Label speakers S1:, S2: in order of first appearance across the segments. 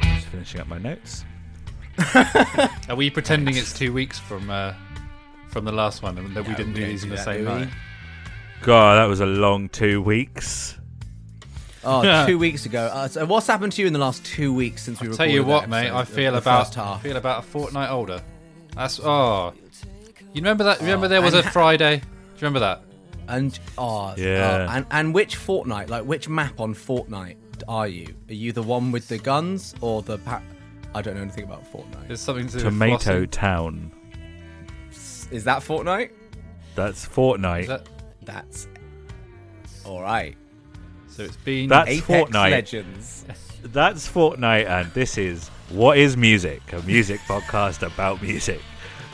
S1: Just finishing up my notes.
S2: Are we pretending it's two weeks from uh, from the last one and that we didn't do these in the same night?
S1: God, that was a long two weeks.
S3: Oh, two weeks ago. Uh, so what's happened to you in the last two weeks since we
S2: Tell
S3: recorded
S2: you
S3: that
S2: what, mate,
S3: episode,
S2: I
S3: the-
S2: feel
S3: the
S2: about
S3: first half.
S2: feel about a fortnight older. That's oh, you remember that? Remember
S3: Oh,
S2: there was a
S3: and ha-
S2: Friday. Do you remember that?
S3: and oh,
S1: Yeah.
S3: oh, and and which Fortnite? Like which map on Fortnite are you? Are you the one with the guns or the? Pa- I don't know anything about Fortnite.
S2: There's something to do with
S4: Tomato
S2: flossing.
S4: Town.
S3: Is that Fortnite?
S4: That's Fortnite.
S2: Is that-
S3: That's all right.
S2: So it's been
S4: That's
S3: Apex
S4: Fortnite.
S3: Legends.
S4: That's Fortnite, and this is What is Music? A music podcast about music.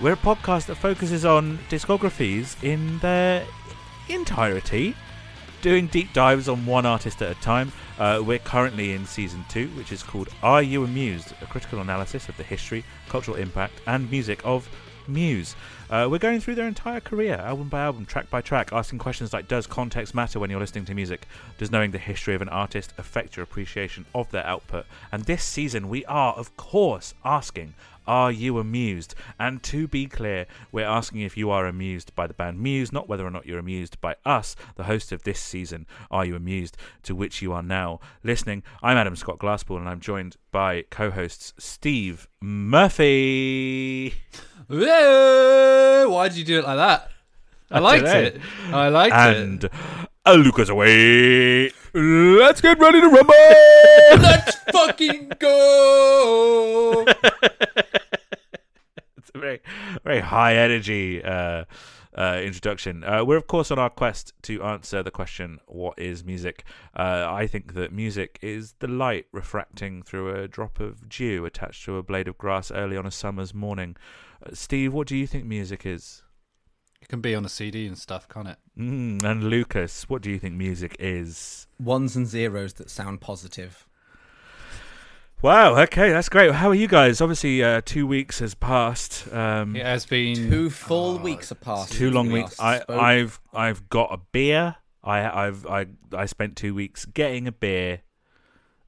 S4: We're a podcast that focuses on discographies in their entirety, doing deep dives on one artist at a time. Uh, we're currently in season two, which is called Are You Amused? A critical analysis of the history, cultural impact, and music of Muse. Uh, we're going through their entire career, album by album, track by track, asking questions like Does context matter when you're listening to music? Does knowing the history of an artist affect your appreciation of their output? And this season, we are, of course, asking Are you amused? And to be clear, we're asking if you are amused by the band Muse, not whether or not you're amused by us, the host of this season, Are You Amused? to which you are now listening. I'm Adam Scott Glasspool, and I'm joined by co hosts Steve Murphy.
S2: Whoa, why did you do it like that? I liked it. I liked
S4: and
S2: it.
S4: a Lucas away.
S2: Let's get ready to rumble. Let's fucking go.
S4: It's a very, very high energy uh, uh, introduction. Uh, we're of course on our quest to answer the question, "What is music?" Uh, I think that music is the light refracting through a drop of dew attached to a blade of grass early on a summer's morning. Uh, Steve, what do you think music is?
S2: It can be on a CD and stuff, can't it?
S4: Mm, and Lucas, what do you think music is?
S3: Ones and zeros that sound positive.
S4: Wow. Okay, that's great. How are you guys? Obviously, uh, two weeks has passed. Um,
S2: It has been
S3: Two full
S2: Oh,
S3: weeks have passed.
S4: two
S3: since
S4: long
S3: we
S4: weeks. I,
S3: last spoke.
S4: I've I've got a beer. I I've I I spent two weeks getting a beer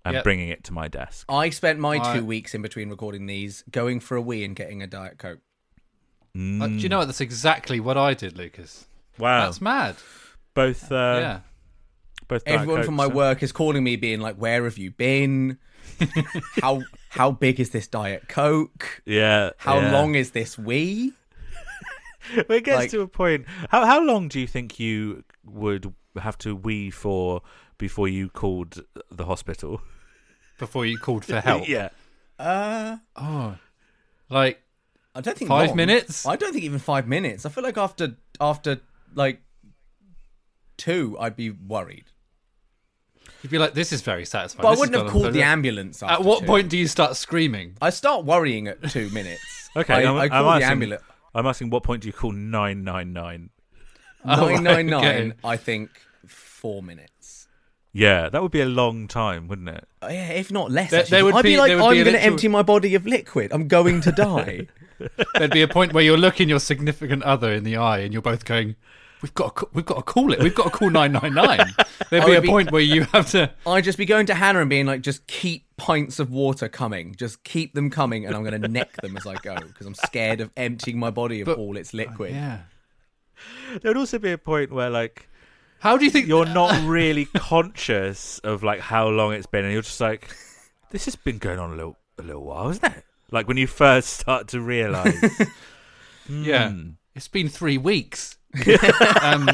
S4: and
S2: Yep.
S4: bringing it to my desk.
S3: I spent my
S2: I-
S3: two weeks in between recording these going for a wee and getting a diet coke.
S2: Uh, do you know what? That's exactly what I did, Lucas.
S4: Wow.
S2: That's mad.
S4: both. Uh,
S2: yeah.
S4: Both. Diet
S3: Everyone from
S4: Cokes
S3: my
S4: and-
S3: work is calling me, being like, "Where have you been? how how big is this diet coke?
S4: Yeah.
S3: How
S4: yeah.
S3: long is this wee?"
S4: it gets
S3: like-
S4: to a point. How how long do you think you would have to wee for before you called the hospital?
S2: Before you called for help.
S4: yeah.
S3: Uh,
S2: Oh. Like
S3: I don't think
S2: Five
S3: long.
S2: minutes?
S3: I don't think even five minutes. I feel like after after like two, I'd be worried.
S2: You'd be like, this is very satisfying.
S3: But
S2: Oh, This has
S3: I wouldn't have
S2: gone on
S3: called
S2: for-
S3: the ambulance.
S2: At
S3: after
S2: what
S3: two.
S2: point do you start screaming?
S3: I start worrying at two minutes.
S4: Okay,
S3: I,
S4: I'm,
S3: I
S4: I'm
S3: call the
S4: asking,
S3: ambulance.
S4: I'm asking what point do you call 999?
S2: Oh, right,
S3: Nine nine nine.
S2: okay.
S3: I think four minutes.
S4: Yeah, that would be a long time, wouldn't it?
S3: Oh, yeah, if not less.
S2: There-
S3: actually.
S2: there would
S3: I'd be,
S2: be-
S3: like,
S2: there
S3: I'm
S2: would be
S3: going
S2: an
S3: to
S2: actual-
S3: empty my body of liquid. I'm going to die.
S2: There'd be a point where you're looking your significant other in the eye, and you're both going, "We've got, to, we've got to call it. We've got to call nine nine nine. There'd
S3: I
S2: be a
S3: would be-
S2: point where you have to.
S3: I'd just be going to Hannah and being like, just keep pints of water coming. Just keep them coming, and I'm going to neck them as I go because I'm scared of emptying my body of all its liquid.
S2: Yeah.
S4: There would also be a point where, like,
S2: How do you think
S4: you're not really conscious of like how long it's been, and you're just like, this has been going on a little, a little while, isn't it? Like when you first start to realise.
S2: Yeah,
S3: mm.
S2: it's been three weeks. um,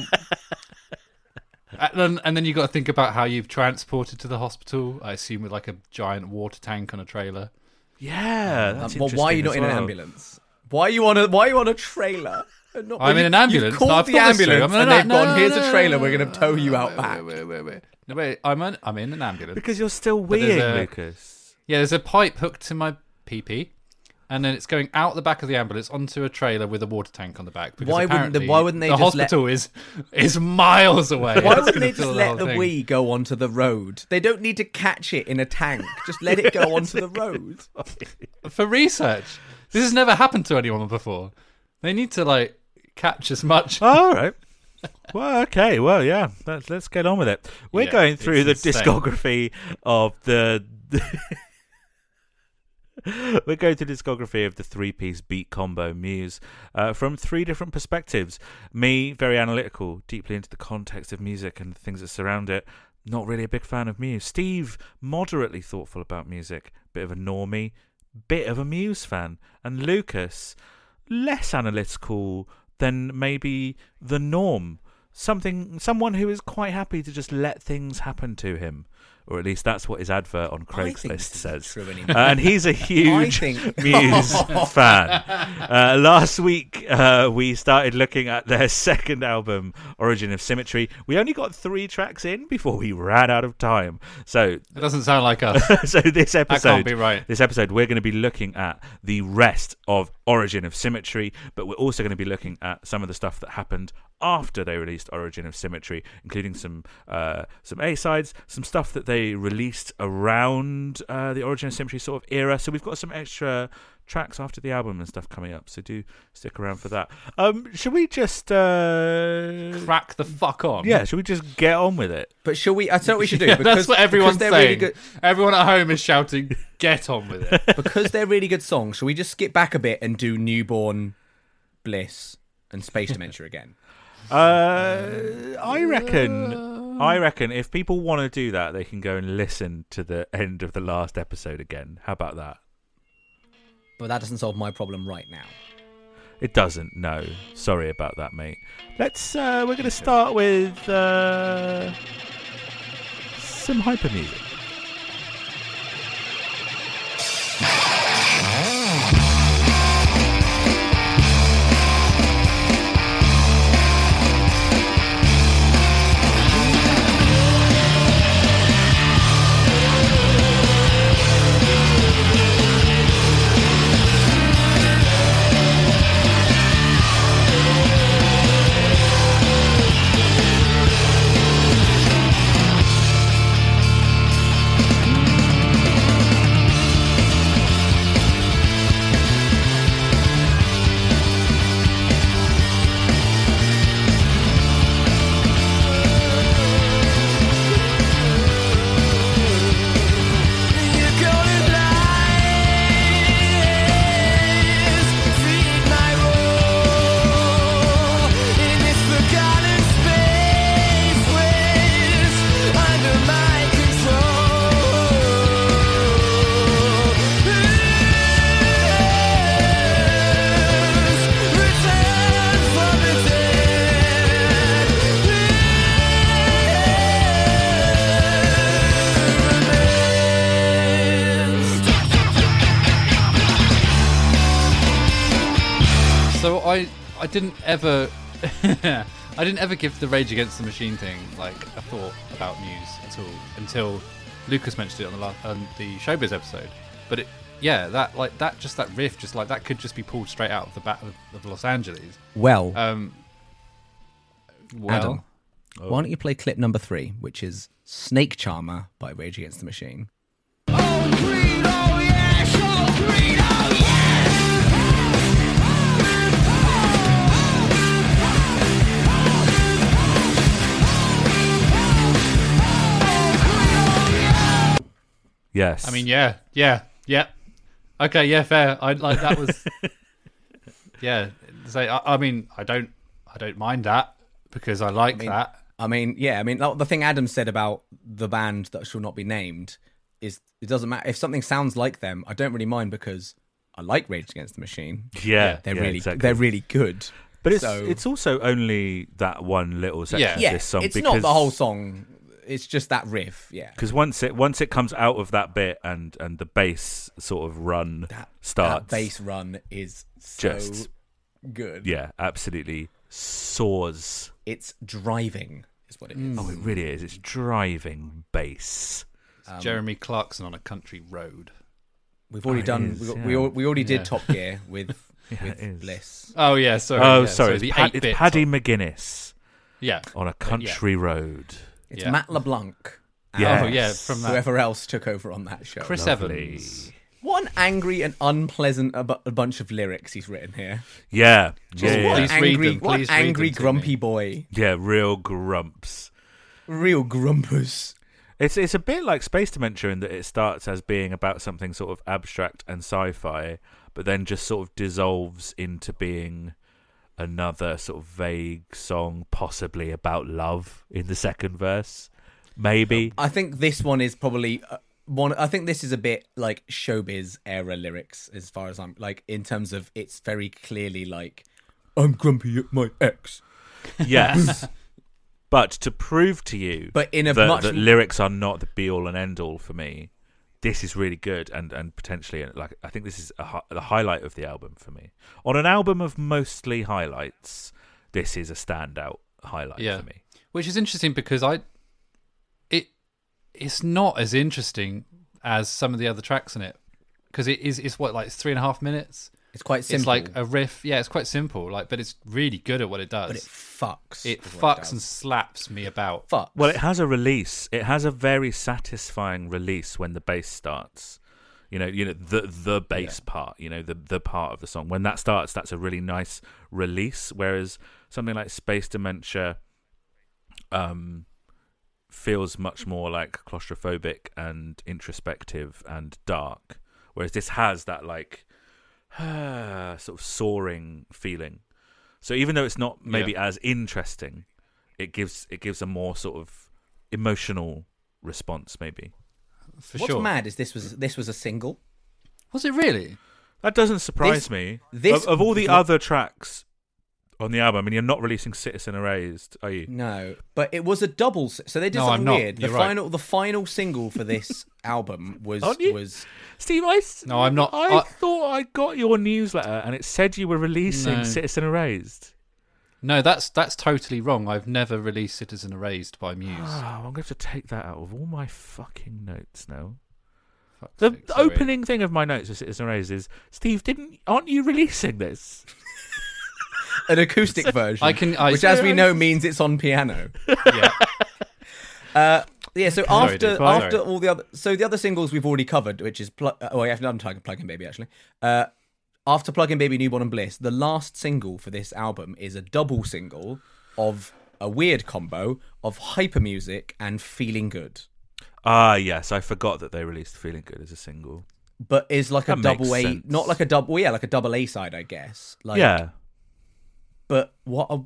S2: and, then, and then you got to think about how you've transported to the hospital. I assume with like a giant water tank on a trailer.
S4: yeah,
S3: Um,
S4: that's
S3: well, why are you
S4: interesting
S3: not
S4: as
S3: in an
S4: well.
S3: ambulance? Why are you on a Why are you on a trailer? And not-
S2: I'm in an
S3: you've
S2: ambulance.
S3: called
S2: No, I've
S3: the
S2: thought this through. I'm
S3: ambulance,
S2: in
S3: and
S2: an-
S3: they've
S2: no,
S3: gone. Here's
S2: no,
S3: a trailer.
S2: no,
S3: We're going to tow you out back.
S2: Wait, wait, wait, No, wait. I'm an, I'm in an ambulance.
S4: Because you're still
S2: there's
S4: weeing,
S2: a-
S4: Lucas.
S2: Yeah, there's a pipe hooked to my PP, and then it's going out the back of the ambulance onto a trailer with a water tank on the back. Because
S3: Why wouldn't the-
S2: apparently
S3: why wouldn't they
S2: The
S3: just let-
S2: hospital is is miles away.
S3: Why
S2: It's
S3: wouldn't
S2: gonna
S3: they just
S2: fill
S3: let
S2: whole
S3: the
S2: thing.
S3: wee go onto the road? They don't need to catch it in a tank. Just let it go onto the road.
S2: for research? This has never happened to anyone before. They need to like catch as much.
S4: All right. Well, okay. Well, yeah. Let's let's get on with it. We're
S2: Yeah,
S4: going through the
S2: it's insane.
S4: discography of the. We're going through the discography of the three-piece beat combo Muse uh, from three different perspectives. Me, very analytical, deeply into the context of music and the things that surround it. Not really a big fan of Muse. Steve, moderately thoughtful about music, bit of a normie, bit of a Muse fan, and Lucas, less analytical than maybe the norm. Something, someone who is quite happy to just let things happen to him, or at least that's what his advert on
S3: think
S4: Craigslist
S3: this isn't
S4: says.
S3: true anymore.
S4: Uh, and he's a huge
S3: think-
S4: Muse fan. Uh, last week uh, we started looking at their second album, Origin of Symmetry. We only got three tracks in before we ran out of time. So
S2: It doesn't sound like us.
S4: so this episode,
S2: be right.
S4: this episode, we're going to be looking at the rest of Origin of Symmetry, but we're also going to be looking at some of the stuff that happened after they released Origin of Symmetry, including some uh, some A sides, some stuff that they released around uh, the Origin of Symmetry sort of era. So we've got some extra tracks after the album and stuff coming up. So do stick around for that. Um, should we just uh,
S2: Crack the fuck on.
S4: yeah? Should we just get on with it?
S3: But shall we? I tell you what we should do.
S2: Yeah,
S3: because,
S2: that's what everyone's
S3: because they're
S2: saying.
S3: Really good,
S2: Everyone at home is shouting, "Get on with it!"
S3: because they're really good songs. Shall we just skip back a bit and do Newborn Bliss and Space Dementia again?
S4: Uh, I reckon.
S3: Uh.
S4: I reckon if people want to do that, they can go and listen to the end of the last episode again. How about that?
S3: But that doesn't solve my problem right now.
S4: It doesn't. No, sorry about that, mate. Let's. Uh, we're going to start with uh, some hyper music.
S2: so I, I didn't ever, I I didn't ever give the Rage Against the Machine thing like a thought about Muse at all until Lucas mentioned it on the last, on the Showbiz episode. But it, yeah, that like that just that riff, just like that could just be pulled straight out of the Battle of, of Los Angeles.
S3: Well,
S2: Um, well,
S3: Adam, why don't you play clip number three, which is Snake Charmer by Rage Against the Machine?
S5: oh
S4: Yes.
S2: I mean, yeah, yeah, yeah. Okay, yeah, fair. I like that was. yeah, so, I, I mean, I don't, I don't mind that because I like
S3: mean-
S2: that.
S3: I mean, yeah, I mean, like, the thing Adam said about the band that shall not be named is it doesn't matter if something sounds like them. I don't really mind because I like Rage Against the Machine.
S4: yeah,
S3: They're
S4: yeah,
S3: really,
S4: exactly.
S3: they're really good.
S4: But it's
S3: so-
S4: it's also only that one little section
S2: Yeah.
S4: of
S3: Yeah,
S4: this song.
S3: it's
S4: because,
S3: not the whole song. It's just that riff. Yeah,
S4: Because once it once it comes out of that bit and and the bass sort of run starts,
S3: that bass run is so
S4: Just-
S3: good.
S4: yeah, absolutely soars.
S3: it's driving is what it is.
S4: Oh, it really is. It's driving bass.
S2: It's Jeremy Clarkson on a country road.
S3: We've already
S4: Oh, it
S3: done.
S4: is,
S3: we, got-
S4: yeah.
S3: we, al- we already did
S2: Yeah.
S3: Top Gear with
S4: it is.
S3: with Bliss.
S2: Oh yeah, sorry.
S4: Oh,
S2: yeah,
S4: sorry,
S2: the
S4: it's, Pad-
S2: eight
S4: it's
S2: bit.
S4: Paddy McGuinness
S2: Yeah.
S4: on a country road.
S3: It's
S2: Yeah.
S3: Matt LeBlanc. and
S4: Yeah.
S2: Oh yeah, from that.
S3: Whoever else took over on that show?
S2: Chris
S4: Lovely.
S2: Evans.
S3: What an angry and unpleasant ab- a bunch of lyrics he's written here.
S4: Yeah, yeah,
S2: what
S4: yeah,
S2: Please
S4: yeah.
S2: read
S3: angry,
S2: them,
S3: what
S2: please
S3: an
S2: read them
S3: angry
S2: to
S3: grumpy
S2: me.
S3: boy,
S4: Yeah, Real grumps.
S3: real grumpus.
S4: It's it's a bit like Space Dementia in that it starts as being about something sort of abstract and sci-fi, but then just sort of dissolves into being another sort of vague song, possibly about love in the second verse, maybe.
S3: I think this one is probably uh, one. I think this is a bit like showbiz era lyrics, as far as I'm like in terms of it's very clearly like I'm grumpy at my ex,
S4: yes. But to prove to you
S3: but in a
S4: that,
S3: much
S4: that lyrics are not the be all and end all for me, this is really good and and potentially uh, like I think this is a, hi- the highlight of the album for me. On an album of mostly highlights, this is a standout highlight
S2: Yeah.
S4: for me.
S2: which is interesting because I it it's not as interesting as some of the other tracks in it because it is it's what like it's three and a half minutes.
S3: it's quite simple.
S2: It's like a riff. Yeah, it's quite simple. Like, but it's really good at what it does.
S3: but it fucks.
S2: it
S3: is
S2: fucks
S3: what does.
S2: and slaps me about.
S3: fucks.
S4: Well, it has a release. It has a very satisfying release when the bass starts. You know, you know the the bass part. You know the the part of the song when that starts. That's a really nice release. Whereas something like Space Dementia, um, feels much more like claustrophobic and introspective and dark. Whereas this has that like sort of soaring feeling. So even though it's not maybe as interesting, it gives it gives a more sort of emotional response. Maybe
S2: For
S3: What's
S2: sure.
S3: mad is this was this was a single.
S2: Was it really?
S4: that doesn't surprise
S3: This-
S4: me.
S3: this-
S4: of, of all the other tracks on the album, I mean, you're not releasing Citizen Erased, are you?
S3: No, but it was a double. s- So they did
S2: No,
S3: something
S2: I'm not.
S3: weird. The
S2: You're right.
S3: final, the final single for this album was
S4: Aren't you?
S3: was
S4: Steve, I s-
S2: No, I'm not-
S4: I,
S2: I-
S4: thought I got your newsletter and it said you were releasing
S2: No.
S4: Citizen Erased.
S2: No, that's that's totally wrong. I've never released Citizen Erased by Muse.
S4: Oh, I'm going to have to take that out of all my fucking notes now.
S2: Fuck's
S4: The
S2: sake, sorry.
S4: opening thing of my notes for Citizen Erased is Steve, didn't aren't you releasing this?
S3: an acoustic version.
S2: I can- I-
S3: which, as we know, means it's on piano.
S2: Yeah.
S3: Yeah. So
S2: Sorry,
S3: after
S2: dude. Sorry.
S3: after all the other so the other singles we've already covered, which is pl- oh, I have done Tiger Plug-in Baby actually. Uh, after Plug-in Baby, Newborn and Bliss, the last single for this album is a double single of a weird combo of hyper music and feeling good,
S4: Ah, yes, I forgot that they released "Feeling Good" as a single.
S3: but is like a
S4: That makes
S3: double A,
S4: sense.
S3: not like a double, yeah, like a double A side, I guess. Like,
S4: yeah,
S3: but what a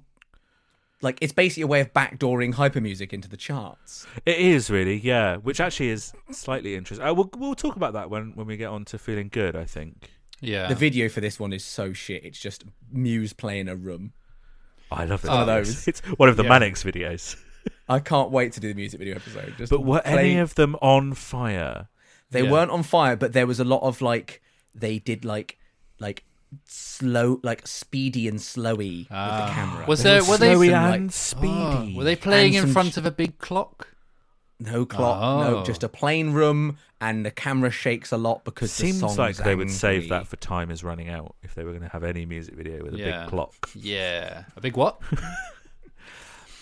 S3: like it's basically a way of backdooring hyper music into the charts.
S4: it is really. Yeah, which actually is slightly interesting. Uh, we'll we'll talk about that when when we get on to "Feeling Good." I think
S2: Yeah.
S3: The video for this one is so shit. It's just Muse playing a room.
S4: I love that.
S3: Oh,
S4: lyrics.
S3: those.
S4: It's one of the
S2: Yeah.
S4: Mannix videos.
S3: I can't wait to do the music video episode. Just
S4: But were
S3: play-
S4: any of them on fire?
S3: they
S2: Yeah.
S3: weren't on fire, but there was a lot of like they did like like slow, like speedy and slowy with the camera.
S2: Ah. Was there were they
S4: Slowy
S3: some, like-
S4: and speedy.
S2: oh, were they playing
S3: And
S2: in
S3: some
S2: front
S3: sh-
S2: of a big clock?
S3: no clock, no,
S2: Oh.
S3: just a plain room, and the camera shakes a lot because the
S1: Seems
S3: song's
S1: like they would save
S3: angry.
S1: that for time is running out if they were going to have any music video with a
S2: Yeah.
S1: big clock.
S2: Yeah, a big what?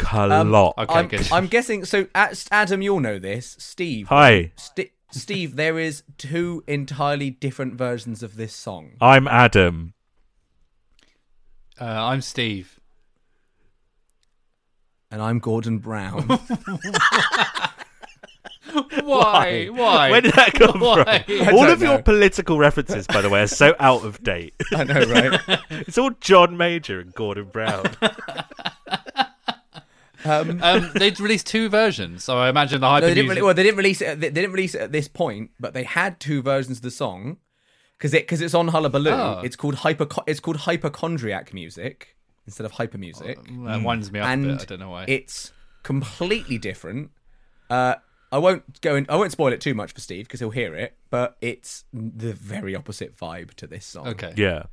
S3: Um,
S1: Clock.
S2: Okay,
S3: I'm,
S2: good.
S3: I'm guessing. So, at- Adam, you'll know this. Steve,
S4: Hi,
S3: Sti Steve, there is two entirely different versions of this song.
S4: I'm Adam.
S2: Uh, I'm Steve.
S3: and I'm Gordon Brown.
S2: Why? Why?
S4: Where did that come
S2: Why?
S4: from?
S2: I
S4: All
S3: don't
S4: of your
S3: know.
S4: political references, by the way, are so out of date.
S3: I know, right?
S4: It's all John Major and Gordon Brown.
S3: Um,
S2: um, they'd released two versions, so I imagine the hyper
S3: no, they didn't.
S2: music-
S3: Really, well, they didn't release it. At, they didn't release it at this point, but they had two versions of the song because it because it's on Hullabaloo.
S2: Oh.
S3: It's called hyper. It's called hypochondriac music instead of hyper music,
S2: That uh, winds me up
S3: and
S2: a bit. Oh, I don't know why.
S3: it's completely different. Uh, I won't go in. I won't spoil it too much for Steve because he'll hear it. But it's the very opposite vibe to this song.
S2: okay.
S4: yeah.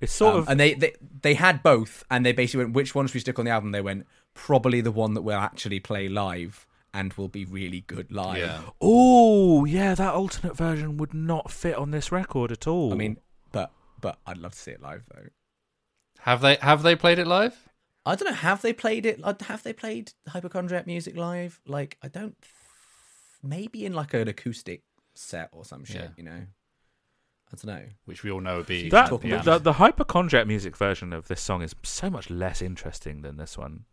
S4: It's sort
S3: Um,
S4: of
S3: and they, they they had both, and they basically went, "Which one should we stick on the album?" They went, "Probably the one that we'll actually play live and will be really good live."
S2: Yeah.
S1: Oh, yeah, that alternate version would not fit on this record at all.
S3: I mean, but but I'd love to see it live though.
S2: Have they have they played it live?
S3: I don't know. Have they played it? uh, Have they played Hypochondriac music live? Like, I don't. Maybe in like an acoustic set or some shit.
S2: Yeah.
S3: You know, I don't know.
S2: Which we all know would be
S4: that
S3: talk
S4: the,
S3: about
S4: the, the hypochondriac music version of this song is so much less interesting than this one.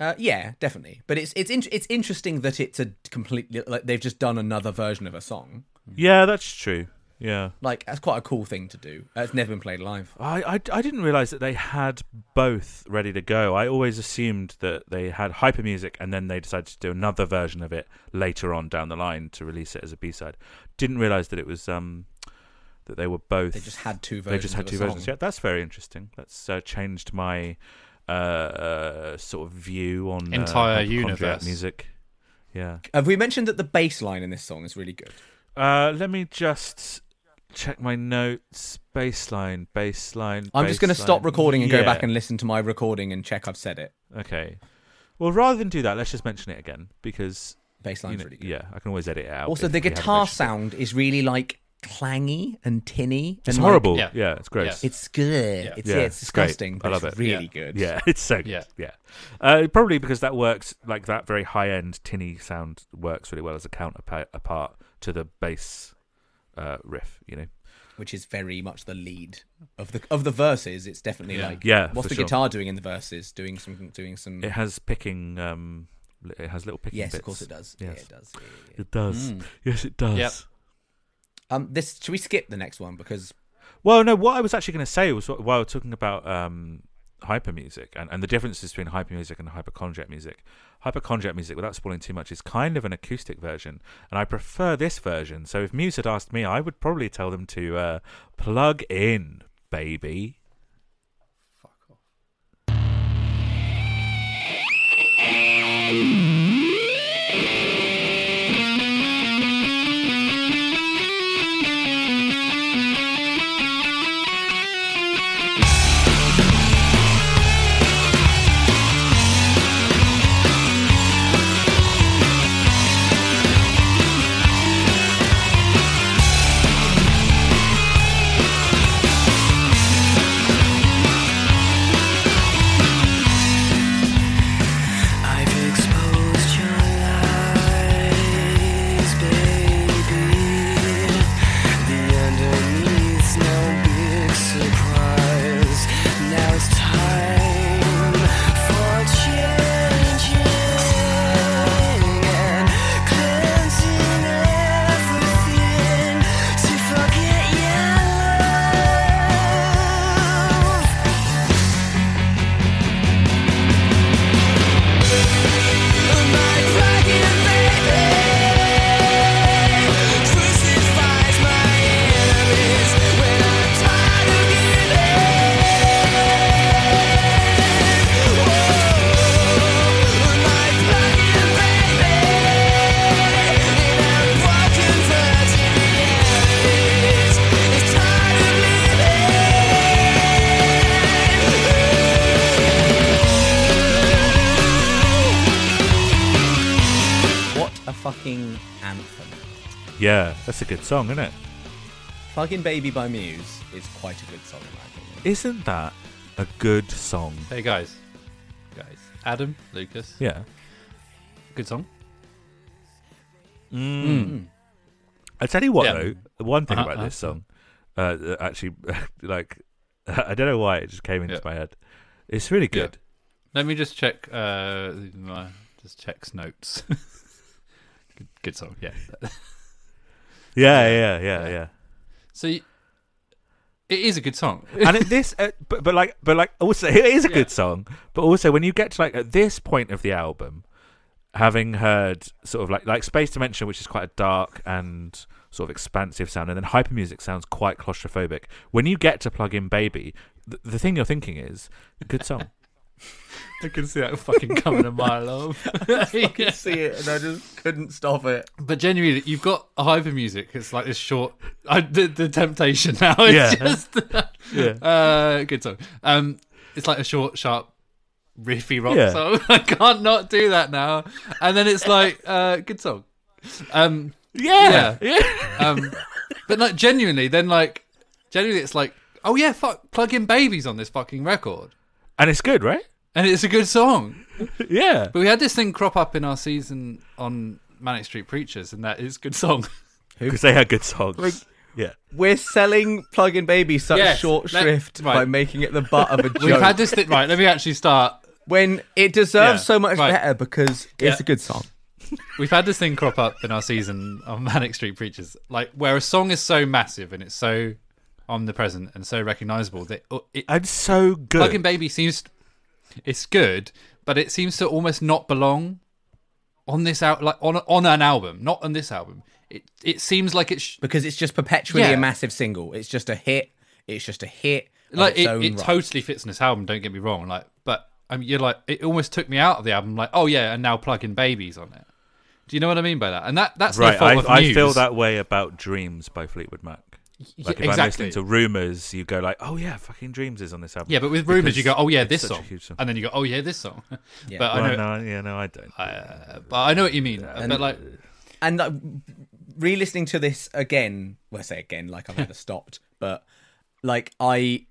S3: Uh, yeah, definitely. But it's it's in, it's interesting that it's a completely like they've just done another version of a song.
S4: Yeah, that's true. Yeah.
S3: Like that's quite a cool thing to do. Uh, it's never been played live.
S4: I, I, I didn't realize that they had both ready to go. I always assumed that they had hyper music and then they decided to do another version of it later on down the line to release it as a B side. Didn't realize that it was um that they were both.
S3: They just had two
S4: They
S3: versions.
S4: just had
S3: of a
S4: two
S3: song.
S4: versions. Yeah, that's very interesting. That's uh, changed my uh, uh, sort of view on uh,
S2: Entire
S4: hypochondriac
S2: universe.
S4: music. Yeah.
S3: Have we mentioned that the bass line in this song is really good?
S4: Uh, let me just check my notes. Baseline, baseline.
S3: I'm just going to stop
S4: baseline.
S3: recording and go back
S4: Yeah.
S3: and listen to my recording and check I've said it.
S4: Okay. Well, rather than do that, let's just mention it again because
S3: Bass
S4: you
S3: line's
S4: know-
S3: really good.
S4: yeah, I can always edit it out.
S3: Also,
S4: if
S3: the
S4: we haven't
S3: guitar
S4: mentioned it.
S3: sound is really like clangy and tinny.
S4: It's
S3: and, like,
S4: horrible.
S2: Yeah.
S4: yeah. it's gross.
S3: it's good. It's, yeah, it's
S4: great.
S3: disgusting.
S4: I
S3: But
S4: love
S3: it's
S4: it.
S3: Really
S2: Yeah.
S3: good.
S4: Yeah, it's so good. Yeah,
S2: Yeah.
S4: Uh, probably because that works like that very high end tinny sound works really well as a counterpart to the bass uh, riff. You know,
S3: which is very much the lead of the of the verses. It's definitely
S2: Yeah.
S3: like
S4: Yeah,
S3: What's
S4: for
S3: the
S4: sure.
S3: guitar doing in the verses? Doing some doing some.
S4: it has picking. Um, li- it has little picking.
S3: Mm. yes, of
S4: bits.
S3: course it does. Mm. Yeah,
S4: Yes.
S3: it does. Yeah, yeah, yeah.
S4: It does. Yes, it does.
S2: Yep.
S3: Um, this should we skip the next one because
S4: Well, no, what I was actually going to say was wh- while talking about um, hyper music and, and the differences between hyper music and hypochondriac music. Hypochondriac music, without spoiling too much, is kind of an acoustic version, and I prefer this version. So if Muse had asked me, I would probably tell them to uh, plug in, baby.
S3: fucking anthem.
S4: Yeah, that's a good song, isn't it?
S3: Plugin Baby by Muse is quite a good song, in my opinion.
S4: Isn't that a good song?
S2: Hey guys, guys, Adam, Lucas,
S4: Yeah.
S2: good song.
S4: I tell you what
S2: Yeah.
S4: though, the one thing
S2: Uh-huh,
S4: about
S2: uh-huh.
S4: this song, uh, that actually, like, I don't know why it just came into
S2: Yeah.
S4: my head. It's really
S2: Yeah.
S4: good.
S2: Let me just check. Uh, my- just checks notes. good, good song. Yeah.
S4: Yeah, yeah, yeah, yeah.
S2: So y- it is a good song.
S4: and at this, uh, but, but like, but like, also it is a good song. But also, when you get to like at this point of the album, having heard sort of like like Space Dimension, which is quite a dark and sort of expansive sound, and then Hyper Music sounds quite claustrophobic. When you get to Plug In Baby, the, the thing you're thinking is good song.
S2: I can see that fucking coming a mile off.
S3: see it, and I just couldn't stop it.
S2: But genuinely, you've got hyper music. It's like this short. I, the, the temptation now. It's
S4: Yeah.
S2: just
S4: yeah.
S2: uh, good song. Um, it's like a short, sharp, riffy rock
S4: Yeah.
S2: song. I can't not do that now. And then it's like uh, good song. Um,
S4: Yeah.
S2: Yeah. um, but like genuinely, then like genuinely, it's like oh yeah, fuck, plug in babies on this fucking record,
S4: And it's good, right?
S2: and it's a good song.
S4: Yeah.
S2: But we had this thing crop up in our season on Manic Street Preachers, and that is a good song.
S4: Because they had good songs. yeah.
S3: We're selling Plugin Baby such
S2: Yes,
S3: short
S2: let-
S3: shrift by
S2: right.
S3: making it the butt of a joke.
S2: We've had this thing right. Let me actually start.
S3: when it deserves
S2: Yeah,
S3: so much
S2: right.
S3: better because it's
S2: Yeah.
S3: a good song.
S2: We've had this thing crop up in our season on Manic Street Preachers, like where a song is so massive and it's so omnipresent and so recognizable that it,
S4: And so good.
S2: Plug in Baby seems it's good, but it seems to almost not belong on this out like on on an album, not on this album. It it seems like it sh-
S3: Because it's just perpetually
S2: Yeah.
S3: a massive single. It's just a hit. It's just a hit. of
S2: like
S3: its
S2: it,
S3: own
S2: it
S3: right.
S2: totally fits in this album. Don't get me wrong, like but I mean, you're like it almost took me out of the album. Like oh yeah, and now Plug in Babies on it. Do you know what I mean by that? And that that's the
S4: right.
S2: fault of
S4: I, I
S2: Muse.
S4: feel that way about Dreams by Fleetwood Mac. Like if I'm listening
S2: exactly.
S4: to Rumours, you go like, oh yeah, fucking Dreams is on this album.
S2: Yeah, but with rumors,
S4: Because
S2: you go, oh yeah,
S4: it's
S2: this
S4: such a
S2: song.
S4: huge song.
S2: and then you go, oh yeah, this song.
S3: Yeah.
S2: But I
S4: Well,
S2: know,
S4: no, yeah, no, I don't.
S2: uh, but I know what you mean. but like,
S3: and like, re-listening to this again well I say again like i've never stopped but like i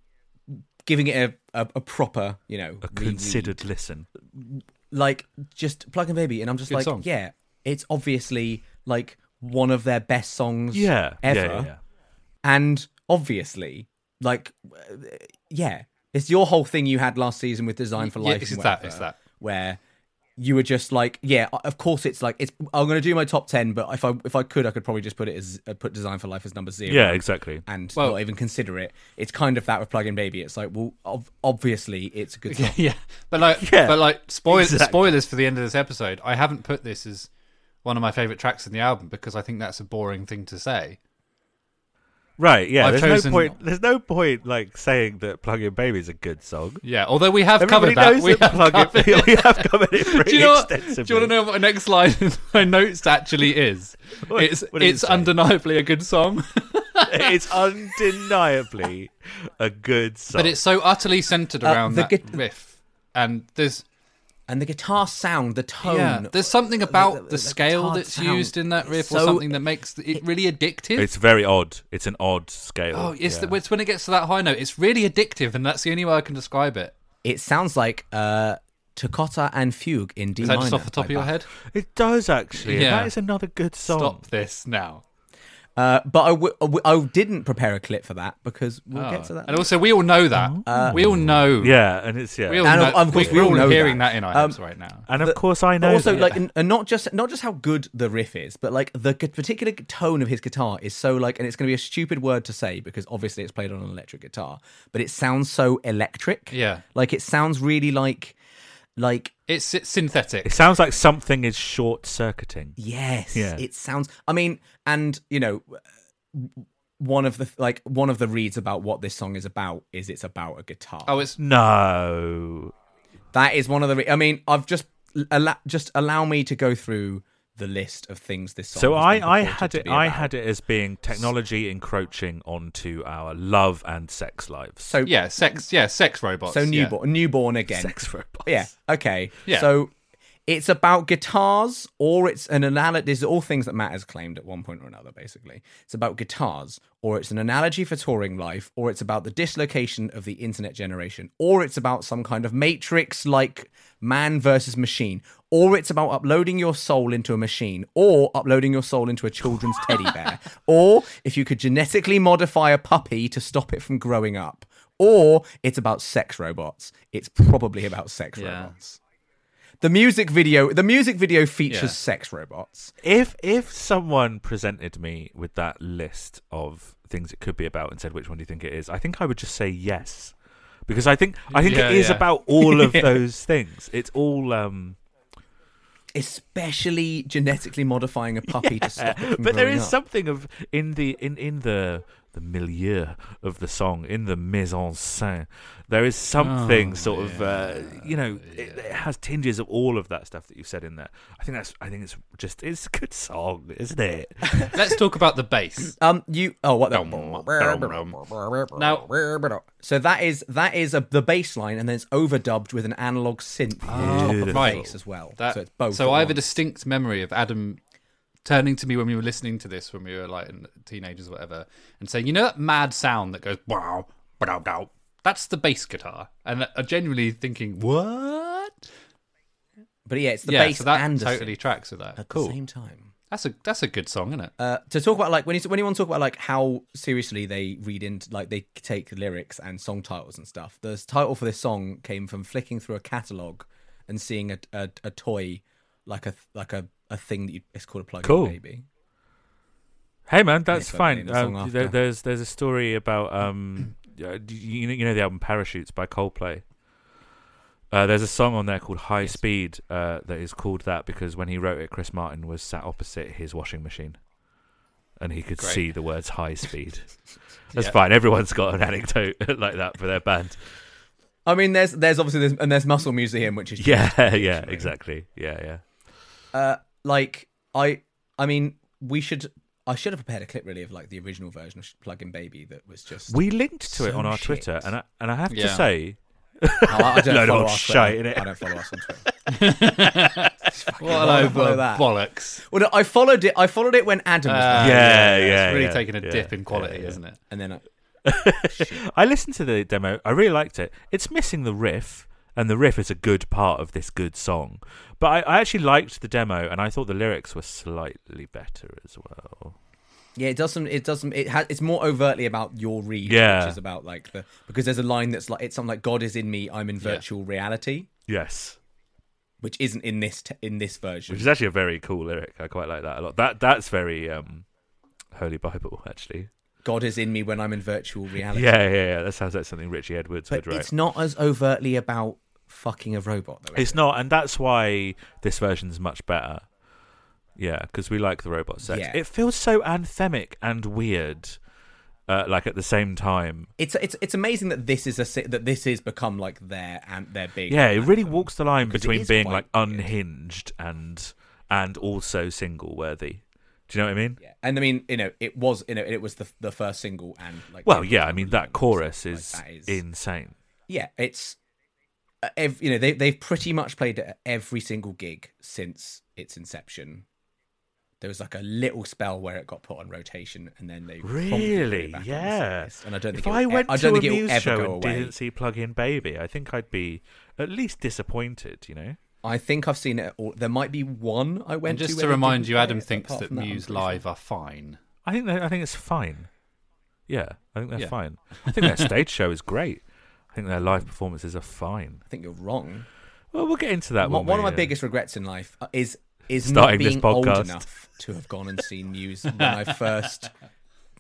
S3: giving it a, a, a proper you know
S4: a
S3: re-
S4: considered listen.
S3: like just plug and baby and i'm just like
S2: song.
S3: yeah it's obviously like one of their best songs
S4: Yeah.
S3: ever
S4: Yeah, yeah, yeah.
S3: and obviously like uh, yeah it's your whole thing you had last season with design for
S2: Yeah,
S3: life
S2: it's
S3: and
S2: that,
S3: whatever,
S2: it's that.
S3: where you were just like yeah of course it's like it's i'm gonna do my top 10 but if i if i could i could probably just put it as uh, put design for life as number zero
S4: Yeah, exactly.
S3: and
S2: Well-
S3: not even consider it it's kind of that with plug-in baby it's like well ob- obviously it's a good song
S2: yeah, but like,
S4: Yeah,
S2: but like, spoilers,
S4: exactly.
S2: spoilers for the end of this episode. I haven't put this as one of my favorite tracks in the album because I think that's a boring thing to say.
S4: Right, yeah.
S2: I've
S4: there's
S2: chosen-
S4: no point there's no point like saying that Plug In Baby is a good song.
S2: Yeah, although we have
S4: Everybody
S2: covered that.
S4: knows
S2: We
S4: that
S2: have
S4: Plug
S2: covered.
S4: In we have covered it pretty
S2: Do you, know what, do
S4: extensively.
S2: you want to know what my next line in my notes actually is?
S4: What-
S2: it's
S4: what did it
S2: it's
S4: say?
S2: undeniably a good song,
S4: it's undeniably a good song.
S2: but it's so utterly centered around
S3: Uh, the
S2: that
S3: gu-
S2: riff, and there's
S3: and the guitar sound the tone
S2: yeah, there's something about the,
S3: the- the
S2: scale
S3: guitar
S2: that's
S3: sound
S2: used in that
S3: is
S2: riff, or
S3: so-
S2: something that makes it really addictive.
S4: It's very odd. It's an odd scale.
S2: Oh, it's,
S4: yeah.
S2: the, it's when it gets to that high note. It's really addictive, and that's the only way I can describe it.
S3: it sounds like uh toccata and fugue in d
S2: Is that
S3: minor
S2: just off the top of
S3: by
S2: your
S3: Bach.
S2: head?
S4: It does actually.
S2: Yeah.
S4: That is another good song.
S2: Stop this now.
S3: Uh, but I w- I, w- I didn't prepare a clip for that because we'll get to
S2: Oh.
S3: that. Mm-hmm. Uh,
S2: And also, we all know that. we all know.
S4: Yeah, and it's yeah.
S2: We all
S3: And
S2: know,
S3: of- of course
S2: we, are
S3: we all
S2: all
S3: know
S2: hearing
S3: that.
S2: that, in our
S3: Um,
S2: heads right now.
S4: and of course I know.
S3: But also,
S4: that.
S3: like, n- and not just not just how good the riff is, but like the gu- particular tone of his guitar is so like, and it's going to be a stupid word to say because obviously it's played on an electric guitar, but it sounds so electric.
S2: Yeah.
S3: like it sounds really like, like
S2: It's, it's synthetic.
S4: it sounds like something is short circuiting.
S3: yes,
S4: Yeah.
S3: it sounds. I mean, and you know, w- one of the like one of the reads about what this song is about is it's about a guitar.
S2: Oh, it's
S4: No.
S3: That is one of the. Re- I mean, I've just allow- just allow me to go through the list of things this song.
S4: So
S3: has been
S4: I, I
S3: purported
S4: had
S3: to
S4: it
S3: be
S4: I
S3: about.
S4: had it as being technology encroaching onto our love and sex lives.
S3: So
S2: yeah, sex. Yeah, sex robots.
S3: so
S2: yeah.
S3: newborn newborn again.
S4: Sex robots.
S3: Yeah. Okay.
S2: Yeah.
S3: So It's about guitars, or it's an analogy. These are all things that Matt has claimed at one point or another, basically. It's about guitars, or it's an analogy for touring life, or it's about the dislocation of the internet generation, or it's about some kind of matrix like man versus machine, or it's about uploading your soul into a machine, or uploading your soul into a children's teddy bear, or if you could genetically modify a puppy to stop it from growing up, or it's about sex robots. It's probably about sex
S2: Yeah.
S3: robots. The music video, the music video features
S2: Yeah.
S3: sex robots.
S4: If if someone presented me with that list of things it could be about and said which one do you think it is, I think I would just say yes. Because I think I think
S2: Yeah,
S4: it is
S2: yeah.
S4: about all of those things. It's all um
S3: Especially genetically modifying a puppy to stop it from
S4: but there
S3: growing
S4: is
S3: up.
S4: something of in the in in the the milieu of the song in the mise en scène there is something
S2: Oh,
S4: sort of uh, you know it, it has tinges of all of that stuff that you've said in there i think that's i think it's just it's a good song isn't it
S2: Let's talk about the bass.
S3: Um, you. Oh, what? The,
S2: Now,
S3: so that is that is a, the bass line, and then it's overdubbed with an analog synth on top of the
S4: Beautiful.
S3: bass as well.
S2: Ah. that,
S3: so it's both.
S2: So
S3: at
S2: I have a
S3: once.
S2: distinct memory of Adam turning to me when we were listening to this when we were like in- teenagers or whatever and saying, you know that mad sound that goes, wow, wow, wow. That's the bass guitar. And I genuinely thinking, what?
S3: but yeah, it's the
S2: yeah,
S3: bass
S2: so that
S3: and the
S2: totally
S3: synth
S2: tracks with that.
S3: at
S2: Cool.
S3: the same time.
S2: That's a that's a good song, isn't it?
S3: Uh, to talk about like when you when you want to talk about like how seriously they read into like they take lyrics and song titles and stuff. The title for this song came from flicking through a catalog and seeing a a, a toy like a like a, a thing that you, it's called a plug-in
S4: Cool.
S3: baby.
S4: Hey man, that's
S3: Yes, I
S4: fine.
S3: believe the song
S4: Um, there,
S3: after.
S4: there's there's a story about um, uh, do you, you know- you know the album Parachutes by Coldplay. Uh, there's a song on there called High Speed uh, that is called that because when he wrote it, Chris Martin was sat opposite his washing machine, and he could
S2: Great.
S4: see the words High Speed. That's
S2: Yeah.
S4: fine. Everyone's got an anecdote like that for their band.
S3: I mean, there's there's obviously this, and there's Muscle Museum, which is
S4: Yeah, yeah, exactly. Yeah, yeah.
S3: uh, like I I mean we should I should have prepared a clip really of like the original version of Plug In Baby that was just
S4: We linked to it
S3: So
S4: on our
S3: shit.
S4: Twitter, and I, and I have to
S2: Yeah.
S4: say,
S3: I, I don't
S4: Load of
S3: follow
S4: old
S3: us
S4: shite, innit?
S3: I don't follow us on Twitter.
S2: What
S3: I
S2: an
S3: don't follow
S2: over
S3: that.
S2: bollocks.
S3: Well, no, I followed it. I followed it when Adam was
S2: Uh,
S3: back,
S4: yeah, yeah,
S2: It's really
S4: yeah,
S2: taking a
S4: yeah,
S2: dip in
S4: yeah,
S2: quality,
S4: yeah.
S2: isn't it?
S3: and then I,
S4: I listened to the demo. I really liked it. It's missing the riff, and the riff is a good part of this good song. But I, I actually liked the demo, and I thought the lyrics were slightly better as well.
S3: yeah, it doesn't. It doesn't. It has. It's more overtly about your read,
S4: Yeah.
S3: which is about like the because there's a line that's like it's something like God is in me. I'm in virtual reality,
S4: Yes,
S3: which isn't in this t- in this version.
S4: which is actually a very cool lyric. I quite like that a lot. That that's very um, Holy Bible, actually.
S3: God is in me when I'm in virtual reality.
S4: Yeah, yeah, yeah. That sounds like something Richie Edwards
S3: but
S4: would write.
S3: it's not as overtly about fucking a robot though. is
S4: It's not, and that's why this version's much better. Yeah, because we like the robot sex.
S3: Yeah.
S4: It feels so anthemic and weird, uh, like at the same time.
S3: it's it's it's amazing that this is a si- that this has become like their and their big
S4: Yeah, it really walks the line
S3: Because it
S4: between
S3: is
S4: being
S3: quite
S4: like
S3: weird.
S4: unhinged and and also single worthy. Do you know what I mean?
S3: Yeah. and I mean you know it was you know it was the the first single and like
S4: Well,
S3: the
S4: yeah, I
S3: original
S4: mean
S3: release,
S4: that chorus
S3: like,
S4: is,
S3: that is-
S4: insane.
S3: yeah it's uh, ev- you know they they've pretty much played it at every single gig since its inception. There was like a little spell where it got put on rotation, and then they promptly put it
S4: Really?
S3: back on the set
S4: Yeah.
S3: list. And I don't
S4: if
S3: think it
S4: I
S3: will e-
S4: went
S3: I
S4: to
S3: don't
S4: a
S3: think it will
S4: Muse
S3: ever
S4: show
S3: go
S4: and
S3: away.
S4: didn't see Plug In Baby, I think I'd be at least disappointed. You know?
S3: I think I've seen it. All- there might be one I went
S2: And just
S3: to.
S2: to
S3: where they
S2: remind
S3: didn't
S2: you,
S3: play
S2: Adam
S3: it, but
S2: thinks
S3: apart
S2: that
S3: from I'm
S2: Muse
S3: pretty sure.
S2: Live are fine.
S4: I think that, I think it's fine. Yeah, I think they're
S2: Yeah.
S4: fine. I think their stage show is great. I think their live performances are fine.
S3: I think you're wrong.
S4: Well, we'll get into that
S3: One,
S4: when
S3: one of
S4: we,
S3: my
S4: uh,
S3: biggest regrets in life uh, is is
S4: Starting
S3: not
S4: this
S3: being old
S4: podcast.
S3: enough to have gone and seen Muse when I first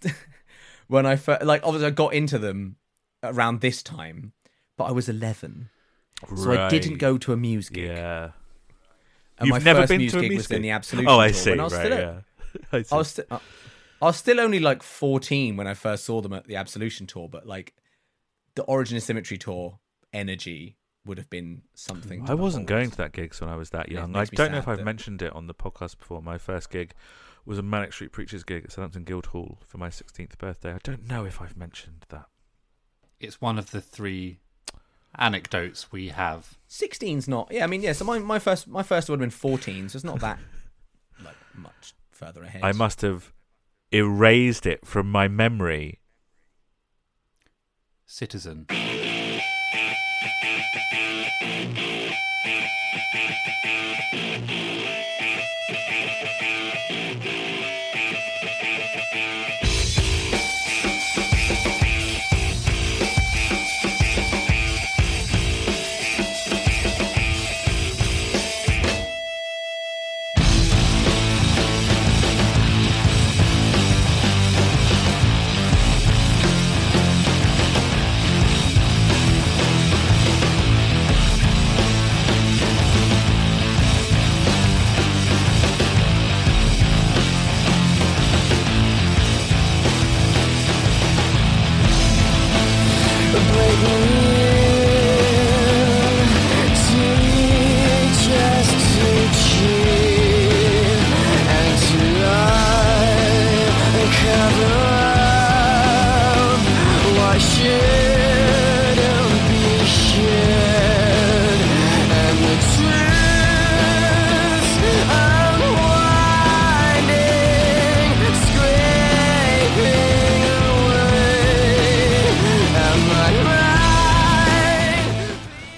S3: when I first like obviously I got into them around this time, but I was eleven, so I didn't
S4: Right.
S3: go to a Muse gig.
S4: Yeah.
S3: And my
S4: You've never
S3: first
S4: been
S3: Muse
S4: to a
S3: gig
S4: Muse
S3: was in
S4: gig?
S3: the Absolution
S4: Oh, I
S3: tour
S4: see.
S3: when I was
S4: right,
S3: still at-
S4: yeah. I see.
S3: I was, st- I I was still only like 14 when I first saw them at the Absolution tour, but like the Origin of Symmetry tour energy would have been something. to
S4: I wasn't
S3: behold.
S4: going to that gig when I was that young. I
S3: makes me
S4: don't know
S3: sad
S4: if I've
S3: that-
S4: mentioned it on the podcast before. My first gig was a Manic Street Preachers gig at Southampton Guildhall for my 16th birthday. I don't know if I've mentioned that.
S2: It's one of the three anecdotes we have.
S3: 16's not. Yeah, I mean, yeah. So my, my first my first would have been 14, so it's not that like much further ahead.
S4: I must have erased it from my memory.
S2: Citizen.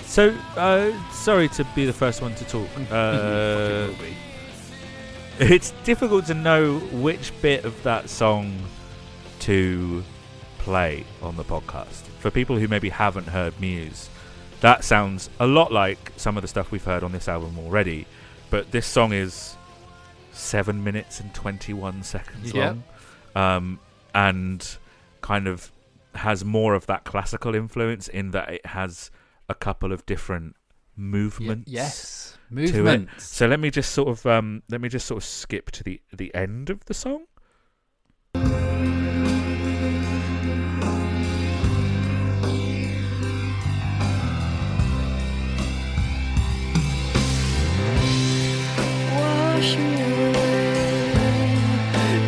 S4: So, uh, sorry to be the first one to talk. Uh, it's difficult to know which bit of that song to play on the podcast. For people who maybe haven't heard Muse, that sounds a lot like some of the stuff we've heard on this album already, but this song is seven minutes and 21 seconds
S2: Yeah.
S4: long um, and kind of has more of that classical influence in that it has a couple of different movements
S2: yes.
S4: to it.
S2: Movements.
S4: So let me just sort of um, let me just sort of skip to the the end of the song.
S5: Wash me away,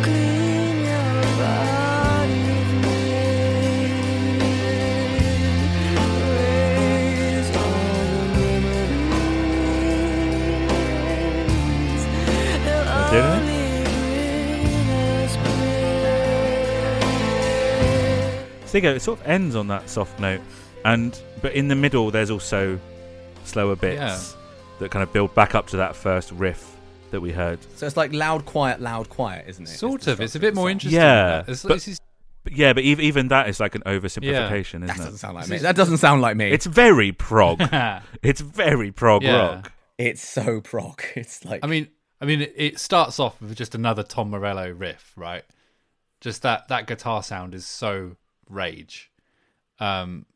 S5: clean your body Raise all the memories that
S4: Dinner?
S5: only bring us pain.
S4: So there you go. It sort of ends on that soft note, and but in the middle there's also slower bits
S2: Yeah.
S4: that kind of build back up to that first riff that we heard.
S3: so it's like loud, quiet, loud, quiet, isn't it? Is
S2: Sort
S3: the
S2: of. It's a
S3: structure
S2: bit
S3: the
S2: more
S3: song.
S2: interesting.
S4: Yeah,
S2: It's-
S4: but-
S2: it's just-
S4: But yeah, but even, even that is like an oversimplification,
S3: That
S4: isn't
S3: doesn't
S4: it?
S3: sound like me. That doesn't sound like me.
S4: It's very prog. it's very prog
S2: Yeah.
S4: rock.
S3: It's so proc. It's like
S2: I mean, I mean, it- it starts off with just another Tom Morello riff, right? Just that that guitar sound is so rage. Um,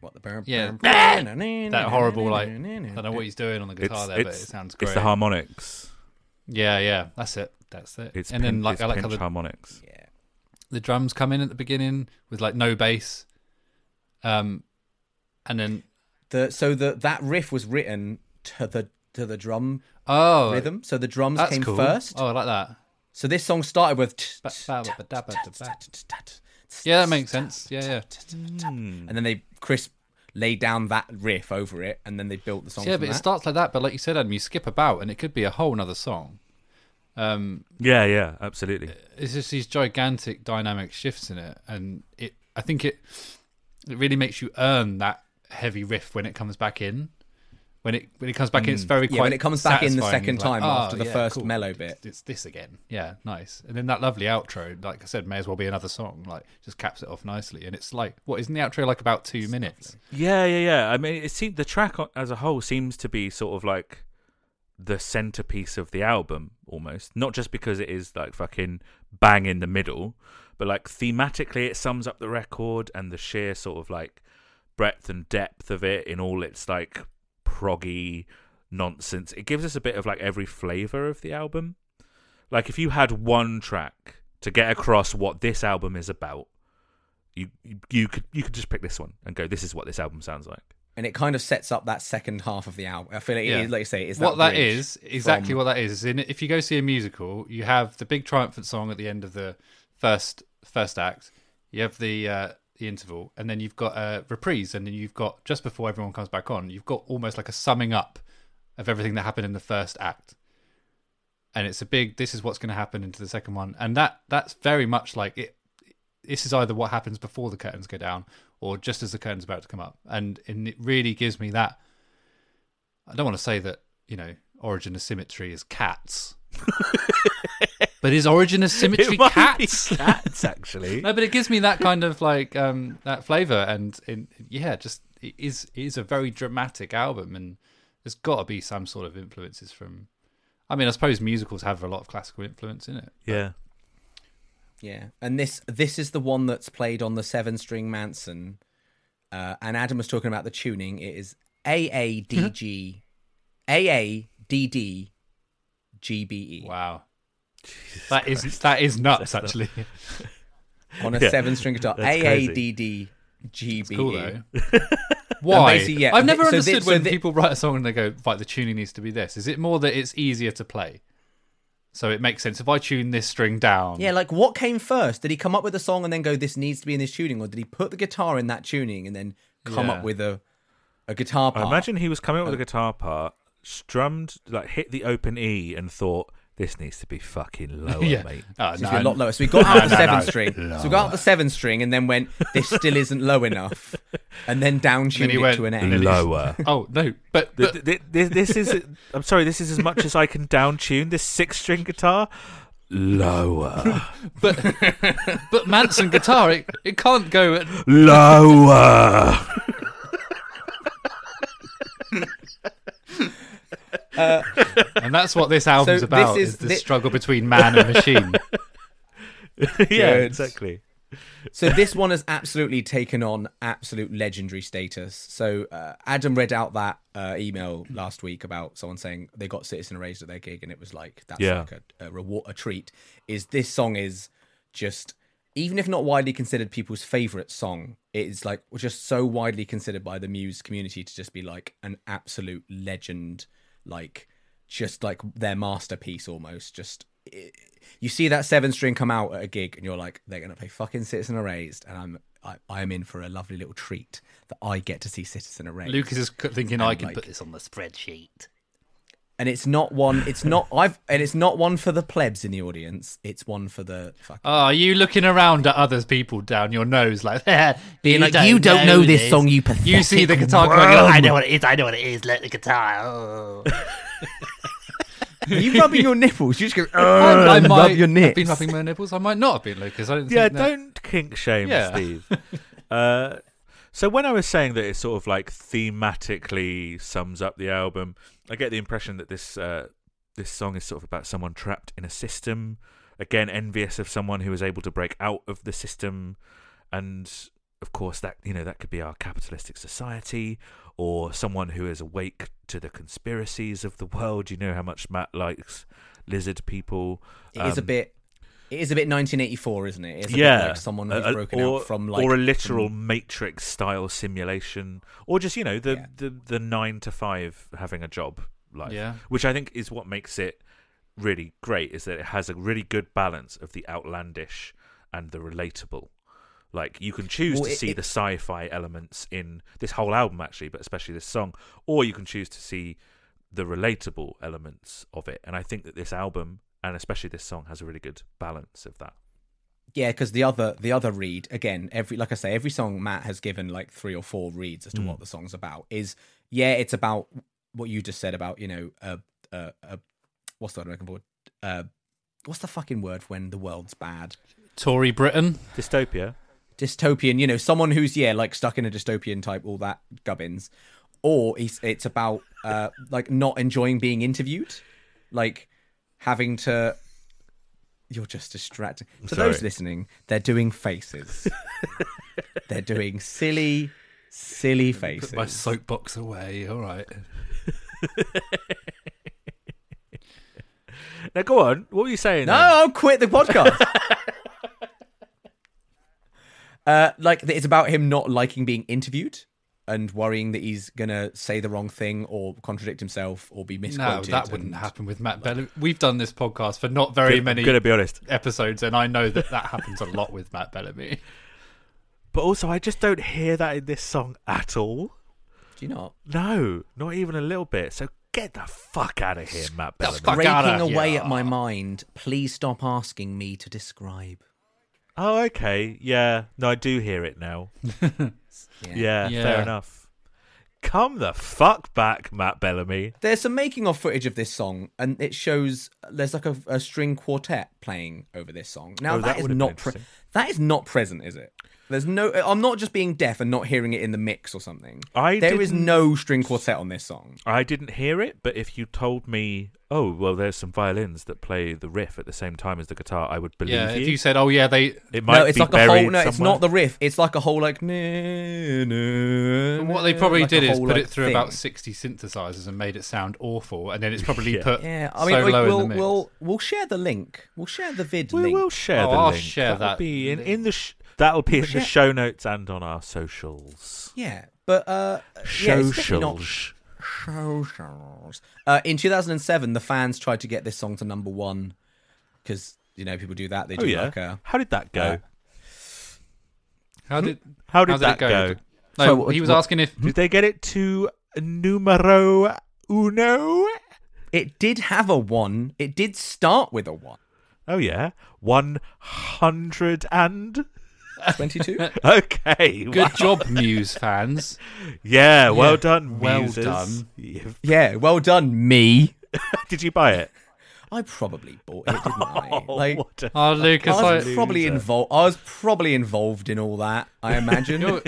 S3: what the burn,
S2: yeah.
S3: that
S2: that horrible like I don't know what he's doing on the guitar
S4: It's,
S2: there, but
S4: it's,
S2: it sounds great.
S4: it's the harmonics.
S2: yeah, yeah, that's it, that's it.
S4: It's
S2: and then
S4: pin-
S2: like
S4: it's
S2: I like how
S4: pinch
S2: the,
S4: harmonics.
S3: Yeah.
S2: the drums come in at the beginning with like no bass, um, and then
S3: The so the that riff was written to the to the drum
S2: oh,
S3: rhythm. So the drums
S2: that's
S3: came
S2: cool.
S3: first.
S2: Oh, I like that.
S3: So this song started with
S2: Ba- ba- ba- ba- ba- ba- ba. Yeah,
S3: yeah,
S2: that makes sense. Yeah, yeah.
S3: and then they Chris laid down that riff over it, and then they built the song.
S2: yeah,
S3: from
S2: but it
S3: that.
S2: starts like that. But like you said, Adam, you skip about, and it could be a whole nother song. Um,
S4: Yeah, yeah, absolutely.
S2: it's just these gigantic dynamic shifts in it, and it. I think it it really makes you earn that heavy riff when it comes back in. When it when it comes back in, it's very
S3: Mm. Yeah,
S2: quite.
S3: when it comes back in the
S2: satisfying.
S3: second
S2: It's
S3: time after the first mellow
S2: It's-
S3: bit.
S2: It's, this again. Yeah, nice. And then that lovely outro, like I said, may as well be another song. Like just caps it off nicely. And it's like, what isn't the outro like about two minutes?
S4: Yeah, yeah, yeah. I mean, it seemed the track o- as a whole seems to be sort of like the centerpiece of the album almost. Not just because it is like fucking bang in the middle, but like thematically, it sums up the record and the sheer sort of like breadth and depth of it in all its like proggy nonsense. It gives us a bit of like every flavor of the album. Like if you had one track to get across what this album is about, you you could you could just pick this one and go. This is what this album sounds like.
S3: and it kind of sets up that second half of the album. I feel like,
S2: Yeah.
S3: it is, like you say, it's
S2: what that
S3: bridge
S2: is exactly
S3: from-
S2: what that is. is in, if you go see a musical, you have the big triumphant song at the end of the first first act. You have the uh, the interval, and then you've got a reprise, and then you've got just before everyone comes back on, you've got almost like a summing up of everything that happened in the first act. And it's a big. This is what's going to happen into the second one, and that that's very much like it. This is either what happens before the curtains go down, or just as the curtains about to come up, and and it really gives me that. I don't want to say that you know Origin of Symmetry is cats, but is Origin of Symmetry
S4: might be
S2: cats?
S4: Cats, actually.
S2: No, but it gives me that kind of like um, that flavor, and in, yeah, just it is it is a very dramatic album, and there's got to be some sort of influences from. I mean, I suppose musicals have a lot of classical influence in it.
S4: yeah.
S3: Yeah, and this this is the one that's played on the seven string Manson. Uh, and Adam was talking about the tuning. It is A A D
S2: Mm-hmm.
S3: G A A D D G B E
S2: Wow, that is that is nuts. Actually,
S3: on a
S4: Yeah,
S3: seven string guitar.
S4: that's
S3: A A
S4: crazy.
S3: D D G B
S2: cool
S3: E.
S2: though. Why?
S3: basically, yeah,
S2: I've never
S3: thi- so thi-
S2: understood
S3: so
S2: when
S3: thi-
S2: people write a song and they go, "Right, the tuning needs to be this." Is it more that it's easier to play? So it makes sense if I tune this string down.
S3: Yeah, like what came first? Did he come up with a song and then go, "This needs to be in this tuning," or did he put the guitar in that tuning and then come
S2: Yeah.
S3: up with a a guitar
S4: I
S3: part?
S4: imagine he was coming up with a guitar part, strummed, like hit the open E, and thought, this needs to be fucking lower,
S2: yeah.
S4: mate.
S2: Oh,
S3: It should
S2: no.
S3: be a lot lower. So we got out the
S2: no,
S3: seven
S2: no.
S3: string. So we got out the seven string and then went, this still isn't low enough. And then down tuned
S2: he
S3: it
S2: went-
S3: to an
S2: and then
S3: A.
S2: he-
S4: Lower.
S2: Oh no, but, but
S4: Th- th- th- this is, I'm sorry, this is as much as I can down tune this six string guitar. Lower.
S2: but but Manson guitar, it, it can't go. At,
S4: Lower.
S2: and that's what this album's
S3: So this
S2: about:
S3: is
S2: is, the
S3: thi-
S2: struggle between man and machine.
S4: yeah,
S3: Good.
S4: exactly.
S3: So this one has absolutely taken on absolute legendary status. So uh, Adam read out that uh, email last week about someone saying they got Citizen Erased at their gig and it was like, that's
S4: Yeah.
S3: like a, a reward, a treat. Is this song is just, even if not widely considered people's favorite song, it is like just so widely considered by the Muse community to just be like an absolute legend. Like, just like their masterpiece almost. Just it, you see that seven string come out at a gig, and you're like, they're gonna play fucking Citizen Erased, and I'm I, I'm in for a lovely little treat that I get to see Citizen Erased.
S2: Lucas is c- thinking I can
S3: like-
S2: put this on the spreadsheet.
S3: and it's not one. It's not I've and it's not one for the plebs in the audience. It's one for the fuck.
S2: Oh, are you looking around at other people down your nose like
S3: Being like, "You don't know this song, you
S2: You see the
S3: pathetic
S2: guitar going, you're like, I know
S6: what it is. I know what it is. Let the guitar. Oh.
S3: Are you rubbing your nipples? You just go.
S2: I, I
S3: "Ugh,
S2: might
S3: love your
S2: have been
S3: nips.
S2: rubbing my nipples. I might not have been Lucas. I didn't
S4: Yeah,
S2: think that-
S4: don't kink shame,
S2: Yeah.
S4: Steve. uh, so when I was saying that it sort of like thematically sums up the album, I get the impression that this uh, this song is sort of about someone trapped in a system, again envious of someone who is able to break out of the system, and of course that you know that could be our capitalistic society or someone who is awake to the conspiracies of the world. You know how much Matt likes lizard people.
S3: It
S4: Um,
S3: is a bit. It is a bit 1984, isn't it? It's a
S4: yeah,
S3: bit like someone
S4: A-
S3: who's
S4: a-
S3: broken
S4: or,
S3: out from like
S4: or a literal
S3: from-
S4: matrix style simulation, or just you know the,
S3: Yeah.
S4: the the nine to five having a job life,
S2: Yeah.
S4: which I think is what makes it really great is that it has a really good balance of the outlandish and the relatable. Like you can choose
S3: Well,
S4: to
S3: it-
S4: see
S3: it-
S4: the sci-fi elements in this whole album actually, but especially this song, or you can choose to see the relatable elements of it. And I think that this album and especially this song has a really good balance of that.
S3: Yeah, because the other the other read again, every like I say, every song Matt has given like three or four reads as to what the song's about. Is yeah, it's about what you just said about you know uh uh, uh what's the word I'm looking for? Uh, what's the fucking word when the world's bad?
S2: Tory Britain.
S4: Dystopia.
S3: dystopian, you know, someone who's yeah, like stuck in a dystopian type, all that gubbins, or it's it's about uh like not enjoying being interviewed, like having to. You're just distracting. To those
S4: sorry.
S3: listening, they're doing faces. they're doing silly, silly faces.
S2: Put my soapbox away. All right.
S4: Now go on. What were you saying?
S3: No,
S4: then?
S3: I'll quit the podcast. uh, like it's about him not liking being interviewed and worrying that he's gonna say the wrong thing or contradict himself or be
S2: No,
S3: misquoted.
S2: that wouldn't
S3: and-
S2: happen with Matt Bellamy. We've done this podcast for not very
S4: I'm
S2: many
S4: gonna be honest,
S2: episodes, and I know that that happens a lot with Matt Bellamy.
S4: But also, I just don't hear that in this song at all.
S3: Do you not?
S4: No, not even a little bit. So get the fuck out of here, Matt Bellamy.
S2: fuck outta
S3: Breaking
S2: here.
S3: away at my mind. Please stop asking me to describe.
S4: Oh, okay. Yeah. No, I do hear it now. yeah, fair
S2: Yeah.
S4: enough. Come the fuck back, Matt Bellamy.
S3: There's some making of footage of this song, and it shows there's like a, a string quartet playing over this song. Now
S4: Oh, that
S3: that is
S4: would've been
S3: not pre-
S4: interesting.
S3: that is not present, is it? There's no. I'm not just being deaf and not hearing it in the mix or something.
S4: I
S3: There is
S4: didn't-
S3: no string quartet on this song.
S4: I didn't hear it, but if you told me, oh, well, there's some violins that play the riff at the same time as the guitar, I would believe
S2: Yeah,
S4: you.
S2: if you said, "Oh yeah, they,"
S4: It might
S3: No, it's
S4: be
S3: like a
S4: buried
S3: whole. No, it's
S4: somewhere.
S3: not the riff. It's like a whole like. "Nah, nah,
S2: what they
S3: nah,"
S2: probably
S3: like a
S2: did is
S3: whole,
S2: put
S3: like,
S2: it through
S3: thing.
S2: about sixty synthesizers and made it sound awful, and then it's probably
S4: Yeah.
S2: put
S3: Yeah, I mean,
S2: so
S3: we,
S2: low
S3: will
S2: in the mix.
S3: we'll we'll share the link. We'll share the vid
S4: We
S3: link.
S4: will share
S2: Oh,
S4: the
S2: I'll
S4: link.
S2: share
S4: That'll
S2: that
S4: be in,
S2: link.
S4: in the sh- that'll be in the
S3: Share-
S4: show notes and on our socials.
S3: Yeah, but uh, yeah, it's definitely not
S4: Socials.
S3: socials. Uh, in 2007, the fans tried to get this song to number one because you know people do that. They do
S4: Oh yeah.
S3: like a
S4: How did that go?
S3: uh,
S2: How did
S4: How did that
S2: it go?
S4: go?
S2: No,
S3: So what-
S2: he was
S3: what-
S2: asking if
S4: Did they get it to numero uno?
S3: It did have a one. It did start with a one.
S4: Oh yeah, one hundred and
S3: 22.
S4: okay.
S2: good job, Muse fans.
S4: Yeah, well
S2: Yeah.
S4: done,
S2: Well
S4: Muses.
S2: done.
S4: You've-
S3: yeah, well done, me.
S4: Did you buy it?
S3: I probably bought it, didn't I?
S4: Oh,
S3: Like,
S4: what a-
S2: Oh, Lucas,
S3: I was
S2: I-
S3: probably
S4: Loser.
S3: involved. I was probably involved in all that. I imagine.
S2: You're-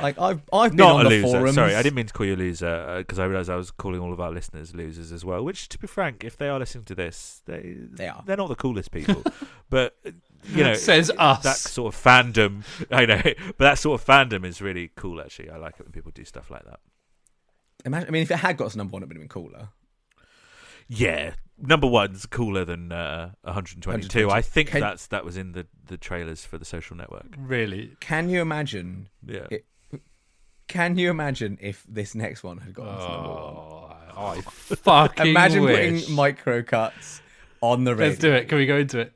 S3: like I've I've been
S4: Ah. not
S3: on
S4: a
S3: the
S4: loser.
S3: forums.
S4: Sorry, I didn't mean to call you a loser because I realised I was calling all of our listeners losers as well. Which, to be frank, if they are listening to this, they
S3: They are.
S4: They're not the coolest people, but uh, you know,
S2: Says us.
S4: That sort of fandom, I know, but that sort of fandom is really cool. Actually, I like it when people do stuff like that.
S3: Imagine, I mean, if it had got to number one, it would have been cooler.
S4: Yeah, number one's cooler than uh, 122. I think
S3: Can-
S4: that's that was in the the trailers for the social network.
S2: really,
S3: Can you imagine?
S4: Yeah.
S3: It- Can you imagine if this next one had gotten to number one?
S2: Oh, I fucking
S3: Imagine
S2: wish.
S3: putting micro cuts on the radio.
S2: Let's do it. Can we go into it?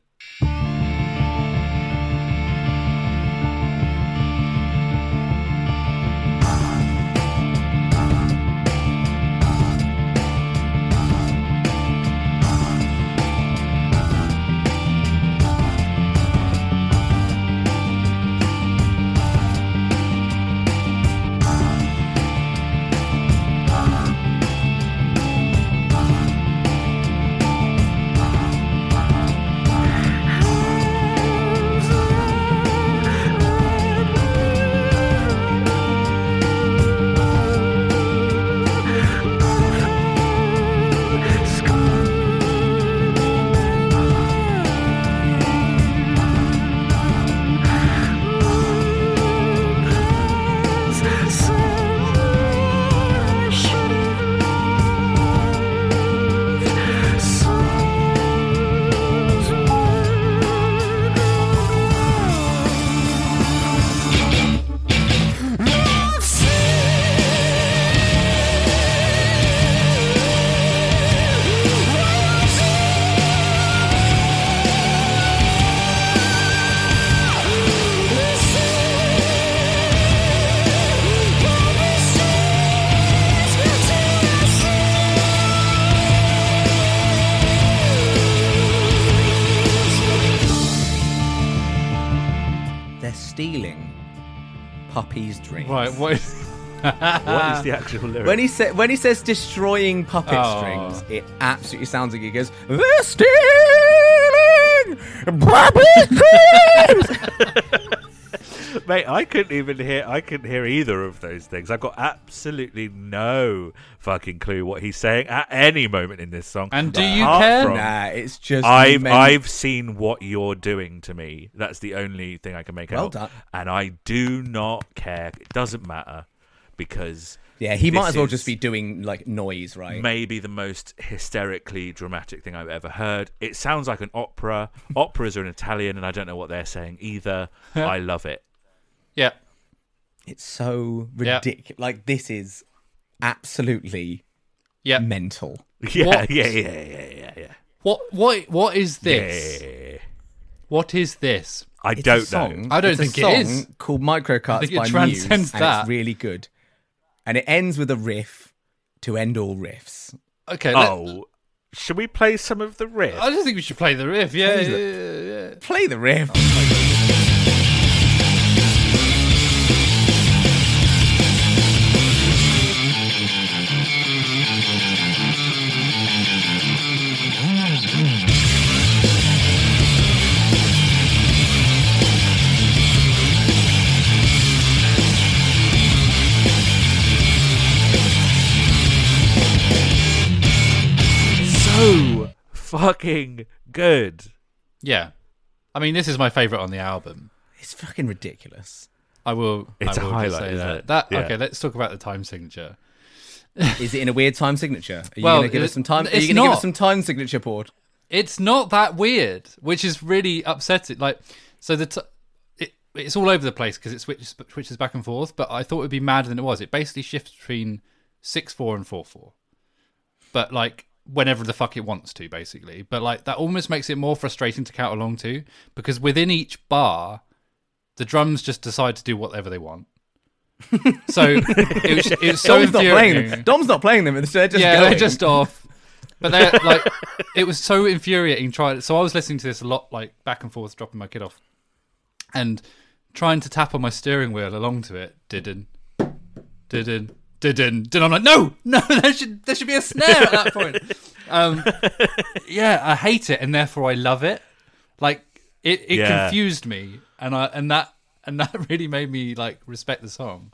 S3: They're stealing puppies' dreams.
S2: Right.
S4: what
S2: What?
S4: is the actual lyric?
S3: When he sa- when he says destroying puppet
S2: Oh.
S3: strings, it absolutely sounds like he goes, "They're stealing puppet strings."
S4: Mate, I couldn't even hear. I couldn't hear either of those things. I've got absolutely no fucking clue what he's saying at any moment in this song.
S2: And do
S4: But
S2: you
S4: apart
S2: care?
S4: from,
S3: nah, it's just
S4: I've
S3: meant-
S4: I've seen what you're doing to me. That's the only thing I can make
S3: Well
S4: out.
S3: done.
S4: And I do not care. It doesn't matter because
S3: yeah. He might
S4: this
S3: as well
S4: is-
S3: just be doing like noise, right?
S4: maybe the most hysterically dramatic thing I've ever heard. It sounds like an opera. Operas are in Italian, and I don't know what they're saying either. I love it.
S2: Yeah.
S3: It's so
S2: Yeah.
S3: ridiculous. Like this is absolutely
S2: Yeah.
S3: mental.
S4: Yeah,
S2: What?
S4: yeah, yeah, yeah, yeah, yeah.
S2: What? What? What is this?
S4: Yeah.
S2: What is this?
S4: I
S3: It's a
S4: don't know.
S3: song-
S2: I don't
S3: it's
S2: think
S3: a
S2: it
S3: song
S2: is.
S3: Called Microcuts
S2: think it
S3: by
S2: transcends
S3: Muse, and
S2: that.
S3: it's really good. And it ends with a riff to end all riffs.
S2: Okay. let-
S4: Oh, should we play some of the riff?
S2: I just think we should play the riff. Yeah,
S3: Please
S2: yeah,
S3: let-
S2: yeah, yeah.
S3: Play the riff.
S4: so fucking good.
S2: Yeah. I mean, this is my favorite on the album.
S3: It's fucking ridiculous.
S2: I will.
S4: It's
S2: I
S4: a
S2: will just
S4: highlight,
S2: say
S4: isn't
S2: that.
S4: it?
S2: That
S4: Yeah.
S2: okay. Let's talk about the time signature.
S3: Is it in a weird time signature? Are you
S2: Well,
S3: going to give
S2: it-
S3: us some time? Are
S2: it's
S3: you going to give
S2: not.
S3: us some time signature, Port?
S2: It's not that weird, which is really upsetting. Like, so the t- it, it's all over the place because it switches switches back and forth. But I thought it would be madder than it was. It basically shifts between six four and four four, but like whenever the fuck it wants to, basically. But like that almost makes it more frustrating to count along to because within each bar, the drums just decide to do whatever they want. so it was, it was so
S3: Dom's not
S2: infuriating
S3: playing them. Dom's not playing them. They're just
S2: yeah,
S3: going.
S2: they're just off. But they're like, it was so infuriating trying. So I was listening to this a lot, like back and forth, dropping my kid off, and trying to tap on my steering wheel along to it. Didn't, didn't, didn't, did I'm like, no, no, there should there should be a snare at that point. Um, yeah, I hate it, and therefore I love it. Like it, it
S4: Yeah.
S2: confused me, and I and that and that really made me like respect the song.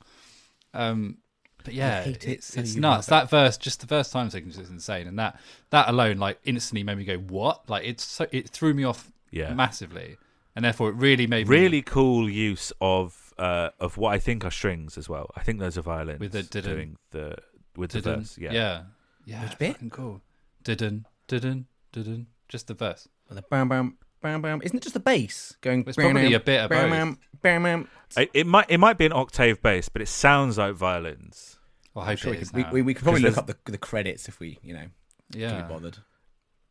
S2: Um, but yeah,
S3: hate it,
S2: it's
S3: so
S2: it's
S3: you
S2: nuts. That verse, just the first time signature is insane, and that that alone, like instantly made me go, "What?" Like it's so it threw me off
S4: Yeah.
S2: massively, and therefore it really made me
S4: Really cool use of uh, of what I think are strings as well. I think those are violins
S2: With the didn't-
S4: doing the with the
S2: didn't,
S4: verse. Yeah.
S2: yeah, yeah, Which
S3: bit?
S2: cool. Didn't, didn't, didn't, just the verse.
S3: The bam, bam, bam, bam. Isn't it just the bass going?
S2: It's probably a bit of
S3: bam,
S2: both.
S3: bam, bam, bam.
S4: I- it might it might be an octave bass, but it sounds like violins.
S2: Well, I hope
S3: Sure,
S2: it
S3: we,
S2: is
S3: could, we,
S2: now.
S3: we, we could probably
S4: Because
S3: look up the, the credits if we, you know, can
S2: yeah.
S3: be bothered.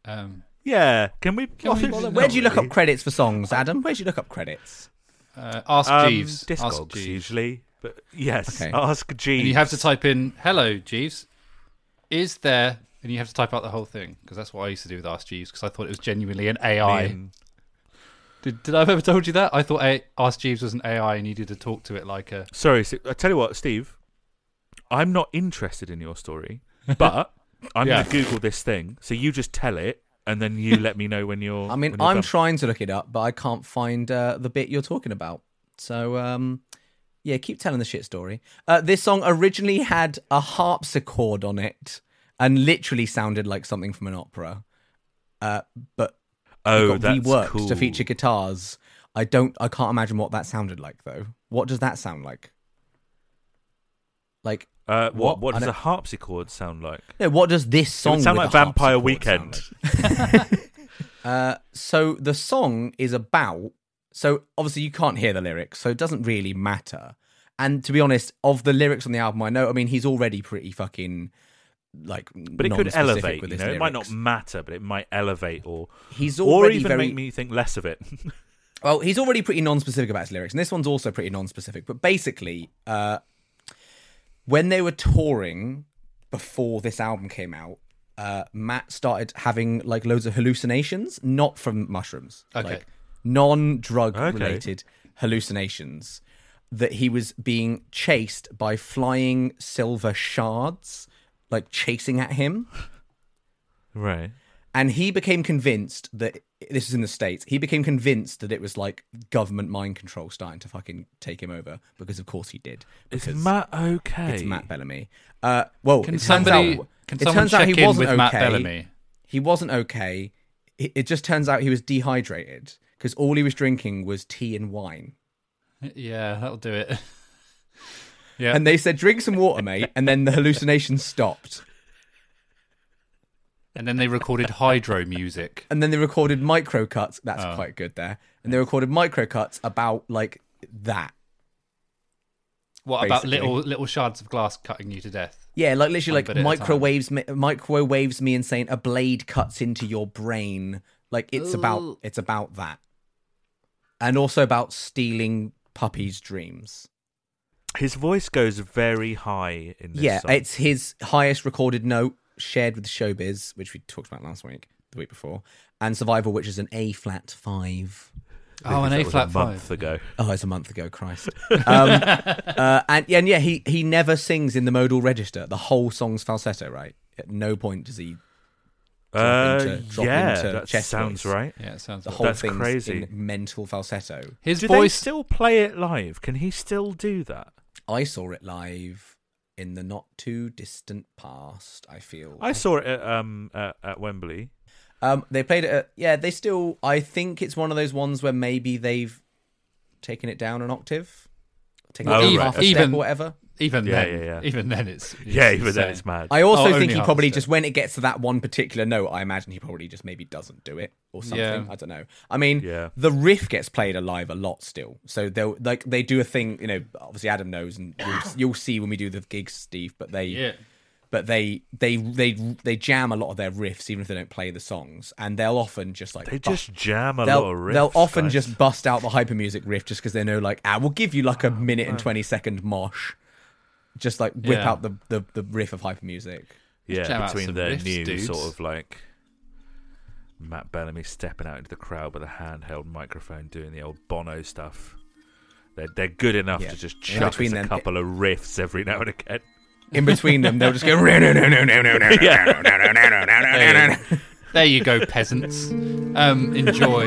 S2: Um,
S4: Yeah. Can we?
S2: Can we bother-
S3: Where do you
S4: Not
S3: look
S4: really.
S3: up credits for songs, Adam? Where do you look up credits?
S2: uh, ask
S4: Um,
S2: Jeeves. ask
S4: Discogs
S2: Jeeves.
S4: usually, but yes,
S3: Okay.
S4: ask Jeeves.
S2: And you have to type in "Hello, Jeeves." Is there? And you have to type out the whole thing because that's what I used to do with Ask Jeeves because I thought it was genuinely an AI.
S4: In-
S2: Did, did I ever told you that? I thought a- Ask Jeeves was an AI and you did to talk to it like a.
S4: Sorry, so, I tell you what, Steve. I'm not interested in your story, but I'm
S2: Yeah.
S4: going to Google this thing. So you just tell it, and then you let me know when you're.
S3: I mean,
S4: when you're
S3: I'm
S4: done.
S3: trying to look it up, but I can't find uh, the bit you're talking about. So, um, yeah, keep telling the shit story. Uh, this song originally had a harpsichord on it and literally sounded like something from an opera, uh, but it
S4: Oh,
S3: got
S4: that's
S3: reworked
S4: cool.
S3: to feature guitars. I don't, I can't imagine what that sounded like though. What does that sound like? Like,
S4: Uh, what?
S3: What?
S4: What
S3: I
S4: does
S3: don't-
S4: a harpsichord sound like?
S3: no, what does this
S4: It
S3: song
S4: would sound
S3: with
S4: like
S3: a
S4: Vampire
S3: harpsichord sound
S4: Weekend.
S3: like? so the song is about so obviously you can't hear the lyrics so it doesn't really matter and to be honest of the lyrics on the album i know i mean he's already pretty fucking like
S4: But it could elevate. You
S3: with
S4: know,
S3: his
S4: it might not
S3: lyrics.
S4: matter, but it might elevate or
S3: he's
S4: or
S3: already
S4: even
S3: very
S4: make me think less of it.
S3: well he's already pretty non-specific about his lyrics and this one's also pretty non-specific but basically uh when they were touring before this album came out uh matt started having like loads of hallucinations not from mushrooms
S2: Okay.
S3: like non-drug
S4: Okay.
S3: related hallucinations that he was being chased by flying silver shards like chasing at him
S4: right.
S3: and he became convinced that this is in the states he became convinced that it was like government mind control starting to fucking take him over because of course he did
S4: Is
S3: because
S4: Matt okay?
S3: it's matt bellamy uh well
S2: Can
S3: it
S2: somebody?
S3: turns out,
S2: can
S3: it
S2: someone
S3: turns out
S2: check
S3: he
S2: in
S3: wasn't
S2: with Matt
S3: okay.
S2: Bellamy?
S3: he wasn't okay it, it just turns out he was dehydrated because all he was drinking was tea and wine
S2: Yeah, that'll do it. yeah,
S3: and
S2: and,
S3: they said drink some water mate and then the hallucination stopped
S2: then they recorded hydro music.
S3: and then they recorded micro cuts that's
S2: Oh.
S3: quite good there and they recorded micro cuts about like that
S2: What about
S3: Basically.
S2: little little shards of glass cutting you to death?
S3: Yeah, like literally,
S2: bit at
S3: like
S2: a time.
S3: microwaves, me, microwaves me and saying a blade cuts into your brain. Like it's about, it's about that. and also about stealing puppies' dreams.
S4: His voice goes very high in this
S3: yeah,
S4: song.
S3: it's his highest recorded note shared with Showbiz, which we talked about last week, the week before, and Survival, which is an A flat five.
S2: Oh, an
S4: That
S2: A
S4: was
S2: flat
S4: a
S2: five.
S4: month ago.
S3: Oh, it's a month ago, Christ. Um, uh, and, and yeah, he, he never sings in the modal register. The whole song's falsetto, right? At no point does he. Drop into-
S4: Uh,
S3: drop
S4: yeah,
S3: into
S4: that
S3: chest
S4: sounds
S3: voice.
S4: right.
S2: Yeah, it sounds
S3: The
S2: like
S3: whole
S4: That's
S3: thing's
S4: crazy.
S3: in mental falsetto.
S2: His
S4: Do they
S2: voice.
S4: still play it live? Can he still do that?
S3: I saw it live in the not too distant past. I feel.
S4: I saw it at, um, at, at Wembley.
S3: Um, they played it. At, yeah, they still. I think it's one of those ones where maybe they've taken it down an octave, taken
S4: Oh,
S3: it down
S4: right.
S3: half a
S2: Even-
S3: step or whatever.
S2: even
S4: Yeah,
S2: then,
S4: yeah, yeah.
S2: even then, it's, it's
S4: Yeah, even then
S2: insane.
S4: it's mad.
S3: I also
S2: Oh, only
S3: think he
S2: half a
S3: probably
S2: step.
S3: just when it gets to that one particular note, I imagine he probably just maybe doesn't do it or something.
S2: Yeah.
S3: I don't know. I mean,
S4: Yeah.
S3: the riff gets played alive a lot still, so they'll like they do a thing. You know, obviously Adam knows, and you'll, you'll see when we do the gigs, Steve. But they
S2: Yeah,
S3: but they they they they jam a lot of their riffs even if they don't play the songs and they'll often just like
S4: They
S3: bu-
S4: just jam a
S3: Oh, they'll,
S4: lot of riffs.
S3: they'll often
S4: guys.
S3: just bust out the hyper music riff just because they know like ah we'll give you
S4: Oh,
S3: like a minute and 20 second mosh just like whip
S2: Yeah.
S3: out the, the the riff of hyper music
S2: jam
S4: yeah
S2: out
S4: between
S2: some
S4: their
S2: riffs,
S4: new
S2: dudes.
S4: sort of like Matt Bellamy stepping out into the crowd with a handheld microphone doing the old Bono stuff. They're they're good enough
S3: Yeah.
S4: to just
S3: In
S4: chuck
S3: between
S4: us a
S3: them-
S4: couple of riffs every now and again.
S3: in between them they'll just go no no no no no no no
S4: Yeah.
S3: no no no no no no no
S2: there you go, peasants. Um, enjoy.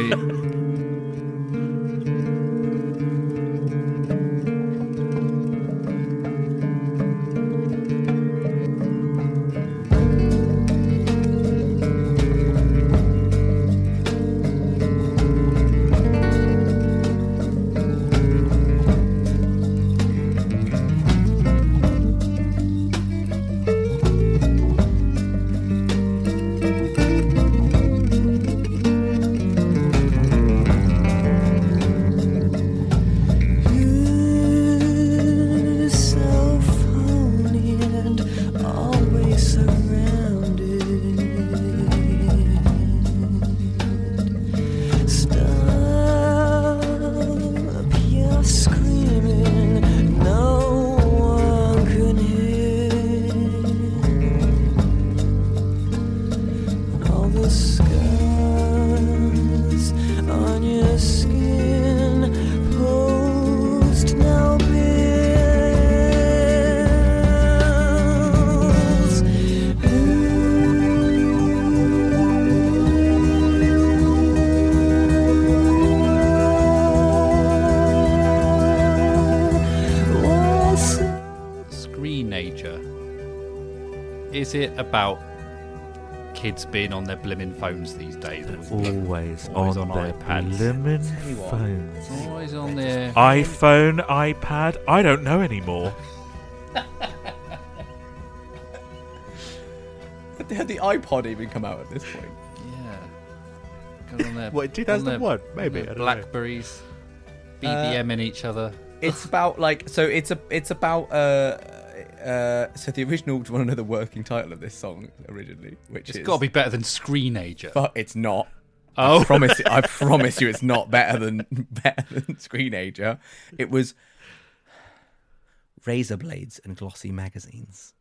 S5: You're so phony and always surrounded. Stop your screaming. No one can hear. All the scars on your skin post no pills. Ooh, what's
S2: Screenager. Is it about kids being on their blimmin' phones these days?
S4: Always,
S2: Always
S4: on,
S2: on
S4: their
S2: iPads.
S4: lemon
S3: you what.
S4: phones.
S2: Always on their.
S4: iPhone, iPad, I don't know anymore.
S3: had the iPod even come out at this point
S2: Yeah. Got on their.
S4: What,
S2: on their-
S4: 2001? Maybe,
S2: on their
S4: I don't know. Uh,
S2: Blackberries. BBM in each other.
S3: it's about like so it's a it's about uh uh so the original do you want to know the working title of this song originally which
S2: It's
S3: is
S2: got to be better than Screenager.
S3: but it's not
S2: oh,
S3: promise I promise you it's not better than better than Screenager. It was razor blades and glossy magazines.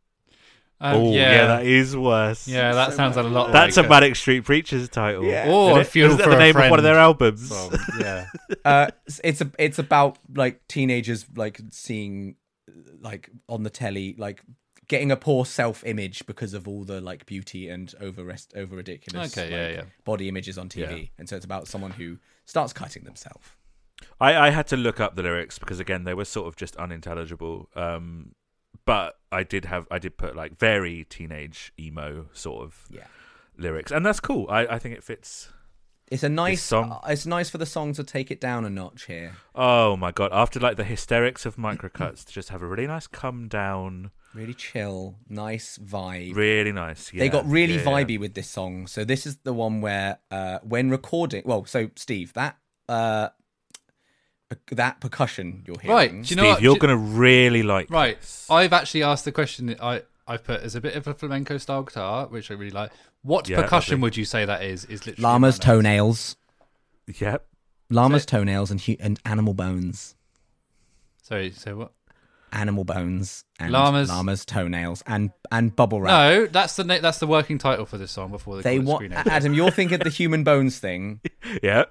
S2: um,
S4: oh, yeah.
S2: yeah,
S4: that is worse.
S2: yeah, that sounds a lot.
S4: That's a
S2: like
S4: Manic Street Preachers title.
S3: Yeah.
S2: Or
S4: Isn't
S2: a
S4: it?
S2: funeral
S4: Isn't that
S2: for
S4: the
S2: a
S4: name of one of
S2: friend
S4: their albums?
S2: song. Yeah.
S3: Uh, it's a it's about like teenagers like seeing like on the telly like getting a poor self image because of all the like beauty and over rest over ridiculous
S2: Okay, yeah,
S3: like,
S2: yeah.
S3: body images on TV.
S4: Yeah.
S3: And so it's about someone who starts cutting themselves.
S4: I, I had to look up the lyrics because again they were sort of just unintelligible. Um, but I did have I did put like very teenage emo sort of
S3: Yeah.
S4: lyrics, and that's cool. I, I think it fits.
S3: It's a nice
S4: song-
S3: uh, it's nice for the song to take it down a notch here.
S4: Oh my god! After like the hysterics of microcuts, to just have a really nice come down,
S3: Really chill, nice vibe.
S4: really nice. Yeah,
S3: they got really
S4: yeah, yeah.
S3: vibey with this song. So this is the one where uh, when recording, well, so Steve, that uh, per- that percussion you're hearing,
S2: Right. Do you know
S4: Steve,
S2: what?
S4: you're
S2: Do-
S4: gonna really like.
S2: Right.
S4: this.
S2: I've actually asked the question that I, I've put as a bit of a flamenco style guitar, which I really like. What
S4: Yeah,
S2: percussion
S4: lovely.
S2: would you say that is? Is literally
S3: llama's
S2: a banana.
S3: toenails.
S4: Yep.
S3: Llama's toenails and hu- and animal bones.
S2: Sorry, so what?
S3: Animal bones and
S2: Llamas-
S3: llamas toenails and and bubble wrap.
S2: No, that's the na- that's the working title for this song before they,
S3: They
S2: called
S3: want
S2: it Screen
S3: Adam. You're thinking the human bones thing.
S4: Yeah.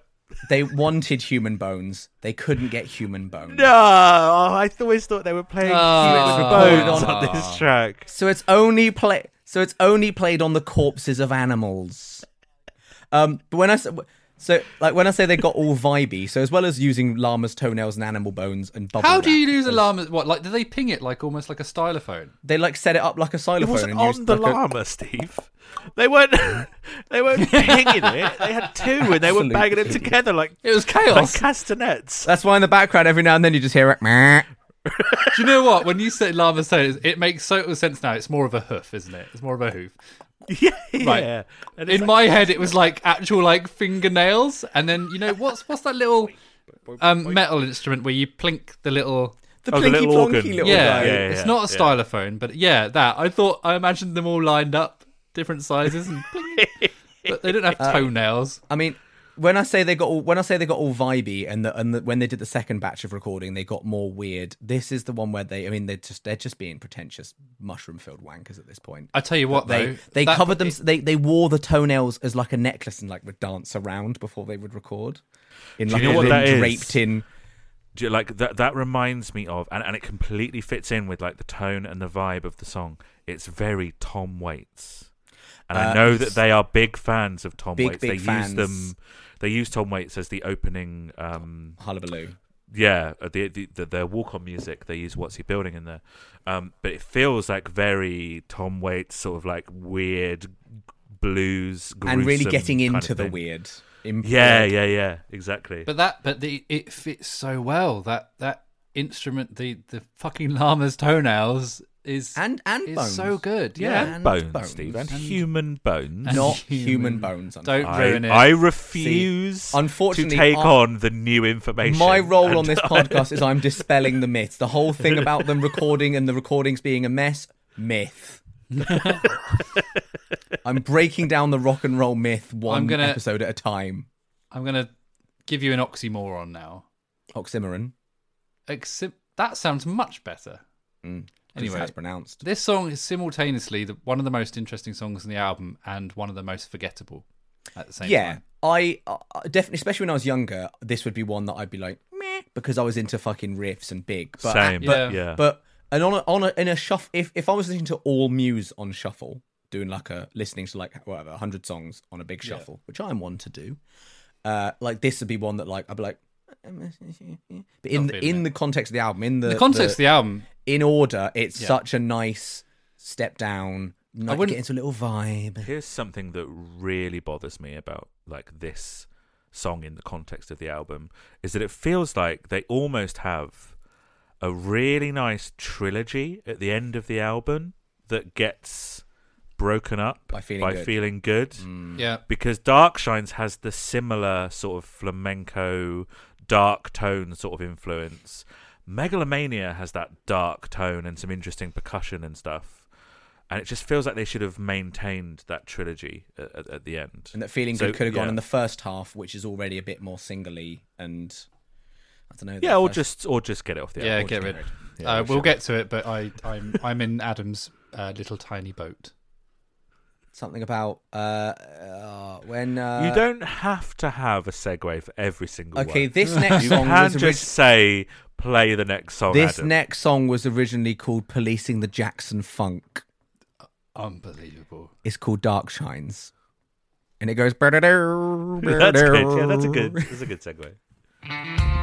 S3: They wanted human bones. They couldn't get human bones.
S4: No, oh, I th- always thought they were playing
S2: Ah.
S4: cute bones on this track.
S3: So it's only play. So it's only played on the corpses of animals. Um, but when I s- so like when I say they got all vibey, so as well as using llamas' toenails and animal bones and bubble
S2: How do
S3: wrap,
S2: you lose a
S3: as-
S2: llama? What like do they ping it like almost like a stylophone?
S3: They like set it up like a
S4: It
S3: xylophone.
S4: wasn't
S3: and
S4: on
S3: used
S4: the
S3: like a-
S4: llama, Steve. They weren't. they weren't pinging it. They had two, and they were
S3: Absolute
S4: banging them
S3: idiot.
S4: together like
S2: It was
S4: like
S2: chaos.
S4: castanets.
S3: That's why in the background every now and then you just hear it. "Meh."
S2: do you know what? When you say llama toes, it makes total sense now. It's more of a hoof, isn't it? It's more of a hoof.
S4: yeah, yeah. And it's
S2: In my head, it was like actual like fingernails, and then you know what's what's that little um, metal instrument where you plink the little.
S3: The
S4: Oh, the
S3: plinky
S4: little
S3: plonky
S4: organ.
S3: little
S2: Yeah,
S3: guy.
S4: yeah, yeah,
S2: it's not a
S4: yeah.
S2: stylophone, but yeah, that. I thought I imagined them all lined up, different sizes, and pling. but they didn't have toenails.
S3: I mean, when I say they got all, when I say they got all vibey, and the, and the, when they did the second batch of recording, they got more weird. This is the one where they, I mean, they're just they're just being pretentious mushroom filled wankers at this point.
S2: I tell you what,
S3: They
S2: though,
S3: they
S2: that-
S3: covered them. They they wore the toenails as like a necklace and like would dance around before they would record. In like
S4: know
S3: a
S4: what
S3: room
S4: that is?
S3: draped in.
S4: Do you- like that that reminds me of and, and it completely fits in with like the tone and the vibe of the song it's very tom waits and i
S3: Uh,
S4: know
S3: yes.
S4: that they are big fans of tom
S3: Big,
S4: waits
S3: big
S4: they use
S3: fans.
S4: them they use tom waits as the opening um
S3: Hullabaloo.
S4: yeah uh, the, the, the their walk on music they use what's he building in there um but it feels like very tom waits sort of like weird blues
S3: And really
S4: gruesome
S3: getting
S4: kind of
S3: into the
S4: thing.
S3: weird. Imp-
S4: yeah yeah yeah exactly
S2: But that, but the it fits so well that that instrument, the the fucking llama's toenails is
S3: And and
S2: is
S3: bones.
S2: so good. Yeah,
S3: Yeah. and
S4: bones,
S3: bones.
S4: Steve.
S3: And-
S4: human bones
S3: Not
S2: Human-
S3: human bones. unfortunately.
S2: don't
S4: I,
S2: ruin it.
S4: I refuse
S3: unfortunately,
S4: to take
S3: I-
S4: on the new information.
S3: My role
S4: And
S3: on this
S4: I-
S3: podcast is I'm dispelling the myths. The whole thing about them recording and the recordings being a mess, myth. I'm breaking down the rock and roll myth one
S2: I'm gonna-
S3: episode at a time.
S2: I'm gonna give you an oxymoron now.
S3: Oxymoron.
S2: Except that sounds much better.
S3: Anyway,
S2: Anyway.
S3: how it's pronounced.
S2: This song is simultaneously the, one of the most interesting songs in the album and one of the most forgettable at the same
S3: Yeah,
S2: time.
S3: I, I definitely, especially when I was younger, this would be one that I'd be like, meh, because I was into fucking riffs and big. But
S4: Same,
S2: Yeah.
S4: but yeah.
S3: But and on a, on a, in a shuffle, if if I was listening to all Muse on shuffle, doing like a listening to like whatever hundred songs on a big shuffle, which I'm one to do, uh, like this would be one that like I'd be like, but in
S2: Not
S3: the,
S2: feeling
S3: in
S2: it.
S3: the context of the album, in the,
S2: The context of the album,
S3: in order, it's
S2: Yeah.
S3: such a nice step down. I
S2: wouldn't-
S3: get into a little vibe.
S4: Here's something that really bothers me about like this song in the context of the album is that it feels like they almost have a really nice trilogy at the end of the album that gets broken up
S3: By Feeling Good.
S4: Feeling Good.
S3: Mm.
S2: yeah,
S4: because Dark Shines has the similar sort of flamenco dark tone sort of influence. Megalomania has that dark tone and some interesting percussion and stuff. And it just feels like they should have maintained that trilogy at, at, at the end.
S3: And that feeling
S4: So,
S3: good could have gone
S4: yeah.
S3: in the first half, which is already a bit more singly and I don't know.
S4: yeah, or
S3: or
S4: just or just get it off the
S2: yeah,
S4: album.
S2: get rid. uh, we'll get to it, but I, I'm I'm in Adam's uh, little tiny boat.
S3: something about uh, uh when uh,
S4: you don't have to have a segue for every single one.
S3: Okay, this next
S4: you
S3: song
S4: can
S3: was
S4: just
S3: orig-
S4: say play the next song.
S3: this
S4: Adam.
S3: next song was originally called "Policing the Jackson Funk."
S2: Unbelievable.
S3: It's called "Dark Shines," and it goes. That's
S4: that's good. Yeah, that's a good. That's a good segue.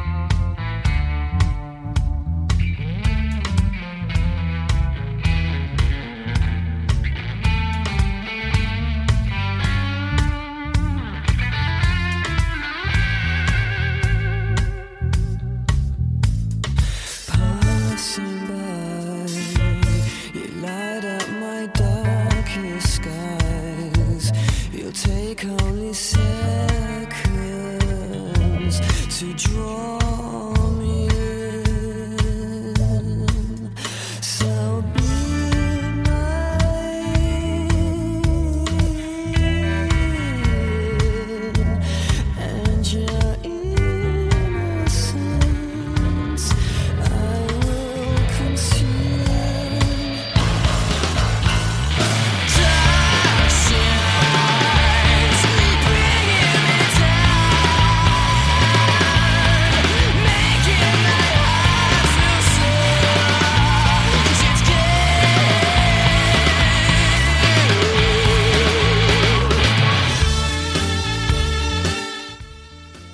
S5: Passing by, you light up my darkest skies. You'll take only seconds to draw me in. So be mine, and you're in.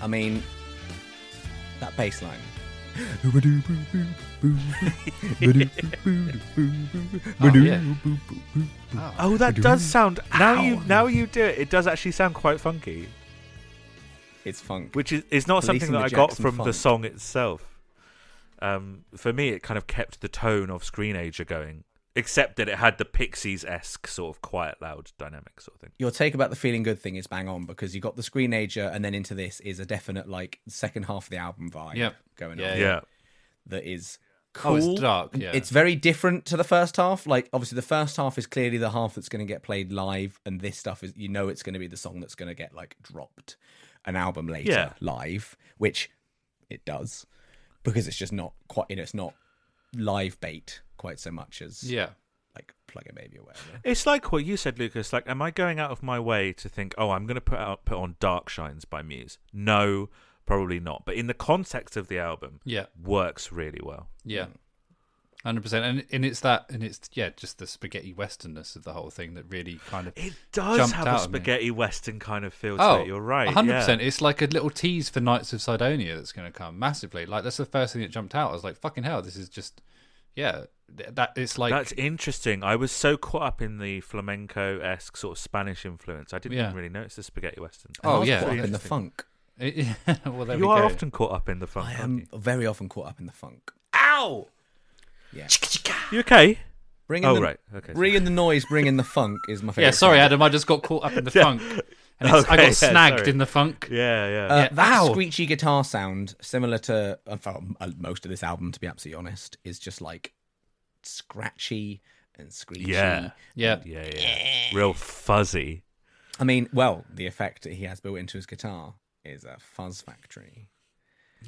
S3: I mean, that bass line.
S2: Oh, yeah.
S4: Oh, that does sound. Now you now you do it. It does actually sound quite funky,
S3: It's funk.
S4: which is it's not something
S3: Releasing
S4: that I
S3: the
S4: got
S3: Jackson
S4: from the
S3: funk.
S4: song itself. Um, for me, it kind of kept the tone of Screenager going, except that it had the Pixies esque sort of quiet loud dynamic sort of thing.
S3: Your take about the feeling good thing is bang on because you got the screenager and then into this is a definite like second half of the album vibe
S2: Yep.
S3: going
S2: Yeah,
S3: on.
S2: yeah.
S3: That is cool.
S2: Oh, it's dark. Yeah.
S3: It's very different to the first half. Like obviously the first half is clearly the half that's going to get played live and this stuff is you know it's going to be the song that's going to get like dropped an album later
S4: Yeah.
S3: live, which it does because it's just not quite you know it's not live bait quite so much as
S2: yeah.
S3: like plug a baby or whatever.
S4: It's like what you said, Lucas. Like, am I going out of my way to think, oh, I'm going to put out put on Dark Shines by Muse? No, probably not. But in the context of the album,
S2: Yeah.
S4: works really well.
S2: Yeah. Hundred percent, and and it's that, and it's yeah, just the spaghetti westernness of the whole thing that really kind of
S4: It does
S2: Jumped
S4: have
S2: out
S4: a
S2: at me.
S4: spaghetti western kind of feel to
S2: oh,
S4: it. You're right.
S2: a hundred
S4: yeah.
S2: percent. It's like a little tease for Knights of Sidonia that's going to come massively. Like that's the first thing that jumped out. I was like, fucking hell, this is just yeah. th- That it's like
S4: That's interesting. I was so caught up in the flamenco esque sort of Spanish influence, I didn't
S2: Yeah.
S4: even really notice the spaghetti western.
S2: Oh,
S3: I was
S2: yeah.
S3: caught up in the
S4: Interesting.
S3: funk.
S2: well, there
S4: you
S2: we
S4: are
S2: go.
S4: often caught up in the funk.
S3: I
S4: aren't
S3: am very often caught up in the funk.
S4: you? You okay?
S3: Bring in
S4: Oh
S3: the,
S4: right. Okay.
S3: Bring in the noise, bring in the funk is my favorite.
S2: Yeah, sorry, Adam. I just got caught up in the funk, and it's, I
S4: Okay, yeah,
S2: got snagged
S4: sorry.
S2: in the funk.
S4: yeah. Yeah.
S3: Uh,
S2: Yeah.
S3: That
S2: Ow.
S3: screechy guitar sound, similar to uh, for, uh, most of this album, to be absolutely honest, is just like scratchy and screechy.
S4: Yeah.
S2: Yeah,
S4: yeah. Yeah. Real fuzzy.
S3: I mean, well, the effect that he has built into his guitar is a fuzz factory.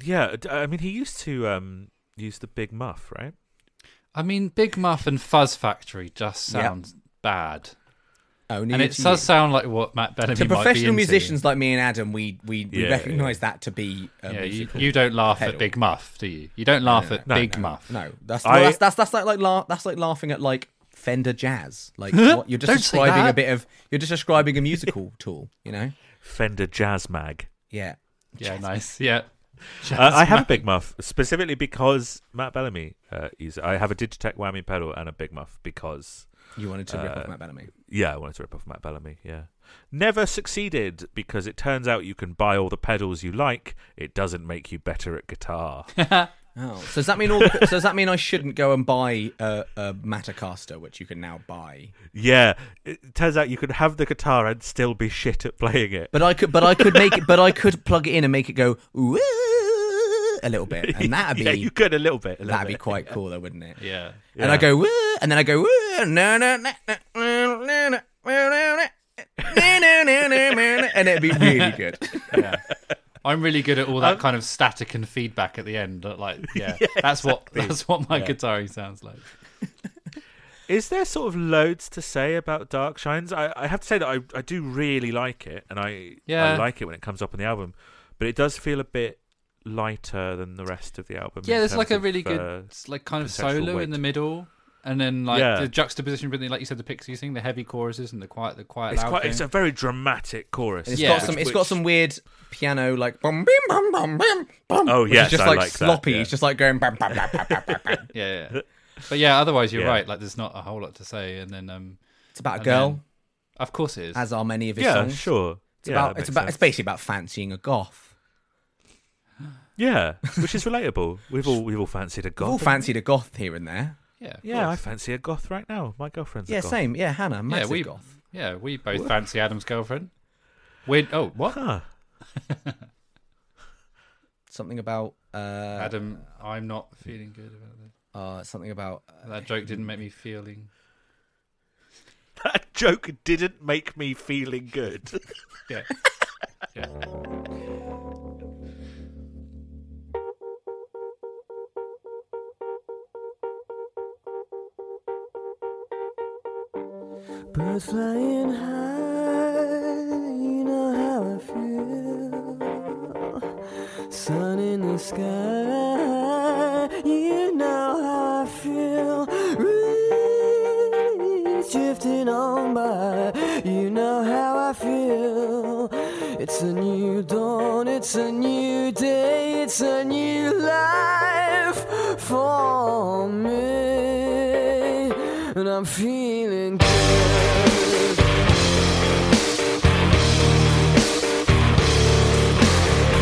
S4: Yeah. d- I mean, he used to um use the big muff, right?
S2: I mean, Big Muff and Fuzz Factory just
S3: Yep.
S2: sounds bad,
S3: Only
S2: and it
S3: to
S2: does
S3: you.
S2: sound like what Matt Bellamy
S3: to
S2: might be
S3: professional
S2: into.
S3: musicians like me and Adam, we we, we
S4: Yeah,
S3: recognise that to be a
S2: Yeah, you,
S3: musical
S2: you don't laugh
S3: pedal.
S2: at Big Muff, do you? You don't laugh at
S4: No,
S2: Big
S4: no,
S2: Muff.
S3: No, that's
S4: I-
S3: that's, that's that's like, like la- that's like laughing at like Fender Jazz. Like what, you're just
S2: Don't say
S3: describing a
S2: that.
S3: bit of you're just describing a musical tool. You know?
S4: Fender Jazz Mag.
S3: Yeah.
S2: Yeah, nice. Yeah.
S4: Uh, I have a big muff specifically because Matt Bellamy. Uh, used it. I have a Digitech whammy pedal and a big muff because
S3: You wanted to rip
S4: Uh,
S3: off Matt Bellamy.
S4: yeah, I wanted to rip off Matt Bellamy. Yeah, never succeeded because it turns out you can buy all the pedals you like. It doesn't make you better at guitar.
S3: Oh, so does that mean all? The, so does that mean I shouldn't go and buy a, a Matacaster, which you can now buy?
S4: yeah, it turns out you can have the guitar and still be shit at playing it.
S3: But I could, but I could make it, but I could plug it in and make it go "Ooh, a little bit, and that'd be
S4: yeah, you could a little bit. a little
S3: that'd be
S4: bit.
S3: quite cool, though, wouldn't it?
S2: Yeah.
S3: And I
S4: Yeah.
S3: go, "Ooh," and then I go, "Ooh, no, no, no, no, no, no, no, no, no, no, no, no, no," and it'd be really good.
S2: I'm really good at all that kind of static and feedback at the end. uh, Like, yeah, that's what that's what my guitaring sounds like.
S4: Is there sort of loads to say about Dark Shines? I, I have to say that I, I do really like it, and I
S2: Yeah.
S4: I like it when it comes up on the album, but it does feel a bit lighter than the rest of the album.
S2: Yeah,
S4: in
S2: there's like
S4: terms
S2: a really
S4: of,
S2: good,
S4: uh,
S2: it's like kind of
S4: conceptual
S2: solo in
S4: weight.
S2: the middle, and then like
S4: Yeah.
S2: the juxtaposition between, like you said, the Pixies thing, the heavy choruses and the quiet, the quiet
S4: It's
S2: loud
S4: quite.
S2: thing.
S4: It's a very dramatic chorus.
S3: It's
S2: Yeah.
S3: got some. It's got some weird piano like bum bim bum bum bim bum.
S4: Oh,
S3: which is
S4: yes,
S3: just
S4: I
S3: like
S4: like that,
S3: sloppy.
S4: yeah.
S3: It's just like going bam bam bam bam bam bam. bam.
S2: yeah, yeah. But yeah, otherwise you're
S4: Yeah.
S2: right. Like, there's not a whole lot to say, and then um,
S3: It's about a
S2: And
S3: girl,
S2: then- of course it is.
S3: as are many of his
S4: yeah,
S3: songs.
S4: sure.
S3: It's about. It's about. It's basically about fancying a goth.
S4: yeah, which is relatable. We've all we've all fancied a
S3: We've
S4: goth.
S3: all fancied a goth here and there.
S2: yeah, of
S4: yeah, I
S2: course.
S4: fancy a goth right now. My girlfriend's
S3: Yeah,
S4: a goth.
S3: same. Yeah, Hannah, massive
S2: we-
S3: goth.
S2: yeah. We both fancy Adam's girlfriend. We oh what?
S4: Huh.
S3: Something about. Uh,
S2: Adam, I'm not feeling good about that.
S3: uh, something about. Uh,
S2: That joke didn't make me feeling.
S4: That joke didn't make me feeling good.
S2: Yeah. yeah.
S5: Birds flying high, you know how I feel. Sun in the sky, you know how I feel. Reeds drifting on by, you know how I feel. It's a new dawn, it's a new day, it's a new life for me. And I'm feeling good.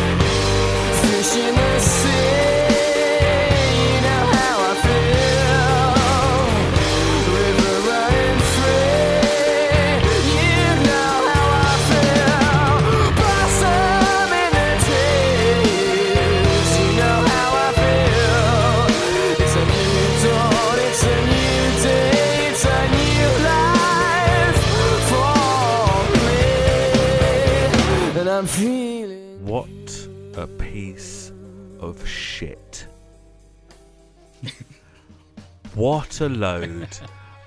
S5: Fish in the sea, you know how I feel. River running free, you know how I feel. Blossom in the trees, you know how I feel. It's a new dawn, it's a new day, it's a new life for me, and I'm feeling.
S4: What a piece of shit. what a load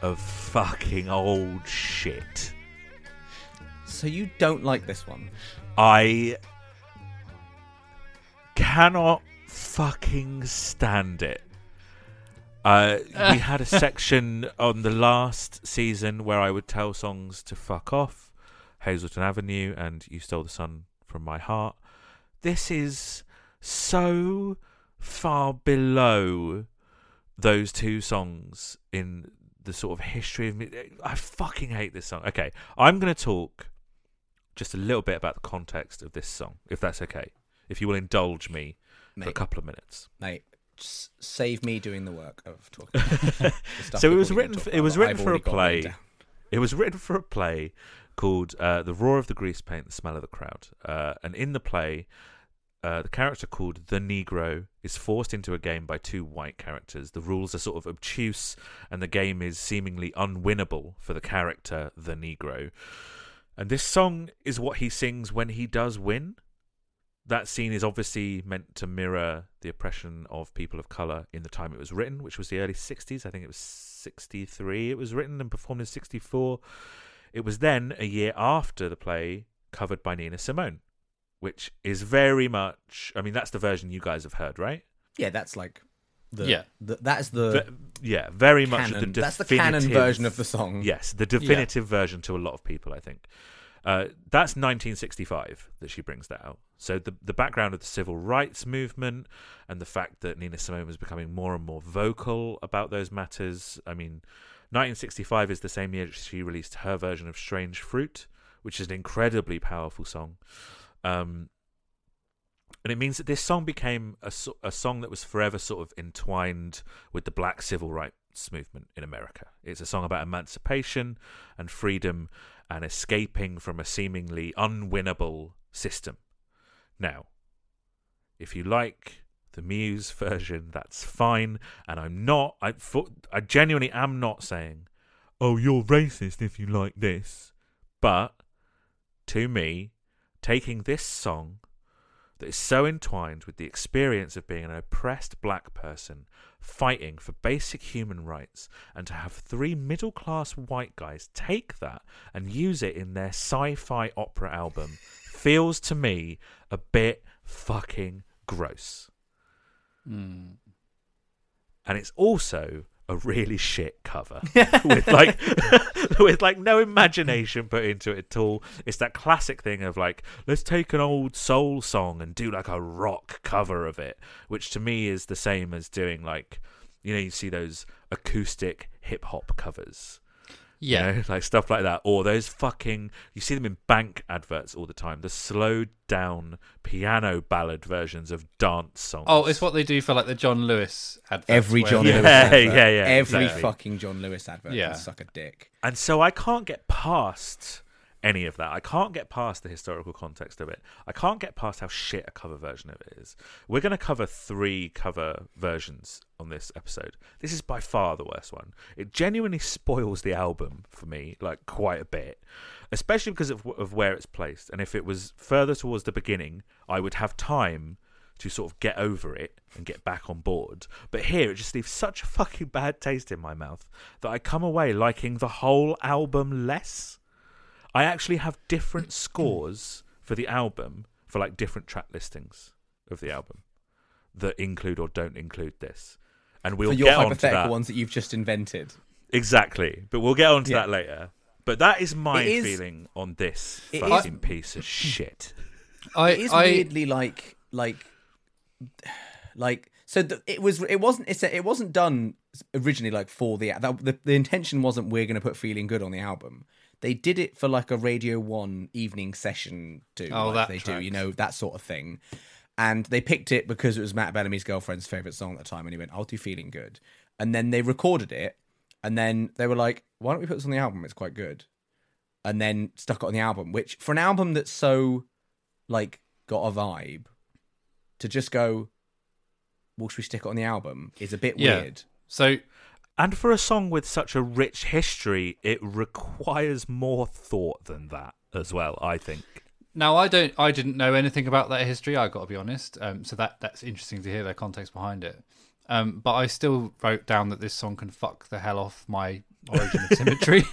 S4: of fucking old shit.
S3: So you don't like this one?
S4: I cannot fucking stand it. Uh, we had a section on the last season where I would tell songs to fuck off, Hazelton Avenue, and You Stole the Sun from My Heart. This is so far below those two songs in the sort of history of me. I fucking hate this song. Okay, I'm going to talk just a little bit about the context of this song, if that's okay. If you will indulge me for a
S3: Mate.
S4: couple of minutes.
S3: Mate, s- save me doing the work of talking. about the stuff
S4: So it
S3: we're
S4: was
S3: probably gonna
S4: written.
S3: talk
S4: For, it
S3: about
S4: was
S3: that
S4: written for
S3: I've
S4: a
S3: already got
S4: play.
S3: written down.
S4: It was written for a play called uh, "The Roar of the Grease Paint, the Smell of the Crowd," uh, and in the play, uh, the character called the Negro is forced into a game by two white characters. The rules are sort of obtuse, and the game is seemingly unwinnable for the character the Negro. And this song is what he sings when he does win. That scene is obviously meant to mirror the oppression of people of color in the time it was written, which was the early 60s. I think it was 63 it was written and performed in 64. It was then a year after the play covered by Nina Simone, which is very much I mean that's the version you guys have heard, right?
S3: Yeah, that's like. The,
S2: Yeah.
S3: the- that is the.
S4: Ve- yeah, very much
S3: Uh, canon.
S4: the
S3: That's the canon
S4: definitive-
S3: version of the song.
S4: Yes, the definitive version to a lot of people, I think. Uh, that's 1965 that she brings that out. So the the background of the civil rights movement and the fact that Nina Simone was becoming more and more vocal about those matters. I mean, 1965 is the same year she released her version of Strange Fruit, which is an incredibly powerful song. Um, and it means that this song became a, so- a song that was forever sort of entwined with the black civil rights movement in America. It's a song about emancipation and freedom and escaping from a seemingly unwinnable system. Now, if you like the Muse version, that's fine. And I'm not, I, fo- I genuinely am not saying, oh, you're racist if you like this. But to me, taking this song that is so entwined with the experience of being an oppressed black person fighting for basic human rights and to have three middle class white guys take that and use it in their sci fi opera album feels to me a bit fucking gross.
S2: Hmm.
S4: And it's also a really shit cover with like with like no imagination put into it at all. It's that classic thing of like, let's take an old soul song and do like a rock cover of it, which to me is the same as doing like, you know, you see those acoustic hip hop covers. you
S2: Yeah.
S4: know, like stuff like that, or those fucking you see them in bank adverts all the time. The slowed down piano ballad versions of dance songs.
S2: Oh, it's what they do for like the John Lewis adverts.
S3: Every
S2: where-
S3: John
S4: Yeah,
S3: Lewis advert.
S4: yeah, yeah,
S3: Every
S4: exactly.
S3: fucking John Lewis advert.
S2: Yeah.
S3: Yeah. Suck a dick.
S4: And so I can't get past any of that. I can't get past the historical context of it. I can't get past how shit a cover version of it is. We're going to cover three cover versions on this episode. This is by far the worst one. It genuinely spoils the album for me, like quite a bit, especially because of, of where it's placed. And if it was further towards the beginning, I would have time to sort of get over it and get back on board. But here, it just leaves such a fucking bad taste in my mouth that I come away liking the whole album less. I actually have different scores for the album for like different track listings of the album that include or don't include this. And we'll
S3: For your
S4: get on to
S3: hypothetical
S4: that.
S3: ones that you've just invented.
S4: Exactly. But we'll get on to
S3: Yeah.
S4: that later. But that is my
S3: It is-
S4: feeling on this
S3: it is-
S4: fucking piece of shit.
S2: I,
S3: It is
S2: I,
S3: weirdly like like like so th- it was it wasn't it's it wasn't done originally like for the that, the, the intention wasn't we're going to put feeling good on the album. They did it for like a Radio 1 evening session too
S2: Oh,
S3: like
S2: that
S3: they do,
S2: tracks.
S3: you know, that sort of thing. And they picked it because it was Matt Bellamy's girlfriend's favorite song at the time and he went, "I'll do feeling good." And then they recorded it and then they were like, "Why don't we put this on the album? It's quite good." And then stuck it on the album, which for an album that's so like got a vibe to just go well should we stick it on the album is a bit
S2: yeah.
S3: weird
S2: So
S4: And for a song with such a rich history, it requires more thought than that as well, I think.
S2: Now I don't I didn't know anything about that history, I gotta be honest. Um, so that that's interesting to hear their context behind it. Um, but I still wrote down that this song can fuck the hell off my origin of symmetry.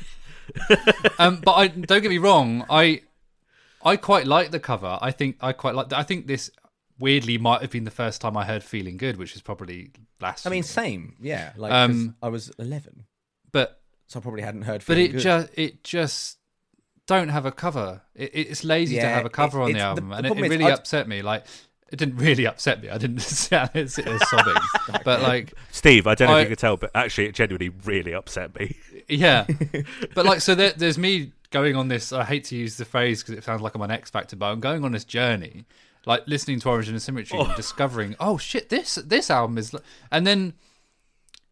S2: um, but I don't get me wrong, I I quite like the cover. I think I quite like I think this weirdly might have been the first time I heard Feeling Good, which is probably last
S3: i mean
S2: year.
S3: same yeah like 'cause
S2: Um,
S3: i was 11
S2: but
S3: so i probably hadn't heard
S2: but
S3: Feeling
S2: it
S3: Good.
S2: just it just don't have a cover. It, it- it's lazy to
S3: Yeah,
S2: have a cover
S3: it-
S2: on the
S3: it's- the-
S2: album,
S3: the
S2: and it,
S3: problem
S2: it
S3: is
S2: really
S3: I'd-
S2: upset me. Like it didn't really upset me. I didn't sit there sobbing, but like
S7: Steve, I don't know
S2: I-
S7: if you could tell, but actually, it genuinely really upset me.
S2: yeah, but like so there, there's me going on this. I hate to use the phrase because it sounds like I'm on X Factor, but I'm going on this journey, like listening to Origin and Symmetry and discovering, oh shit, this this album is, li-" and then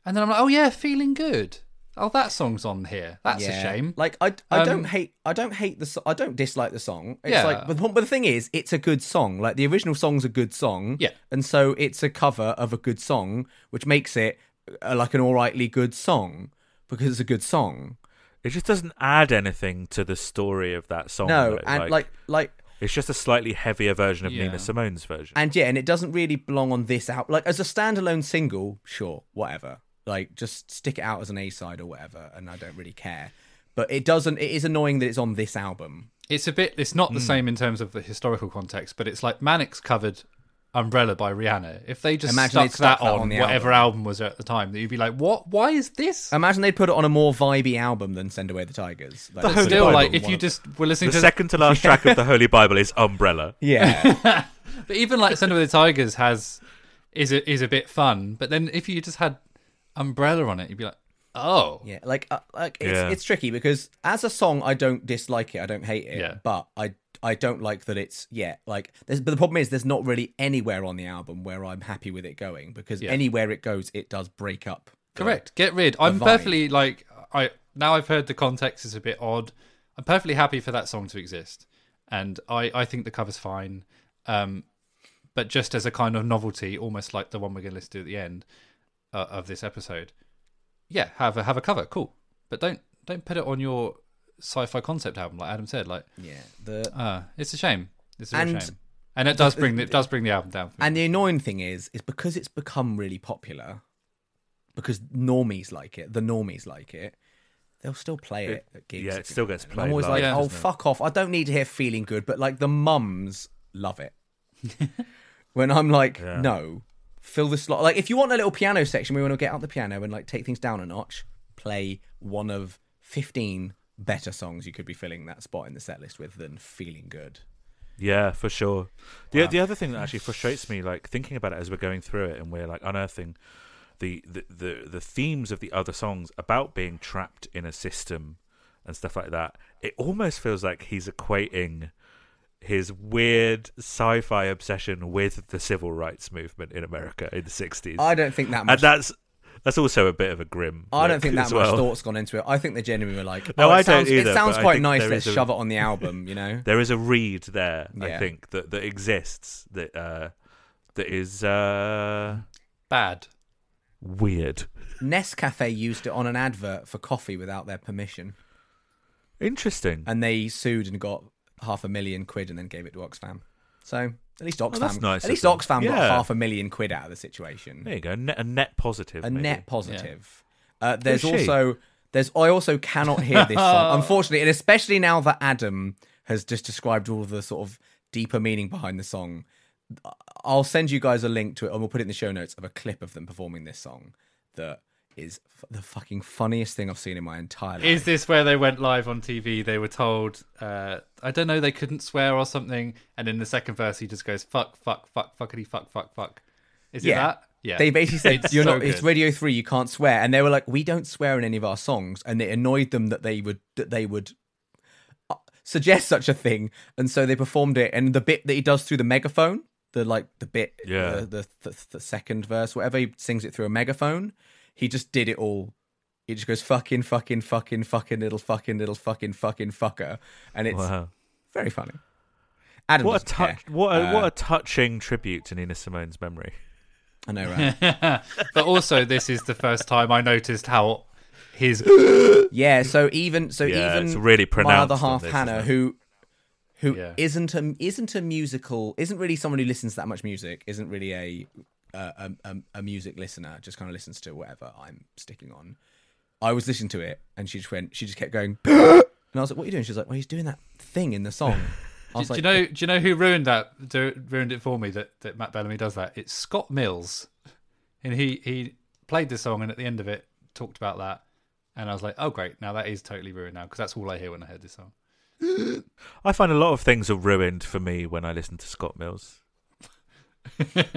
S2: and then I'm like, oh yeah, feeling good. Oh, that song's on here. That's a
S3: Yeah.
S2: shame.
S3: Like I, I
S2: Um,
S3: don't hate, I don't hate the, so- I don't dislike the song. It's
S2: Yeah.
S3: like, but, the- but the thing is, it's a good song. Like the original song's a good song.
S2: Yeah.
S3: and so it's a cover of a good song, which makes it uh, like an alrightly good song because it's a good song.
S4: It just doesn't add anything to the story of that song.
S3: No,
S4: though.
S3: and like, like
S4: it's just a slightly heavier version of
S2: Yeah.
S4: Nina Simone's version.
S3: And yeah, and it doesn't really belong on this out. Like as a standalone single, sure, whatever. Like just stick it out as an A side or whatever, and I don't really care. But it doesn't. It is annoying that it's on this album.
S2: It's a bit. It's
S3: Hmm.
S2: not the same in terms of the historical context, but it's like Manic's covered "Umbrella" by Rihanna. If they just
S3: Imagine
S2: stuck,
S3: they'd stuck
S2: that,
S3: that
S2: on,
S3: on the
S2: whatever album. was at the time, that you'd be like, "What? Why is this?"
S3: Imagine they put it on a more vibey album than Send Away the Tigers. Like,
S2: But
S3: it's-
S2: still,
S4: Bible,
S2: like if
S3: one
S2: you
S3: of-
S2: just were listening
S4: the
S2: to,
S4: second to last track of the Holy Bible is Umbrella.
S3: yeah,
S2: but even like "Send Away the Tigers" has is a, is a bit fun. But then if you just had "Umbrella" on it, you'd be like, "Oh,
S3: yeah. Like, uh, like it's,
S4: Yeah.
S3: it's tricky because as a song, I don't dislike it. I don't hate it.
S2: Yeah.
S3: But I, I don't like that it's yeah. Like, there's, but the problem is there's not really anywhere on the album where I'm happy with it going because anywhere it goes, it does break up. the-
S2: correct, get rid." I'm
S3: vibe.
S2: perfectly like I now I've heard the context is a bit odd. I'm perfectly happy for that song to exist, and I I think the cover's fine. Um, but just as a kind of novelty, almost like the one we're going to listen to at the end uh, of this episode. Yeah, have a have a cover, cool, but don't don't put it on your sci-fi concept album, like Adam said. Like,
S3: Yeah. The
S2: uh, it's a shame. It's a real
S3: And- uh,
S2: shame, and it does bring the, it does bring the album down. For me.
S3: And the annoying thing is, is because it's become really popular, because normies like it, the normies like it, they'll still play it, at gigs.
S4: Yeah, it still gets
S3: And I'm
S4: played.
S3: always
S4: live,
S3: like,
S2: Yeah.
S3: oh
S4: doesn't it?
S3: fuck off! I don't need to hear feeling good, but like the mums love it. when I'm like, no, fill the slot. Like if you want a little piano section, we want to get out the piano and like take things down a notch. Play one of fifteen better songs you could be filling that spot in the set list with than feeling good.
S4: Yeah, for sure. The the other thing that actually frustrates me, like thinking about it as we're going through it, and we're like unearthing the the the, the themes of the other songs about being trapped in a system and stuff like that. It almost feels like he's equating his weird sci-fi obsession with the civil rights movement in America in the sixties,
S3: I don't think that much.
S4: and that's that's also a bit of a grim.
S3: I don't
S4: look
S3: think that
S4: as
S3: much
S4: well.
S3: thought's gone into it. I think they genuinely were like,
S4: No,
S3: oh, it
S4: I don't
S3: sounds,
S4: either,
S3: It sounds
S4: but I
S3: quite
S4: think
S3: nice.
S4: there
S3: Let's
S4: is a-
S3: shove it on the album, you know.
S4: there is a read there i
S3: Yeah.
S4: think that that exists that uh that is uh
S2: Bad.
S4: weird
S3: Nescafe used it on an advert for coffee without their permission,
S4: interesting
S3: and they sued and got half a million quid, and then gave it to Oxfam. So at least Oxfam,
S4: that's nice
S3: at
S4: of
S3: least
S4: them.
S3: Oxfam got
S4: Yeah.
S3: half a million quid out of the situation.
S4: there you go net, a net positive
S3: a
S4: maybe.
S3: net positive. Uh, there's
S4: Who's she?
S3: also there's I also cannot hear this song, unfortunately, and especially now that Adam has just described all of the sort of deeper meaning behind the song. I'll send you guys a link to it, and we'll put it in the show notes of a clip of them performing this song that is f- the fucking funniest thing I've seen in my entire life.
S2: Is this where they went live on TV? They were told, uh, I don't know, they couldn't swear or something. And in the second verse, he just goes, fuck, fuck, fuck, fuckity, fuck, fuck, fuck. Is it
S3: Yeah.
S2: that? Yeah.
S3: They basically said,
S2: It's
S3: "You're
S2: so
S3: not. It's
S2: good.
S3: Radio Three. You can't swear." And they were like, "We don't swear in any of our songs," and it annoyed them that they would that they would uh, suggest such a thing. And so they performed it. And the bit that he does through the megaphone, the like the bit,
S4: Yeah.
S3: the the, the, the second verse, whatever, he sings it through a megaphone. He just did it all. He just goes fucking, fucking, fucking, fucking, little fucking, little fucking, fucking fucker, and it's
S4: Wow.
S3: very funny. Adam,
S4: What a
S3: doesn't care.
S4: touch! What a,
S3: Uh,
S4: what a touching tribute to Nina Simone's memory.
S3: I know, right?
S2: but also, this is the first time I noticed how his.
S3: Yeah, so even so
S4: Yeah,
S3: even
S4: it's really
S3: my
S4: pronounced
S3: other
S4: on
S3: half
S4: this, isn't
S3: Hannah
S4: it?
S3: who who
S2: Yeah.
S3: not a isn't a musical isn't really someone who listens to that much music isn't really a uh, a, a, a music listener just kind of listens to whatever I'm sticking on. I was listening to it and she just went she just kept going and I was like what are you doing? She's like well he's doing that thing in the song. I
S2: Do,
S3: was like
S2: you know? Do you know who ruined that? Do, ruined it for me that, that Matt Bellamy does that. It's Scott Mills, and he he played this song and at the end of it talked about that, and I was like, oh great, now that is totally ruined now because that's all I hear when I heard this song.
S4: I find a lot of things are ruined for me when I listen to Scott Mills.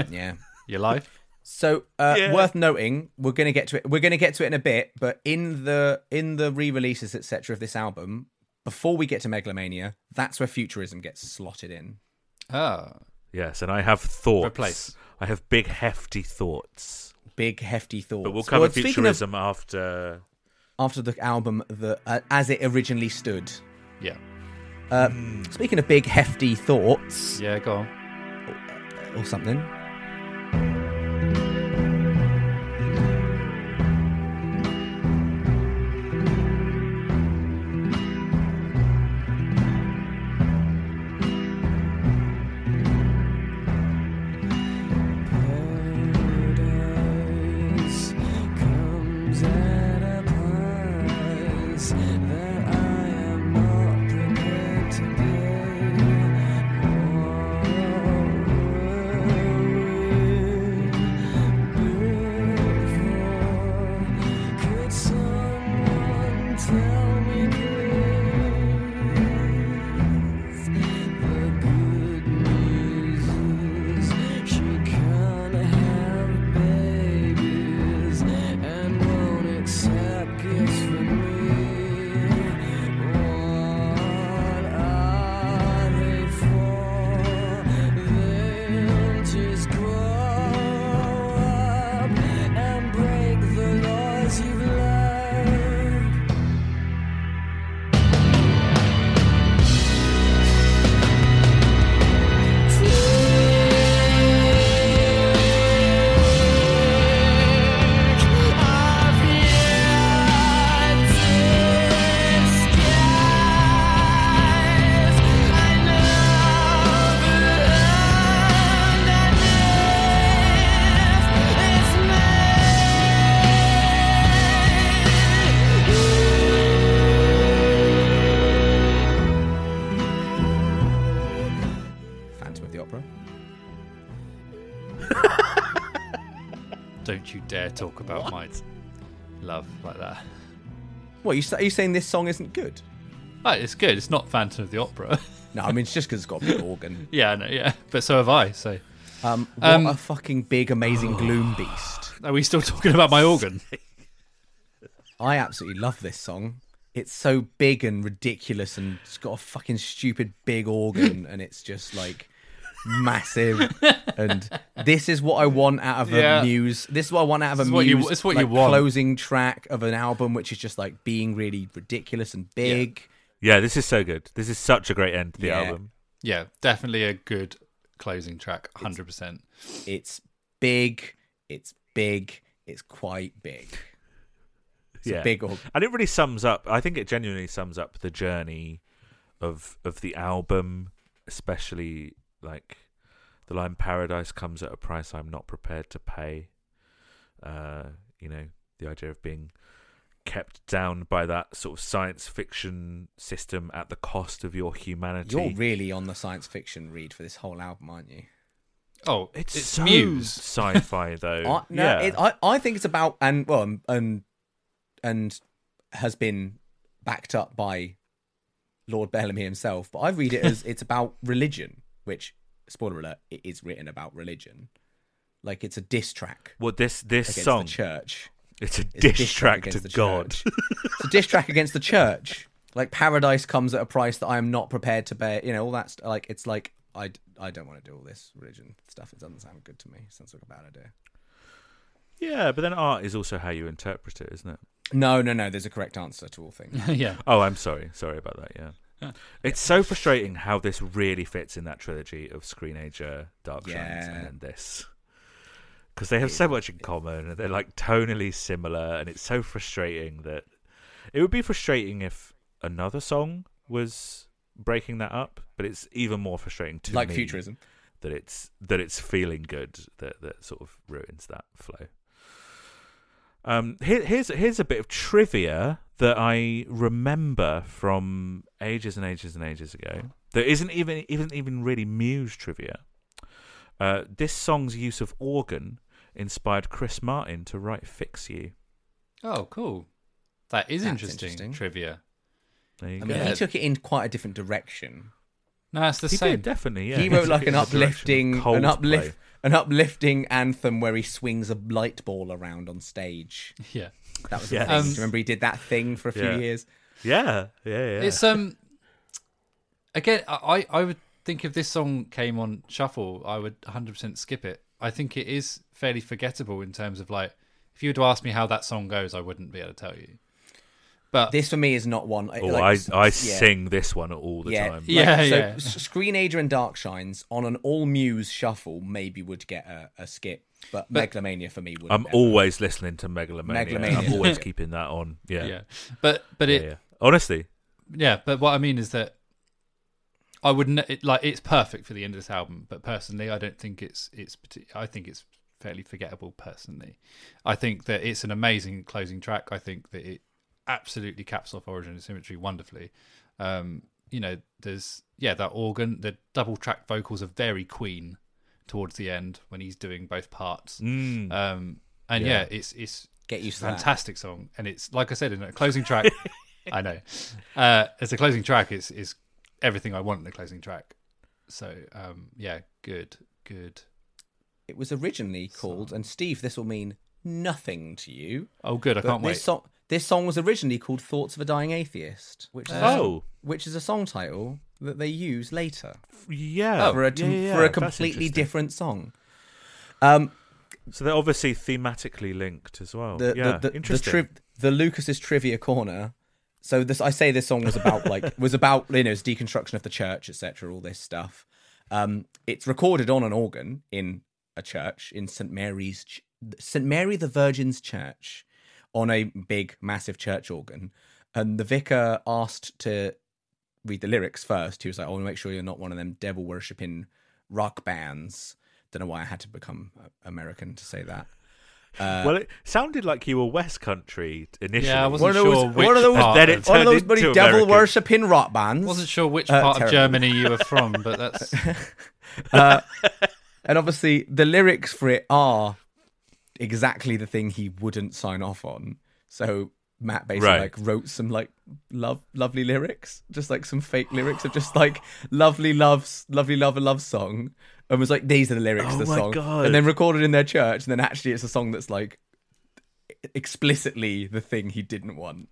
S3: yeah.
S2: Your life.
S3: So uh,
S4: Yeah.
S3: worth noting, we're gonna get to it. We're gonna get to it in a bit, but in the in the re-releases, etc., of this album, before we get to Megalomania, that's where futurism gets slotted in.
S2: Oh,
S4: Yes, and I have thoughts.
S2: Replace.
S4: I have big hefty thoughts.
S3: Big hefty thoughts.
S4: But we'll
S3: Well,
S4: cover
S3: speaking of-
S4: futurism after.
S3: after the album, the uh, as it originally stood.
S2: yeah,
S3: Uh, Speaking of big hefty thoughts
S2: yeah. Go on.
S3: or something,
S5: Paradise comes at a price that I am not prepared to pay. Could someone tell me please? The good news is she can't have babies and won't accept gifts from me. What are they for? They'll just grow up and break the laws you've loved.
S3: Phantom of the Opera.
S2: Don't you dare talk about my love like that.
S3: What you sa- are you saying? This song isn't good?
S2: Oh, it's good. It's not Phantom of the Opera.
S3: No, I mean it's just because it's got a big organ.
S2: yeah, I know, yeah. But so have I. So
S3: Um, what
S2: Um,
S3: a fucking big,
S4: oh.
S3: amazing gloom beast.
S2: are we still talking about my organ?
S3: I absolutely love this song. It's so big and ridiculous, and it's got a fucking stupid big organ, and it's just like massive. and this is what I want out of
S2: Yeah.
S3: a muse. This is what I want out of
S2: This
S3: a
S2: is what you-
S3: muse.
S2: it's what you
S3: like,
S2: want.
S3: Closing track of an album, which is just like being really ridiculous and big.
S4: Yeah, this is so good. This is such a great end to the
S3: Yeah.
S4: album.
S2: Yeah, definitely a good closing track. Hundred percent.
S3: It's big. It's big. It's quite big. It's
S4: yeah.
S3: a big organ.
S4: and it really sums up i think it genuinely sums up the journey of of the album especially like the line paradise comes at a price i'm not prepared to pay uh you know the idea of being kept down by that sort of science fiction system at the cost of your humanity
S3: You're really on the science fiction read for this whole album, aren't you?
S2: Oh,
S4: It's,
S2: it's,
S4: so
S2: Muse.
S4: sci-fi though.
S3: I, no,
S4: yeah.
S3: it, I, I think it's about and well um, and and has been backed up by Lord Bellamy himself. But I read it as it's about religion, which spoiler alert, it is written about religion. Like it's a diss track
S4: well, this this
S3: against
S4: song,
S3: the church.
S4: it's a
S3: It's a
S4: diss track to
S3: against the
S4: God.
S3: church. it's a diss track against the church. Like paradise comes at a price that I am not prepared to bear. You know all that. St- like it's like I, d- I don't want to do all this religion stuff. It doesn't sound good to me. sounds like a bad idea.
S4: Yeah, but then art is also how you interpret it, isn't it?
S3: No, no, no. There's a correct answer to all things.
S2: yeah.
S4: Oh, I'm sorry. Sorry about that. Yeah. It's so frustrating how this really fits in that trilogy of Screenager, Dark Shines,
S3: Yeah.
S4: and then this. Because they have so much in common and they're like tonally similar, and it's so frustrating that it would be frustrating if another song was breaking that up, but it's even more frustrating to
S3: like
S4: me
S3: futurism.
S4: that it's that it's feeling good that that sort of ruins that flow. Um, here, here's here's a bit of trivia that I remember from ages and ages and ages ago. That isn't even isn't even really Muse trivia. Uh, this song's use of organ inspired Chris Martin to write "Fix You."
S2: Oh, cool. That is
S3: That's
S2: interesting,
S3: interesting.
S2: trivia.
S4: There you
S3: I
S4: go.
S3: mean,
S2: Yeah.
S3: he took it in quite a different direction.
S2: No, it's the
S4: He
S2: same.
S4: did definitely. Yeah,
S3: he wrote like an
S4: took it in the direction
S3: uplifting,
S4: of
S3: an
S4: Coldplay.
S3: uplift, an uplifting anthem where he swings a light ball around on stage.
S2: yeah.
S3: That was the
S4: Yes.
S3: thing.
S2: Um,
S3: Do you remember he did that thing for a few
S4: Yeah.
S3: years?
S4: Yeah, yeah, yeah.
S2: It's um again I I I would think if this song came on shuffle, I would 100% skip it. I think it is fairly forgettable in terms of like if you were to ask me how that song goes, I wouldn't be able to tell you. But
S3: This for me is not one.
S4: oh,
S3: like,
S4: I I
S3: yeah.
S4: sing this one all the time.
S3: Like,
S2: Yeah,
S3: so
S2: yeah.
S3: S- Screenager and Dark Shines on an all Muse shuffle maybe would get a, a skip, but, Megalomania for me would.
S4: I'm always listening to Megalomania.
S3: Megalomania.
S4: I'm always keeping that on. Yeah.
S2: yeah.
S4: Yeah.
S2: But but it
S4: yeah. Honestly,
S2: Yeah, but what I mean is that I would ne- it, like it's perfect for the end of this album, but personally, I don't think it's it's parti- I think it's fairly forgettable. Personally, I think that it's an amazing closing track. I think that it absolutely caps off Origin and Symmetry wonderfully. Um, you know, there's yeah that organ, the double track vocals are very Queen towards the end when he's doing both parts. Um, and yeah. it's it's
S3: Get used to that.
S2: fantastic song, and it's like I said in a closing track. I know. Uh, as a closing track, is is everything I want in a closing track. So um, yeah, good, good.
S3: It was originally called, and Steve, this will mean nothing to you.
S2: Oh, good. I
S3: But
S2: can't
S3: this
S2: wait.
S3: Song, this song was originally called "Thoughts of a Dying Atheist," which is a,
S4: Oh.
S3: which is a song title that they use later
S4: yeah.
S3: Oh. for a
S4: Oh. yeah, yeah,
S3: for a
S4: that's
S3: completely
S4: interesting.
S3: different song. Um,
S4: So they're obviously thematically linked as well.
S3: the
S4: Oh, yeah.
S3: the the, the,
S4: interesting.
S3: tri- the Lucas's trivia corner. So this, I say, this song was about like was about you know it's deconstruction of the church, etc. All this stuff. Um, it's recorded on an organ in a church in St Mary's Ch- St Mary the Virgin's Church on a big massive church organ, and the vicar asked to read the lyrics first. He was like, "I want to make sure you're not one of them devil worshipping rock bands." Don't know why I had to become uh, American to say that. uh,
S4: well, it sounded like you were West Country initially.
S2: yeah, I
S3: One
S2: wasn't
S3: of
S2: sure
S3: those-
S2: which
S3: one of those-
S4: And
S2: part.
S4: then it
S3: One of
S4: turned
S3: those
S4: into
S3: bloody devil
S4: American.
S3: worshipping rock bands.
S2: wasn't sure which
S3: Uh,
S2: part of
S3: terrible.
S2: Germany you were from, but that's
S3: And obviously, the lyrics for it are exactly the thing he wouldn't sign off on. So Matt basically
S4: Right.
S3: like wrote some like love, lovely lyrics, just like some fake lyrics of just like lovely loves, lovely love, a love song, and was like these are the lyrics
S4: Oh
S3: of the
S4: my
S3: song,
S4: God.
S3: and then recorded in their church, and then actually it's a song that's like explicitly the thing he didn't want.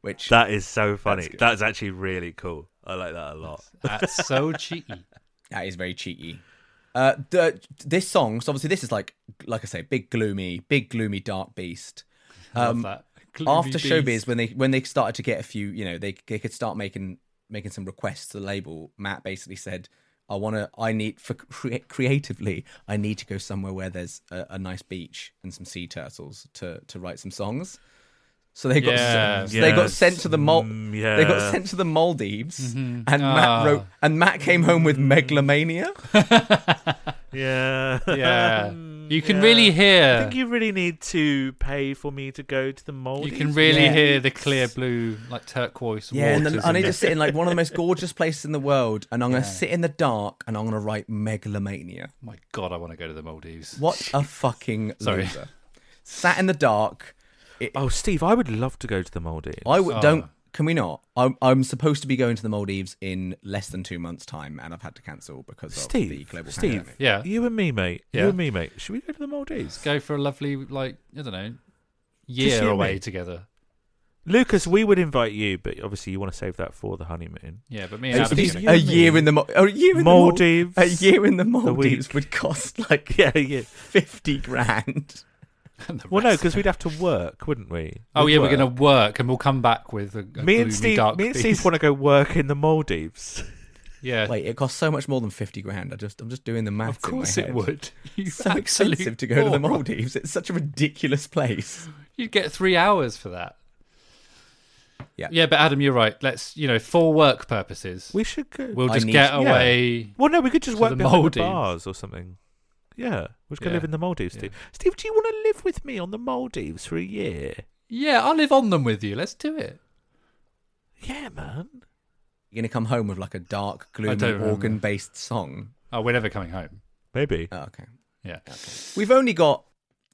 S3: Which
S4: That is so funny.
S3: That's
S4: That's,
S3: good.
S4: actually really cool. I like that a lot.
S2: that's so cheeky.
S3: That is very cheeky. Uh, the, this song, so obviously, this is like, like I say, big gloomy, big gloomy dark beast.
S2: Love
S3: Um,
S2: that. Gloomy
S3: After
S2: beast.
S3: Showbiz, when they when they started to get a few, you know, they they could start making making some requests to the label. Matt basically said, "I want to, I need for cre- creatively, I need to go somewhere where there's a, a nice beach and some sea turtles to to write some songs." So they got
S2: Yeah.
S3: so they got
S4: Yes.
S3: sent to the mol-
S4: Mm, yeah.
S3: they got sent to the Maldives, and
S2: Ah.
S3: Matt wrote, and Matt came home with megalomania.
S4: Yeah.
S2: Yeah. You can really hear.
S8: I think you really need to pay for me to go to the mold.
S2: You can really
S3: Yeah.
S2: hear the clear blue, like turquoise.
S3: Yeah, and
S2: waters
S3: then I need to sit in like one of the most gorgeous places in the world, and I'm going to sit in the dark and I'm going to write megalomania.
S2: Oh my god, I want to go to the Maldives.
S3: What a fucking
S2: Sorry.
S3: loser! Sat in the dark.
S4: Oh, Steve, I would love to go to the Maldives.
S3: I w-
S2: Oh.
S3: don't. Can we not? I'm, I'm supposed to be going to the Maldives in less than two months' time, and I've had to cancel because of the
S4: Steve,
S3: global
S4: Steve,
S3: pandemic.
S2: Yeah.
S4: you and me, mate.
S2: Yeah.
S4: You and me, mate. Should we go to the Maldives?
S2: Go for a lovely, like I don't know,
S4: you
S2: year
S4: and
S2: away
S4: me.
S2: together.
S4: Lucas, we would invite you, but obviously you want to save that for the honeymoon.
S2: Yeah, but me and Adam.
S4: Steve,
S2: gonna-
S4: you-
S3: A year in the Mal- a year in
S4: Maldives.
S3: The Mal- a year in the
S4: week.
S3: Maldives would cost like
S4: Yeah, yeah.
S3: fifty grand.
S2: and the
S4: Well, no,
S2: rest.
S4: because we'd have to work, wouldn't we?
S2: Oh
S4: We'd
S2: yeah, we're
S4: work.
S2: gonna work, and we'll come back with a, a
S4: Me
S2: gloomy,
S4: and Steve,
S2: dark
S4: me and
S2: piece.
S4: Steve want to go work in the Maldives.
S2: Yeah,
S3: Wait, it costs so much more than fifty grand. I just I'm just doing the math.
S2: of course
S3: in my
S2: it
S3: head.
S2: would. You
S3: so
S2: absolute
S3: expensive to go to the
S2: moron.
S3: Maldives. It's such a ridiculous place.
S2: You'd get three hours for that.
S3: Yeah.
S2: yeah, but Adam, you're right. Let's you know, for work purposes,
S4: We should go.
S2: we'll
S3: I
S2: just
S3: need-
S2: get
S4: yeah.
S2: away.
S4: well, no, we could just
S2: to
S4: work
S2: the
S4: behind the
S2: Maldives.
S4: bars or something. Yeah, we should go
S2: Yeah.
S4: live in the Maldives, Steve. Steve, do you want to live with me on the Maldives for a year?
S2: Yeah, I'll live on them with you. Let's do it.
S4: Yeah, man.
S3: You're gonna come home with like a dark, gloomy,
S2: don't remember.
S3: organ-based song.
S2: Oh, we're never coming home.
S4: Maybe.
S3: Oh, okay.
S2: Yeah,
S3: We've only got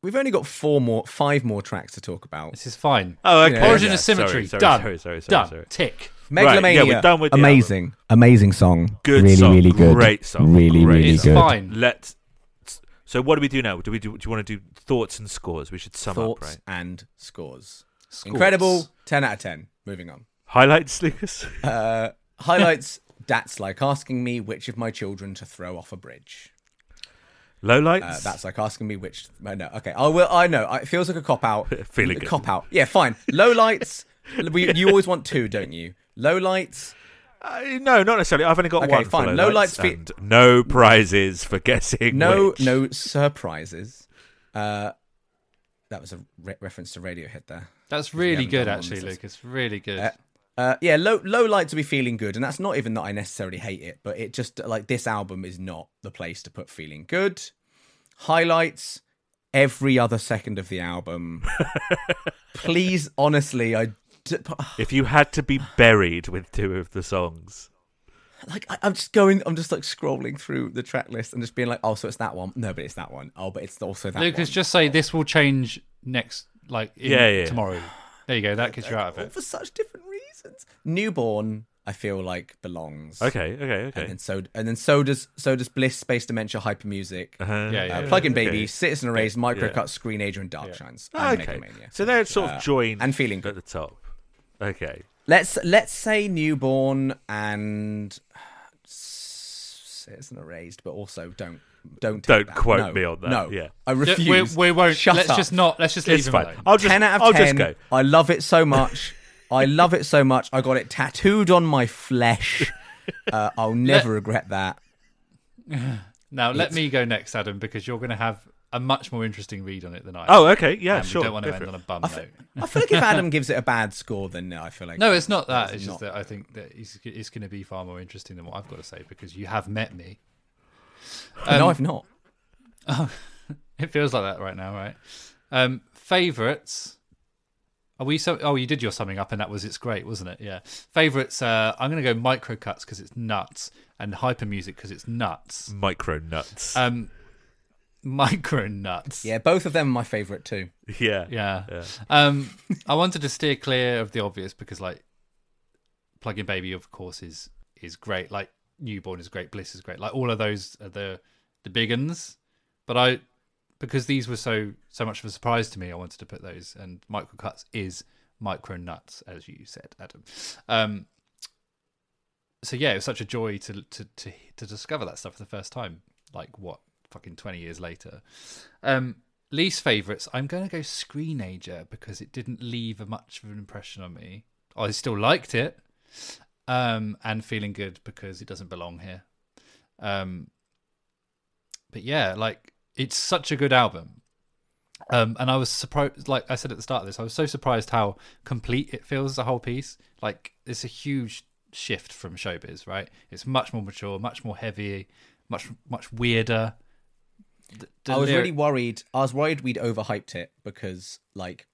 S3: we've only got four more, five more tracks to talk about.
S2: this is fine.
S4: Oh, okay.
S3: Yeah,
S2: Origin
S3: yeah.
S2: of Symmetry.
S4: Sorry, sorry,
S2: done.
S4: sorry, sorry, sorry,
S2: done.
S4: sorry.
S2: Tick.
S3: Megalomania,
S4: yeah, we're done with the
S3: amazing, amazing song,
S4: Good
S3: really,
S4: song.
S3: really good,
S4: Great song.
S3: really,
S4: Great
S3: really
S2: it's
S3: good.
S2: fine.
S4: Let's. So, what do we do now? Do we do? Do you want to do thoughts and scores? We should sum
S3: Thoughts
S4: up, right?
S3: and scores.
S2: Scores.
S3: incredible. Ten out of ten. Moving on.
S4: Highlights, Lucas.
S3: Uh, highlights. That's like asking me which of my children to throw off a bridge.
S4: Lowlights.
S3: Uh, that's like asking me which. I know. Okay, I will. I know. It feels like a cop out.
S4: Feeling good.
S3: cop out. Yeah, fine. Low lights. we, you always want two, don't you? Low lights.
S4: Uh, no, not necessarily. I've only got
S3: Okay,
S4: one. for
S3: fine.
S4: Low
S3: Lowlights
S4: lights
S3: fe-
S4: and no prizes for guessing.
S3: No,
S4: which.
S3: no surprises. Uh, that was a re- reference to Radiohead there.
S2: That's really
S3: haven't
S2: good,
S3: done one
S2: actually,
S3: since.
S2: Lucas. Really good.
S3: Uh, uh, yeah, low low lights will be feeling good, and that's not even that I necessarily hate it, but it just like this album is not the place to put feeling good. Highlights every other second of the album. Please, honestly, I d-
S4: If you had to be buried with two of the songs,
S3: like I, I'm just going, I'm just like scrolling through the track list and just being like, oh, so it's that one. No, but it's that one. Oh, but it's also that
S2: Lucas,
S3: one.
S2: just say this will change next, like in,
S4: Yeah, yeah.
S2: tomorrow. There you go. That gets you out of
S3: all
S2: it.
S3: for such different reasons. Newborn, I feel like belongs.
S4: okay, okay, okay.
S3: And so and then so does so does Bliss, Space Dementia, Hyper Music, uh,
S4: Uh,
S2: Yeah, yeah. yeah.
S3: Plug In
S4: okay.
S3: Baby, Citizen Erased, Microcut,
S4: yeah. Ah,
S3: Screen Ager, and Dark Shines. And
S4: Okay,
S3: Megalomania.
S4: so they're sort
S3: Uh,
S4: of joined
S3: and feeling
S4: at
S3: good.
S4: the top. Okay,
S3: Let's let's say Newborn and Citizen Erased, but also don't don't
S4: Don't
S3: take that.
S4: quote
S3: No,
S4: me on that.
S3: No,
S4: Yeah.
S3: I
S2: Yeah,
S3: refuse.
S2: we, we won't.
S3: Shut
S2: let's
S3: up.
S2: just not. Let's just leave
S4: it's
S2: him
S4: fine.
S2: alone.
S4: I'll just,
S3: 10 out of
S4: I'll
S3: 10.
S4: just go.
S3: I love it so much. I love it so much. I got it tattooed on my flesh. Uh, I'll never regret that.
S2: Now let me go next, Adam, because you're going to have a much more interesting read on it than I.
S4: Oh, okay, yeah,
S2: and
S4: sure.
S2: We don't want
S4: go
S2: to
S4: for
S2: end
S4: it.
S2: on a bum note.
S3: I feel like if Adam gives it a bad score, then no, I feel like.
S2: No, it's not that.
S3: It's
S2: It's just
S3: not.
S2: that I think that it's, it's going to be far more interesting than what I've got to say because you have met me. Um,
S3: no, I've not.
S2: It feels like that right now, right? Um, favorites. Are we so? Oh, you did your summing up, and that was it's great, wasn't it? Yeah. Favorites. Uh, I'm gonna go micro cuts because it's nuts, and hyper music because it's nuts.
S4: Micro nuts.
S2: Um, micro nuts.
S3: Yeah, both of them are my favourite too.
S4: yeah,
S2: Yeah. Um, I wanted to steer clear of the obvious because, like, Plug-in Baby, of course, is is great. Like, Newborn is great. Bliss is great. Like, all of those are the the big uns. But I, because these were so so much of a surprise to me, I wanted to put those. And micro cuts is micro nuts, as you said, Adam. Um, so yeah, it was such a joy to to to to discover that stuff for the first time. Like what, fucking twenty years later. Um, least favorites. I'm going to go Screenager because it didn't leave a much of an impression on me. I still liked it, um, and feeling good because it doesn't belong here. Um, but yeah, like it's such a good album. Um, and I was surprised, like I said at the start of this, I was so surprised how complete it feels as a whole piece. Like it's a huge shift from Showbiz, right? It's much more mature, much more heavy, much much weirder, The,
S3: I was
S2: lyric-
S3: really worried. I was worried we'd overhyped it because, like,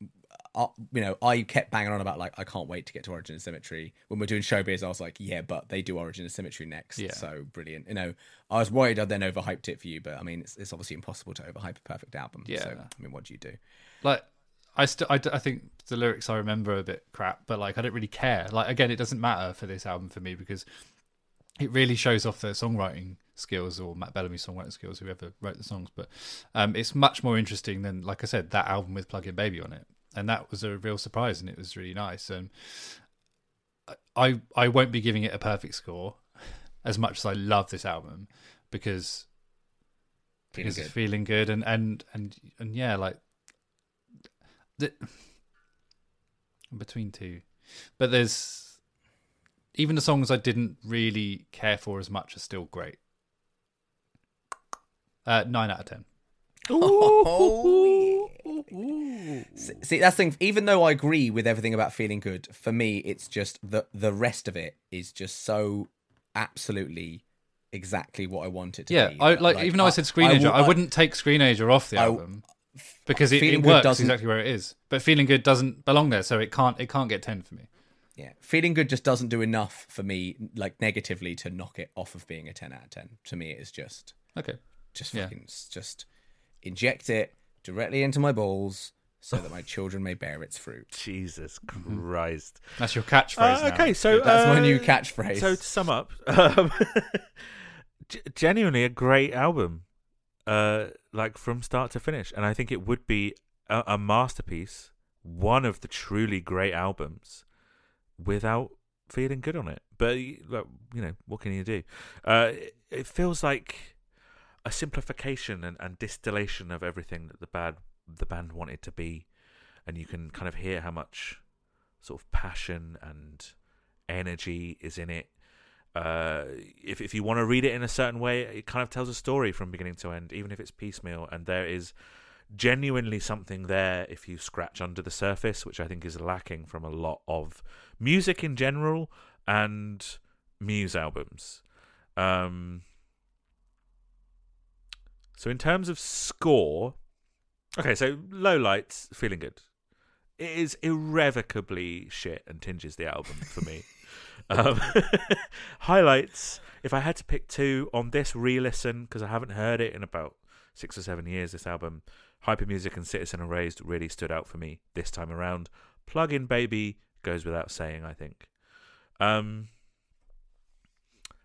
S3: I, you know, I kept banging on about like I can't wait to get to Origin and Symmetry. When we're doing showbiz, I was like, yeah, but they do Origin and Symmetry next,
S2: Yeah.
S3: so brilliant. You know, I was worried I then overhyped it for you, but I mean, it's, it's obviously impossible to overhype a perfect album.
S2: Yeah.
S3: So I mean, what do you do?
S2: like I still I, d- I think the lyrics I remember are a bit crap, but like I don't really care. Like again, it doesn't matter for this album for me because it really shows off their songwriting skills or Matt Bellamy's songwriting skills, whoever wrote the songs. But um, it's much more interesting than like I said that album with Plug In Baby on it, and that was a real surprise and it was really nice. And I I won't be giving it a perfect score as much as I love this album because because it's feeling good and and and and yeah like the, between two but there's even the songs i didn't really care for as much are still great uh nine out of ten
S3: Oh, S- See, that's the thing. Even though I agree with everything about feeling good, for me, it's just the the rest of it is just so absolutely exactly what I want it to
S2: yeah
S3: be.
S2: i like, even though i said screenager i,
S3: will-
S2: wouldn't take screenager off the
S3: I-
S2: album because it,
S3: Feeling
S2: it
S3: Good
S2: works
S3: doesn't-
S2: exactly where it is but feeling good doesn't belong there so it can't it can't get 10 for me
S3: Yeah, feeling good just doesn't do enough for me, like negatively, to knock it off of being a ten out of ten. To me, it's just
S2: okay
S3: just
S2: Yeah.
S3: fucking s- just inject it directly into my balls so that my children may bear its fruit.
S4: Jesus Christ.
S2: that's your catchphrase
S4: Uh,
S2: now.
S4: okay, so
S3: That's my
S4: uh,
S3: new catchphrase.
S4: So to sum up, um, g- genuinely a great album, uh, like from start to finish, and I think it would be a, a masterpiece, one of the truly great albums, without feeling good on it. But y- like, you know, what can you do? Uh, it, it feels like a simplification and, and distillation of everything that the bad the band wanted to be, and you can kind of hear how much sort of passion and energy is in it. Uh, if if you want to read it in a certain way, it kind of tells a story from beginning to end, even if it's piecemeal. And there is genuinely something there if you scratch under the surface, which I think is lacking from a lot of music in general and Muse albums. Um, so in terms of score, okay, so low lights, feeling good. It is irrevocably shit and tinges the album for me. Um, highlights. If I had to pick two on this re-listen because I haven't heard it in about six or seven years, this album, Hyper Music and Citizen Erased really stood out for me this time around. Plug In Baby goes without saying, I think. Um,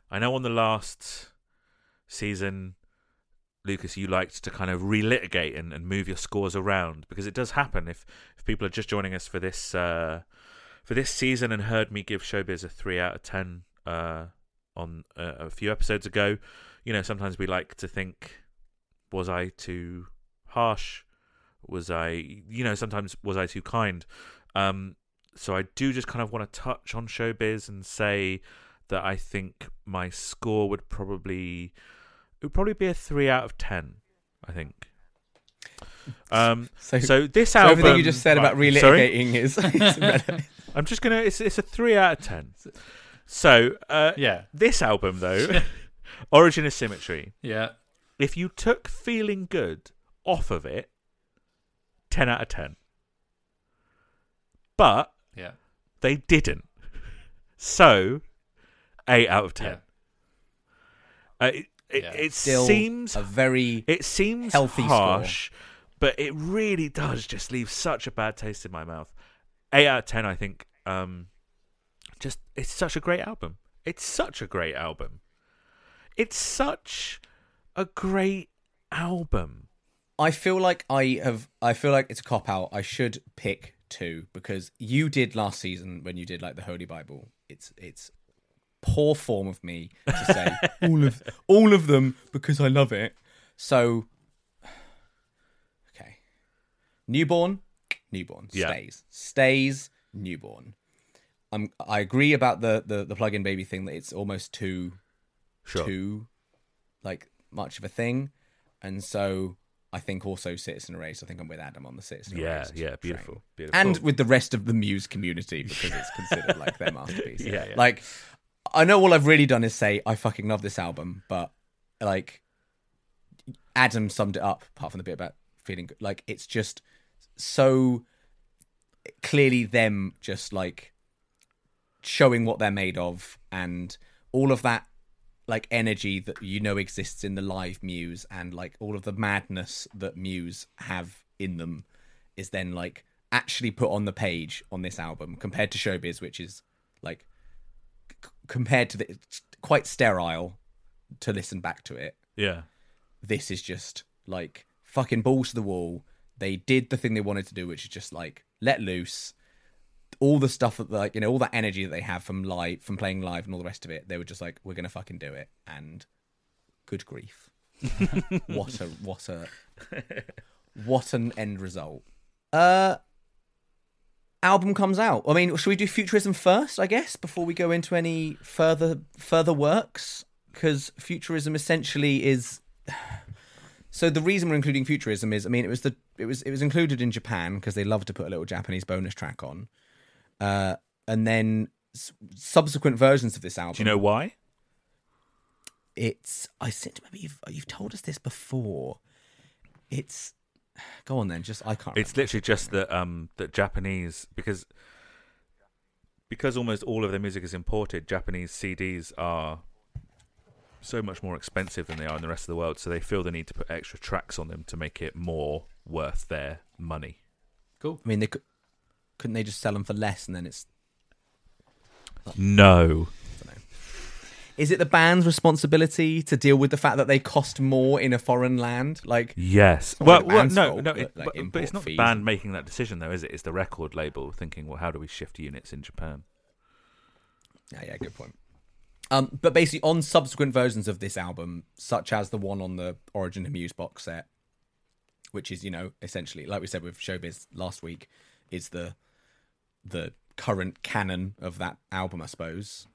S4: I know on the last season, Lucas, you liked to kind of relitigate and, and move your scores around because it does happen if if people are just joining us for this. Uh, for this season and heard me give Showbiz a three out of ten uh, on uh, a few episodes ago. You know, sometimes we like to think, was I too harsh? Was I, you know, sometimes was I too kind? Um, so I do just kind of want to touch on Showbiz and say that I think my score would probably it would probably be a three out of ten. I think. Um,
S3: So-
S4: so, this
S3: So
S4: album.
S3: everything
S2: um,
S3: you just said about
S4: Right, sorry?
S3: relitigating is, is irrelevant.
S4: I'm just gonna. It's it's a three out of ten. So uh,
S2: yeah
S4: this album though, Origin of Symmetry.
S2: yeah
S4: If you took Feeling Good off of it, ten out of ten. But
S2: yeah
S4: they didn't. So eight out of ten. Uh, it it,
S2: Yeah.
S4: it
S3: still
S4: seems
S3: a very
S4: it seems
S3: healthy score.
S4: harsh, but it really does just leave such a bad taste in my mouth. Eight out of ten, I think. Um, just it's such a great album. It's such a great album. It's such a great album.
S3: I feel like I have. I feel like it's a cop out. I should pick two because you did last season when you did like the Holy Bible. It's it's poor form of me to say all of all of them because I love it. So okay, newborn, newborn
S4: Yeah.
S3: stays stays newborn. I'm I agree about the the the plug-in baby thing that it's almost too
S4: Sure.
S3: too like much of a thing and so i think also citizen erased i think i'm with adam on the citizen
S4: Yeah,
S3: Erased
S4: yeah,
S3: train.
S4: beautiful, beautiful. Oh,
S3: and with the rest of the muse community because it's considered like their masterpiece
S4: Yeah, yeah.
S3: like i know all i've really done is say i fucking love this album but like Adam summed it up, apart from the bit about feeling good. Like it's just so clearly them just like showing what they're made of and all of that like energy that you know exists in the live muse and like all of the madness that muse have in them is then like actually put on the page on this album compared to showbiz which is like c- compared to the it's quite sterile to listen back to it
S4: Yeah.
S3: this is just like fucking balls to the wall. They did the thing they wanted to do, which is just like let loose. All the stuff that like you know, all that energy that they have from live, from playing live, and all the rest of it, they were just like, we're gonna fucking do it. And good grief, what a what a what an end result. Uh, album comes out. I mean, should we do futurism first? I guess before we go into any further further works, because futurism essentially is so the reason we're including futurism is, I mean, it was the it was it was included in Japan because they love to put a little Japanese bonus track on, uh, and then s- subsequent versions of this album.
S4: Do you know why?
S3: it's I seem to remember you've you've told us this before. It's go on then, just I can't.
S1: It's literally just that um that Japanese because because almost all of their music is imported, Japanese CDs are so much more expensive than they are in the rest of the world, so they feel the need to put extra tracks on them to make it more worth their money.
S3: I mean, they could, couldn't they just sell them for less, and then it's
S4: No.
S3: is it the band's responsibility to deal with the fact that they cost more in a foreign land? Like,
S4: Yes.
S3: not
S4: Well,
S3: the
S4: well
S3: band's
S4: no,
S3: fault,
S4: no.
S3: but,
S4: It,
S3: like,
S4: but, but
S3: import
S4: it's not the
S3: fees
S4: band
S3: and-
S4: making that decision, though, is it? It's the record label thinking, well, how do we shift units in Japan?
S3: yeah, yeah, good point. Um, but basically, on subsequent versions of this album, such as the one on the Origin of Muse box set, which is you know essentially like we said with Showbiz last week, is the the current canon of that album, I suppose.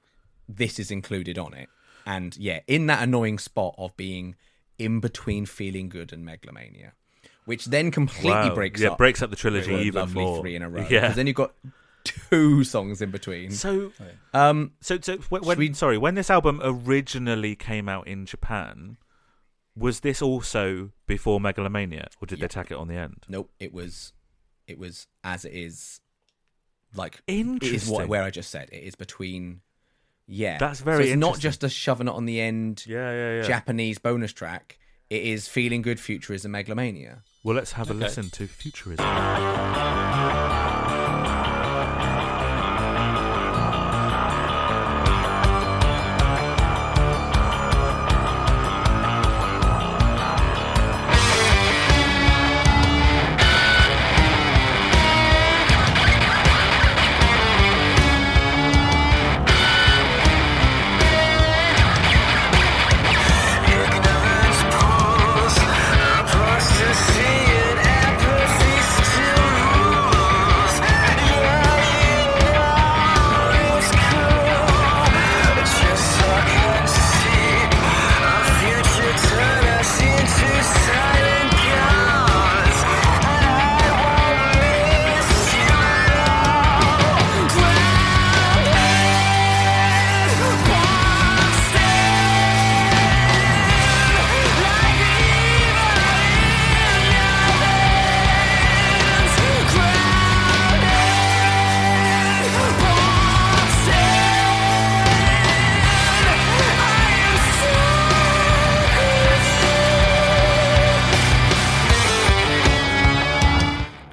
S3: This is included on it, and yeah, in that annoying spot of being in between feeling good and megalomania, which then completely
S4: Wow.
S3: breaks
S4: yeah,
S3: up
S4: breaks up the trilogy
S3: the
S4: even
S3: lovely
S4: more.
S3: three in a row.
S4: Yeah.
S3: because then you've got two songs in between.
S4: So,
S3: Um,
S4: so, so when, when
S3: we-
S4: sorry, when this album originally came out in Japan, was this also before Megalomania, or did they tack it on the end?
S3: Nope, it was it was as it is like it is
S4: Interesting.
S3: what where I just said. It is between yeah.
S4: That's
S3: So
S4: very
S3: it's not
S4: interesting.
S3: just us shoving it on the end
S4: Yeah, yeah, yeah.
S3: Japanese bonus track. It is feeling good futurism megalomania.
S4: well, let's have a
S2: Okay.
S4: listen to Futurism.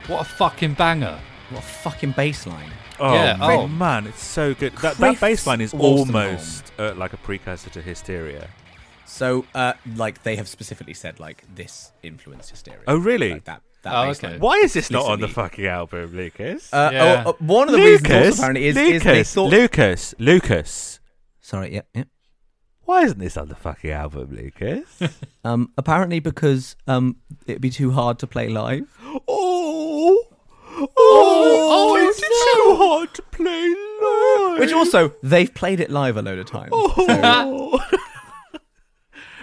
S2: What a fucking banger.
S3: What a fucking baseline.
S4: Oh,
S2: Yeah, oh.
S4: man, it's so good. That, that
S3: Chris
S4: bass line is
S3: Wolstenholme.
S4: almost uh, like a precursor to Hysteria.
S3: So uh like they have specifically said like this influenced hysteria.
S4: Oh, really?
S3: Like, that that
S2: Oh,
S3: baseline.
S2: okay.
S4: Why is this not on the
S3: Explicitly.
S4: fucking album, Lucas?
S3: Uh,
S2: Yeah.
S3: oh, uh, one of the reasons also
S4: Lucas,
S3: apparently is, is
S4: Lucas,
S3: they thought
S4: Lucas, Lucas.
S3: Sorry, yeah, yeah.
S4: Why isn't this on the fucking album, Lucas?
S3: Um apparently because um it'd be too hard to play live.
S4: Oh, oh, it's so hard to play live.
S3: Which also, they've played it live a load of times.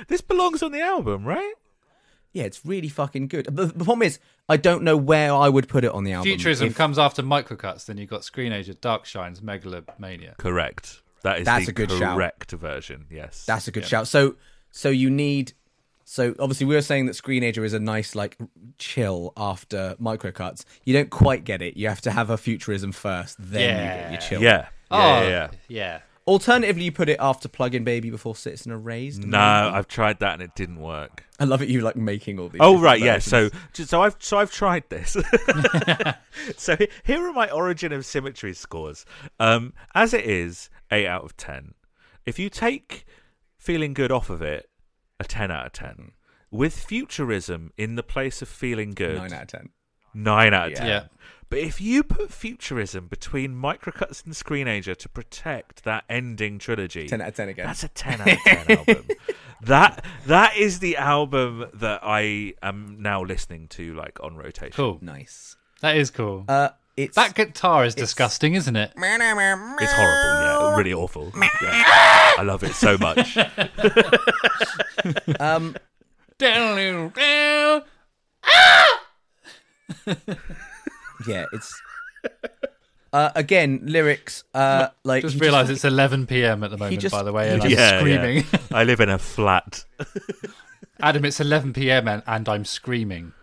S4: this belongs on the album, right?
S3: Yeah, it's really fucking good. The, the problem is, I don't know where I would put it on the album.
S2: Futurism
S3: If-
S2: comes after microcuts, then you've got Screen Agent, Dark Shines, Megalomania.
S4: Correct. That is
S3: That's
S4: the
S3: a good shout.
S4: correct version. Yes.
S3: That's a good shout. So, so you need So obviously we were saying that Screenager is a nice like chill after microcuts. You don't quite get it. You have to have a futurism first, then you get your
S4: Yeah.
S3: chill.
S4: Yeah. Yeah.
S2: Oh,
S4: yeah.
S2: yeah.
S3: Alternatively, you put it after Plug In Baby before Citizen Erased.
S4: No, I've tried that and it didn't work.
S3: I love it. You like making all these.
S4: Oh
S3: different
S4: right, yeah.
S3: versions.
S4: So j- so I've so I've tried this. so he- here are my origin of symmetry scores. Um, as it is, eight out of ten. If you take feeling good off of it, a ten out of ten. With futurism in the place of feeling good,
S3: nine out of ten.
S4: nine out of ten.
S2: Yeah.
S4: But if you put futurism between microcuts and Screenager to protect that ending trilogy,
S3: Ten out of ten again.
S4: that's a 10 out of 10 album. That that is the album that I am now listening to like on rotation.
S2: Cool.
S3: nice.
S2: That is cool.
S3: Uh, it's
S2: that guitar is disgusting, isn't it?
S4: It's horrible, yeah, really awful. Yeah. I love it so much.
S3: um.
S2: yeah.
S3: Yeah, it's. Uh, again, lyrics. Uh, like
S2: Just
S3: he
S2: realised it's 11 p.m. at the moment,
S3: just-
S2: by the way,
S3: he
S2: and I'm
S3: just-
S4: Yeah,
S2: screaming.
S4: yeah. I live in a flat.
S2: Adam, it's 11 p.m. And, and I'm screaming.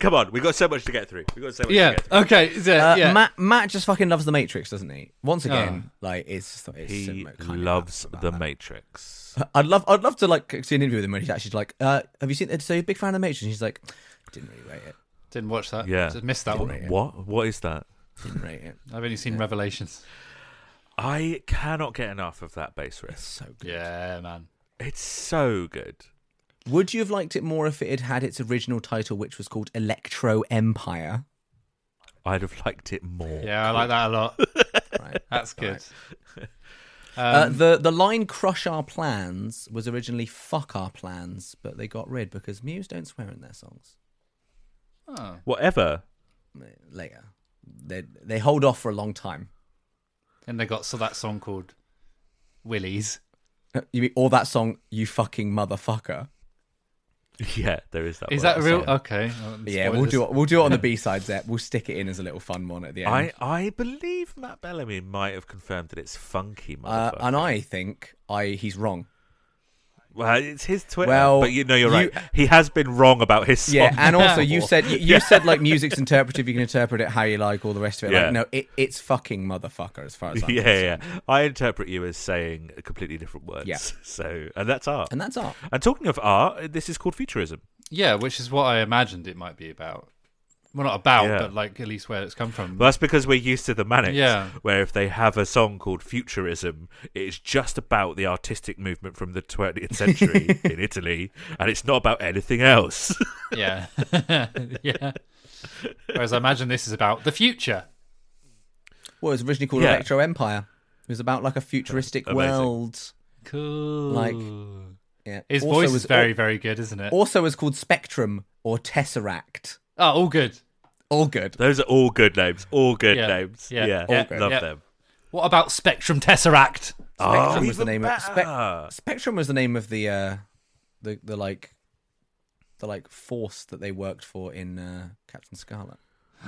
S4: Come on, we got so much to get through. We got so much to
S2: Yeah.
S4: get through.
S2: Okay. Yeah.
S3: Uh,
S2: yeah.
S3: Matt Matt just fucking loves the Matrix, doesn't he? Once again, like it's, just- it's
S4: He
S3: so kind of
S4: loves
S3: about
S4: The
S3: that.
S4: Matrix.
S3: I'd love I'd love to like see an interview with him when he's actually like, uh, "Have you seen? So you're a big fan of the Matrix?" And he's like, "Didn't really rate it.
S2: Didn't watch that.
S4: Yeah.
S2: Just missed that one.
S4: What? What is that?
S3: Didn't rate it.
S2: I've only seen Revelations.
S4: I cannot get enough of that bass riff.
S3: So good."
S2: Yeah, man.
S4: It's so good.
S3: Would you have liked it more if it had had its original title, which was called Electro Empire?
S4: I'd have liked it more.
S2: Yeah, I like that a lot.
S3: Right.
S2: That's good.
S3: uh, the the line "Crush our plans" was originally "Fuck our plans," but they got rid because Muse don't swear in their songs.
S2: Oh.
S4: Whatever.
S3: Later, they they hold off for a long time.
S2: And they got so that song called Willies.
S3: You mean all that song, you fucking motherfucker?
S4: Yeah, there is that.
S2: Is
S4: one.
S2: that real? Okay. well,
S3: Yeah, we'll
S2: spoilers.
S3: do it, we'll do it on the B side, Zep. We'll stick it in as a little fun one at the end.
S4: I, I believe Matt Bellamy might have confirmed that it's funky,
S3: uh,
S4: motherfucker.
S3: and I think I he's wrong.
S4: well, it's his Twitter,
S3: Well,
S4: but you know you're
S3: you-
S4: right. He has been wrong about his song.
S3: Yeah, and also you
S4: before.
S3: said you, you said like music's interpretive. You can interpret it how you like, all the rest of it.
S4: Yeah.
S3: Like, no, it, it's fucking motherfucker as far as I'm
S4: yeah,
S3: concerned.
S4: yeah. I interpret you as saying completely different words.
S3: Yeah.
S4: So, and that's art.
S3: And that's art.
S4: And talking of art, this is called futurism.
S2: Yeah, which is what I imagined it might be about. Well, not about,
S4: Yeah.
S2: but like at least where it's come from.
S4: Well, that's because we're used to the Manics,
S2: Yeah.
S4: where if they have a song called Futurism, it's just about the artistic movement from the 20th century in Italy, and it's not about anything else.
S2: yeah. yeah. Whereas I imagine this is about the future.
S3: Well, it was originally called
S4: Yeah.
S3: Electro Empire. It was about like a futuristic
S4: Amazing.
S3: world.
S2: Cool.
S3: Like- Yeah.
S2: His
S3: Also
S2: voice
S3: was-
S2: is very, very good, isn't it?
S3: Also, was called Spectrum or Tesseract.
S2: oh, all good.
S3: All good.
S4: Those are all good names. All good
S2: Yeah,
S4: names.
S2: yeah,
S4: Yeah,
S2: yeah,
S4: all love
S2: yeah.
S4: them.
S2: What about Spectrum Tesseract?
S3: Spectrum
S4: oh,
S3: was the
S4: even
S3: name of
S4: better.
S3: Spec- Spectrum was the name of the uh, the the like the like force that they worked for in uh, Captain Scarlet.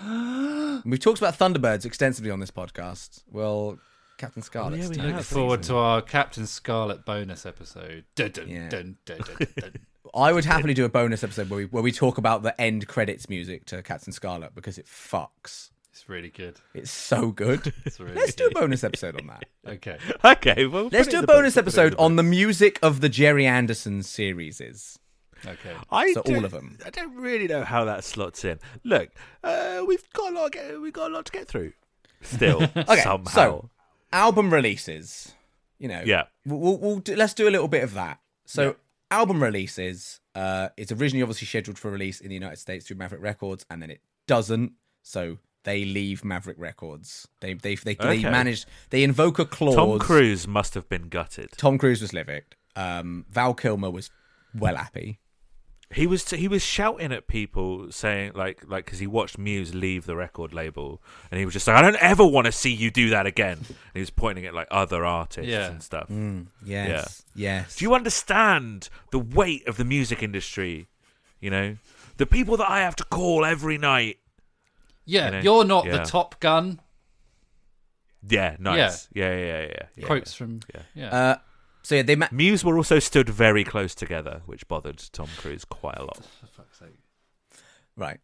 S3: And We've talked about Thunderbirds extensively on this podcast. Well, Captain Scarlet.
S4: Oh, yeah, we
S3: too.
S2: Look
S4: have.
S2: forward to our Captain Scarlet bonus episode. Dun, dun,
S3: Yeah.
S2: dun, dun, dun, dun.
S3: I would happily do a bonus episode where we where we talk about the end credits music to Captain Scarlet because it fucks.
S2: It's really good.
S3: It's so good.
S2: It's really
S3: Let's do a bonus episode on that.
S2: Okay.
S4: Okay, well,
S3: Let's
S4: put it
S3: do
S4: in
S3: a
S4: the book,
S3: bonus
S4: put it in
S3: episode
S4: the book.
S3: on the music of the Jerry Anderson series.
S2: Okay.
S4: I
S3: so
S4: don't-
S3: all of 'em.
S4: I don't really know how that slots in. Look, uh, we've got a lot. Get, we've got a lot to get through. Still,
S3: Okay,
S4: somehow.
S3: so album releases. You know,
S4: Yeah.
S3: We'll, we'll, we'll do, let's do a little bit of that. So album releases. Uh, it's originally obviously scheduled for release in the United States through Maverick Records, and then it doesn't. So they leave Maverick Records. They they they, they
S4: Okay.
S3: manage. They invoke a clause.
S4: Tom Cruise must have been gutted.
S3: Tom Cruise was livid. Um, Val Kilmer was well happy.
S4: He was he was shouting at people saying like like because he watched Muse leave the record label and he was just like I don't ever want to see you do that again. And he was pointing at like other artists
S2: Yeah.
S4: and stuff.
S3: Yes. Yes.
S4: Do you understand the weight of the music industry? You know, the people that I have to call every night.
S2: Yeah,
S4: know?
S2: you are not
S4: Yeah.
S2: the Top Gun.
S4: Yeah, nice. Yeah, yeah, yeah. yeah, yeah.
S2: Quotes from yeah.
S3: Uh, so yeah, they ma-
S4: Muse were also stood very close together, which bothered Tom Cruise quite a lot.
S3: right.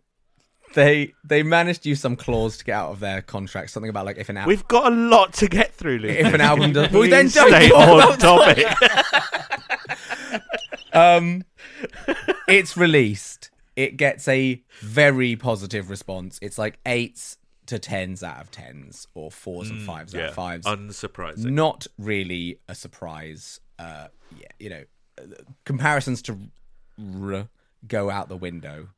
S3: They they managed to use some clause to get out of their contract. Something about like if an album
S9: We've got a lot to get through, Luke.
S3: if an album does we then
S9: Please
S3: don't
S9: stay
S3: talk about
S9: on topic.
S3: um, it's released. It gets a very positive response. It's like eights to tens out of tens, or fours and fives out
S4: Mm, Yeah,
S3: of fives.
S4: unsurprising.
S3: Not really a surprise. Uh, yeah, you know, uh, comparisons to R go out the window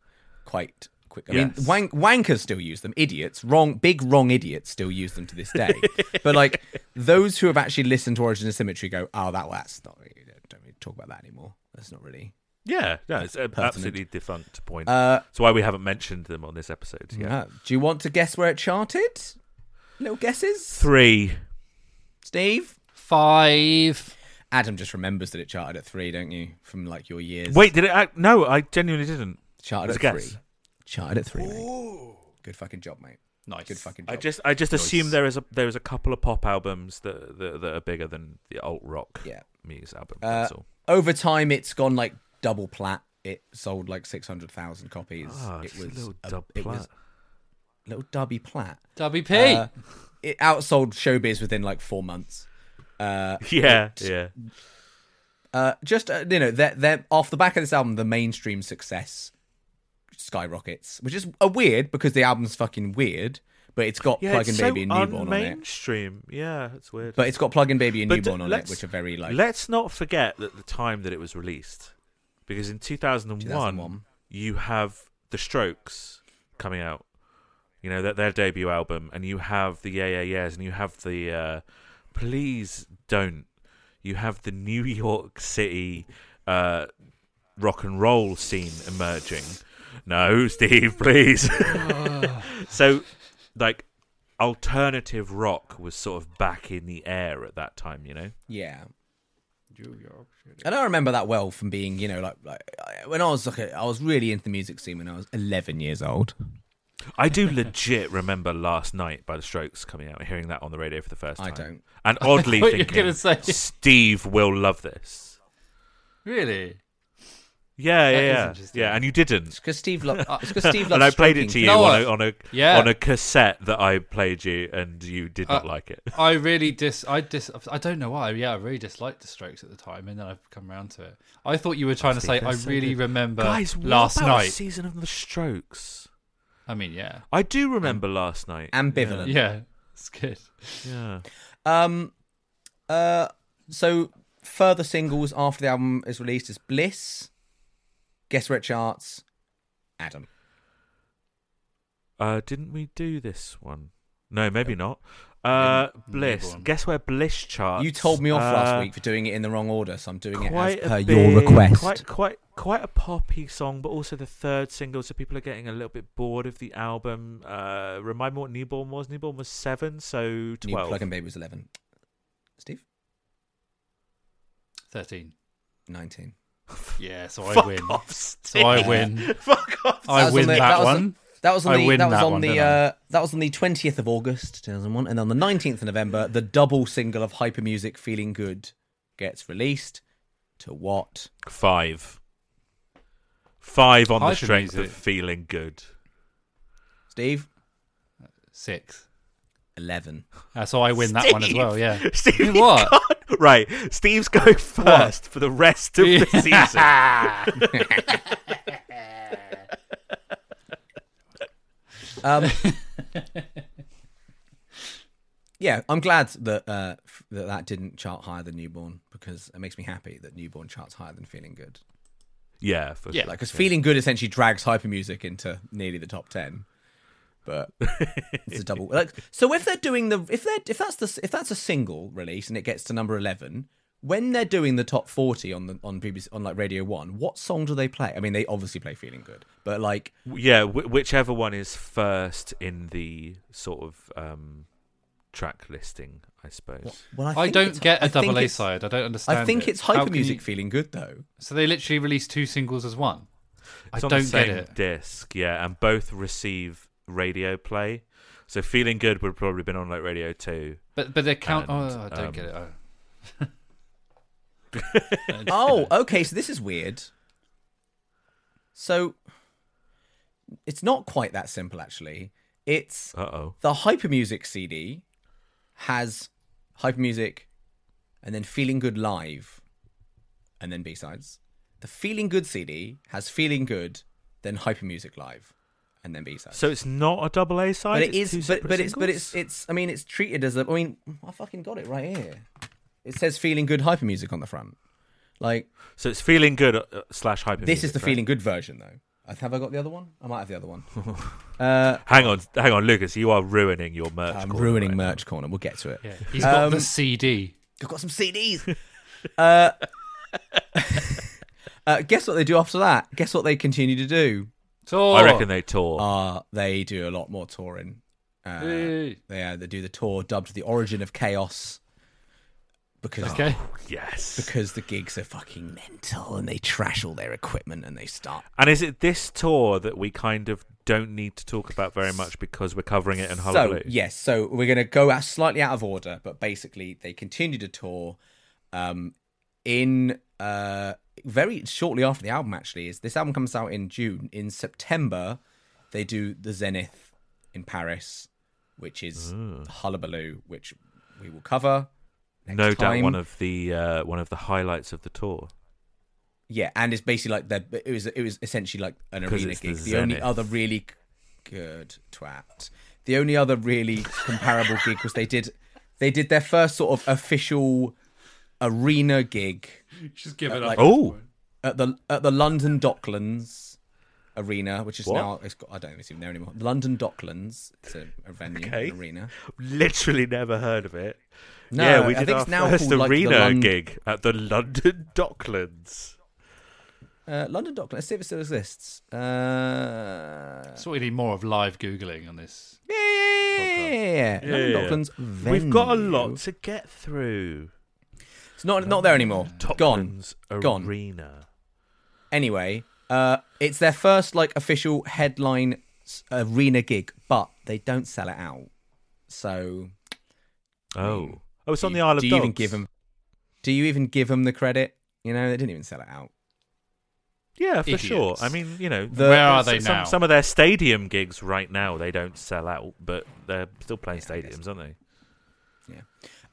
S3: quite quick. I
S4: Yes.
S3: mean, wank- wankers still use them. Idiots, wrong, big wrong idiots still use them to this day. but like those who have actually listened to Origin of Symmetry go, oh, that that's not. Really, don't really talk about that anymore. That's not really.
S4: Yeah, no, it's an absolutely defunct point.
S3: Uh,
S4: That's why we haven't mentioned them on this episode. Yeah,
S3: Uh, do you want to guess where it charted? Little guesses,
S4: three.
S3: Steve.
S2: Five.
S3: Adam just remembers that it charted at three, don't you? From like your years.
S4: Wait, did it? Act? No, I genuinely didn't. it
S3: charted at
S4: was a guess.
S3: three. Charted at three, mate. Good fucking job, mate.
S2: Nice.
S3: Good fucking job.
S4: I just, I just assume there is a there is a couple of pop albums that that, that are bigger than the alt rock
S3: Yeah. Uh,
S4: Muse album. That's all.
S3: over time it's gone like double plat. It sold like six hundred thousand copies.
S4: Ah,
S3: it
S4: just a little
S3: a-
S4: dub
S3: It was
S4: plat.
S3: little dubby plat.
S2: WP.
S3: Uh, it outsold Showbiz within like four months.
S4: Yeah, yeah.
S3: Uh, just uh, you know, they're, they're off the back of this album, the mainstream success skyrockets, which is a weird because the album's fucking weird, but it's got
S4: Yeah,
S3: Plug
S4: it's
S3: and
S4: so
S3: Baby and Newborn on it.
S4: mainstream. Yeah, it's weird.
S3: But it's got Plug and Baby and
S4: But
S3: Newborn on it,
S4: let's-
S3: which are very like
S4: Let's not forget that the time that it was released, because in 2001,
S3: 2001.
S4: you have The Strokes coming out, you know, their, their debut album, and you have the Yeah Yeah Yeahs, and you have the uh, Please Don't, you have the New York City uh, rock and roll scene emerging. No, Steve, please. so, like, alternative rock was sort of back in the air at that time, you know?
S3: Yeah. And I remember that well from being, you know, like, like I- when I was like, a, I was really into the music scene when I was 11 years old.
S4: I do legit remember last night by the Strokes coming out and hearing that on the radio for the first time.
S3: I don't.
S4: And oddly
S2: I thought you were
S4: thinking,
S2: gonna say-
S4: Steve will love this.
S2: really?
S4: Yeah, yeah,
S2: is
S4: yeah,
S2: interesting.
S4: yeah. And you didn't.
S3: It's because Steve, lo- uh, it's 'cause Steve loves.
S4: and I played it to
S3: stroking
S4: you
S2: No,
S4: on
S2: I-
S4: a on a,
S2: yeah.
S4: on a cassette that I played you, and you did not
S2: Uh,
S4: like it.
S2: I really dis. I dis. I don't know why. Yeah, I really disliked the Strokes at the time, and then I've come round to it. I thought you were trying to say I really remember
S4: Guys, what
S2: last
S4: about
S2: night.
S4: a season of the Strokes.
S2: I mean, yeah,
S4: I do remember last night.
S3: Ambivalent.
S2: yeah, it's good.
S4: Yeah.
S3: Um, uh, so further singles after the album is released is Bliss. Guess where it charts? Adam.
S4: Uh, didn't we do this one? No, maybe not. Uh, Bliss.
S2: one.
S4: Guess where Bliss charts?
S3: You told me off
S4: Uh,
S3: last week for doing it in the wrong order, so I'm doing it as
S4: quite a
S3: per
S4: big-
S3: your request.
S4: Quite, quite, quite a poppy song, but also the third single, so people are getting a little bit bored of the album. Uh, remind me what Newborn was. Newborn was seven, so
S3: New
S4: twelve.
S3: Plug and Baby was 11. Steve?
S2: Thirteen.
S3: 19.
S2: Yeah, so I
S4: Fuck
S2: win.
S4: off,
S2: So I
S4: Steve.
S2: win.
S4: Fuck off.
S2: I
S3: was
S2: win
S3: on the-
S2: that,
S3: that was on-
S2: one.
S3: That was on
S2: I
S3: the
S2: win
S3: that was
S2: that
S3: on
S2: one,
S3: the
S2: don't I?
S3: uh, that was on the twentieth of August two thousand one, and on the nineteenth of November, the double single of Hyper Music "Feeling Good" gets released. To what?
S4: Five. Five on the
S2: Hyper
S4: strength
S2: music.
S4: of feeling good.
S3: Steve
S2: Six.
S3: eleven.
S2: Uh, so I win that one as well. Yeah.
S4: Steve,
S2: You what?
S4: can't- Right, Steve's going first for the rest of the season.
S3: Um, yeah, I'm glad that uh, f- that that didn't chart higher than Newborn because it makes me happy that Newborn charts higher than Feeling Good.
S4: Yeah, for
S2: Yeah.
S4: sure.
S3: Like, because Feeling Good essentially drags Hyper Music into nearly the top ten. But it's a double. Like, so if they're doing the if they're if that's the if that's a single release and it gets to number eleven, when they're doing the top forty on the on BBC on like Radio One, what song do they play? I mean, they obviously play Feeling Good, but like
S4: Yeah, w- whichever one is first in the sort of um, track listing, I suppose.
S3: well, I,
S2: I
S3: think
S2: don't
S3: it's-
S2: get
S3: I
S2: a
S3: think
S2: double A
S3: it's-
S2: side. I don't understand.
S3: I think
S2: it.
S3: it's
S2: How
S3: Hyper
S2: can
S3: Music
S2: you-
S3: Feeling Good though.
S2: So they literally released two singles as one.
S4: It's
S2: I
S4: on
S2: don't
S4: the same
S2: get it.
S4: disc, yeah, and both receive radio play. So Feeling Good would have probably been on like Radio 2.
S2: But but they count.
S4: And,
S2: oh, I don't
S4: um,
S2: get it. I-
S3: Oh, okay. So this is weird. So it's not quite that simple, actually. It's
S4: Uh oh.
S3: the Hypermusic CD has Hypermusic and then Feeling Good Live and then B-sides. The Feeling Good CD has Feeling Good, then Hypermusic Live and then B-sides.
S10: So it's not a double A side.
S3: but it
S10: it's two
S3: is but
S10: separate
S3: but it's but
S10: singles?
S3: it's it's I mean it's treated as a I mean I fucking got it right here. It says Feeling Good Hypermusic on the front. Like
S4: So it's Feeling Good uh, slash Hyper.
S3: this is
S4: Music,
S3: the
S4: right?
S3: feeling good version, though. I- Have I got the other one? I might have the other one.
S4: Hang on, hang on, Lucas. You are ruining your merch.
S3: I'm
S4: corner
S3: Um, ruining
S4: right now.
S3: merch corner. We'll get to it.
S2: yeah. He's got
S3: Um,
S2: the CD.
S3: I've got some CDs. uh, uh, guess what they do after that? Guess what they continue to do?
S2: So
S4: I reckon they tore.
S3: Uh, they do a lot more touring. Uh,
S2: Yay.
S3: they, uh, they do the tour dubbed "The Origin of Chaos" because
S2: Okay.
S4: yes.
S3: because the gigs are fucking mental and they trash all their equipment and they start
S4: And is it this tour that we kind of don't need to talk about very much because we're covering it in Hull
S3: so
S4: Blue?
S3: yes so we're going to go out slightly out of order but basically they continued a tour um in uh very shortly after the album actually is this album comes out in june in september they do the zenith in paris which is hullabaloo which we will cover
S4: no doubt
S3: time.
S4: one of the uh, one of the highlights of the tour.
S3: yeah and it's basically like their it was it was essentially like an
S4: 'Cause
S3: arena
S4: it's the
S3: gig the only
S4: Zenith.
S3: other really good twat the only other really comparable gig was they did they did their first sort of official arena gig
S2: Just give it up.
S3: like-
S4: Oh,
S3: at the at the London Docklands arena which is
S4: What?
S3: now it's got, I don't think it's even there anymore London Docklands it's a, a venue
S4: Okay.
S3: an arena
S4: literally never heard of it.
S3: No,
S4: yeah, we
S3: I
S4: did
S3: think
S4: our
S3: it's now
S4: first
S3: called, like, the
S4: arena
S3: Lond-
S4: gig at the London Docklands.
S3: uh, London Docklands let's see if it still exists uh,
S2: That's what we need more of live googling on this.
S3: yeah, yeah, yeah, yeah, yeah. London
S4: yeah.
S3: Docklands
S4: We've got a
S3: venue.
S4: lot to get through.
S3: it's not not there anymore gone
S4: Docklands
S3: Gone.
S4: Arena.
S3: Anyway, uh, it's their first like official headline s- arena gig, but they don't sell it out. So
S4: Oh, oh, it's on
S3: do
S4: the
S3: you-
S4: Isle of
S3: do you
S4: Dogs.
S3: even give them? Do you even give them the credit? You know, they didn't even sell it out.
S4: Yeah, for sure.
S2: Idiots.
S4: I mean, you know,
S3: The-
S2: Where are
S4: Uh, some-
S2: Oh, they now?
S4: Some, some of their stadium gigs right now they don't sell out, but they're still playing stadiums, aren't they?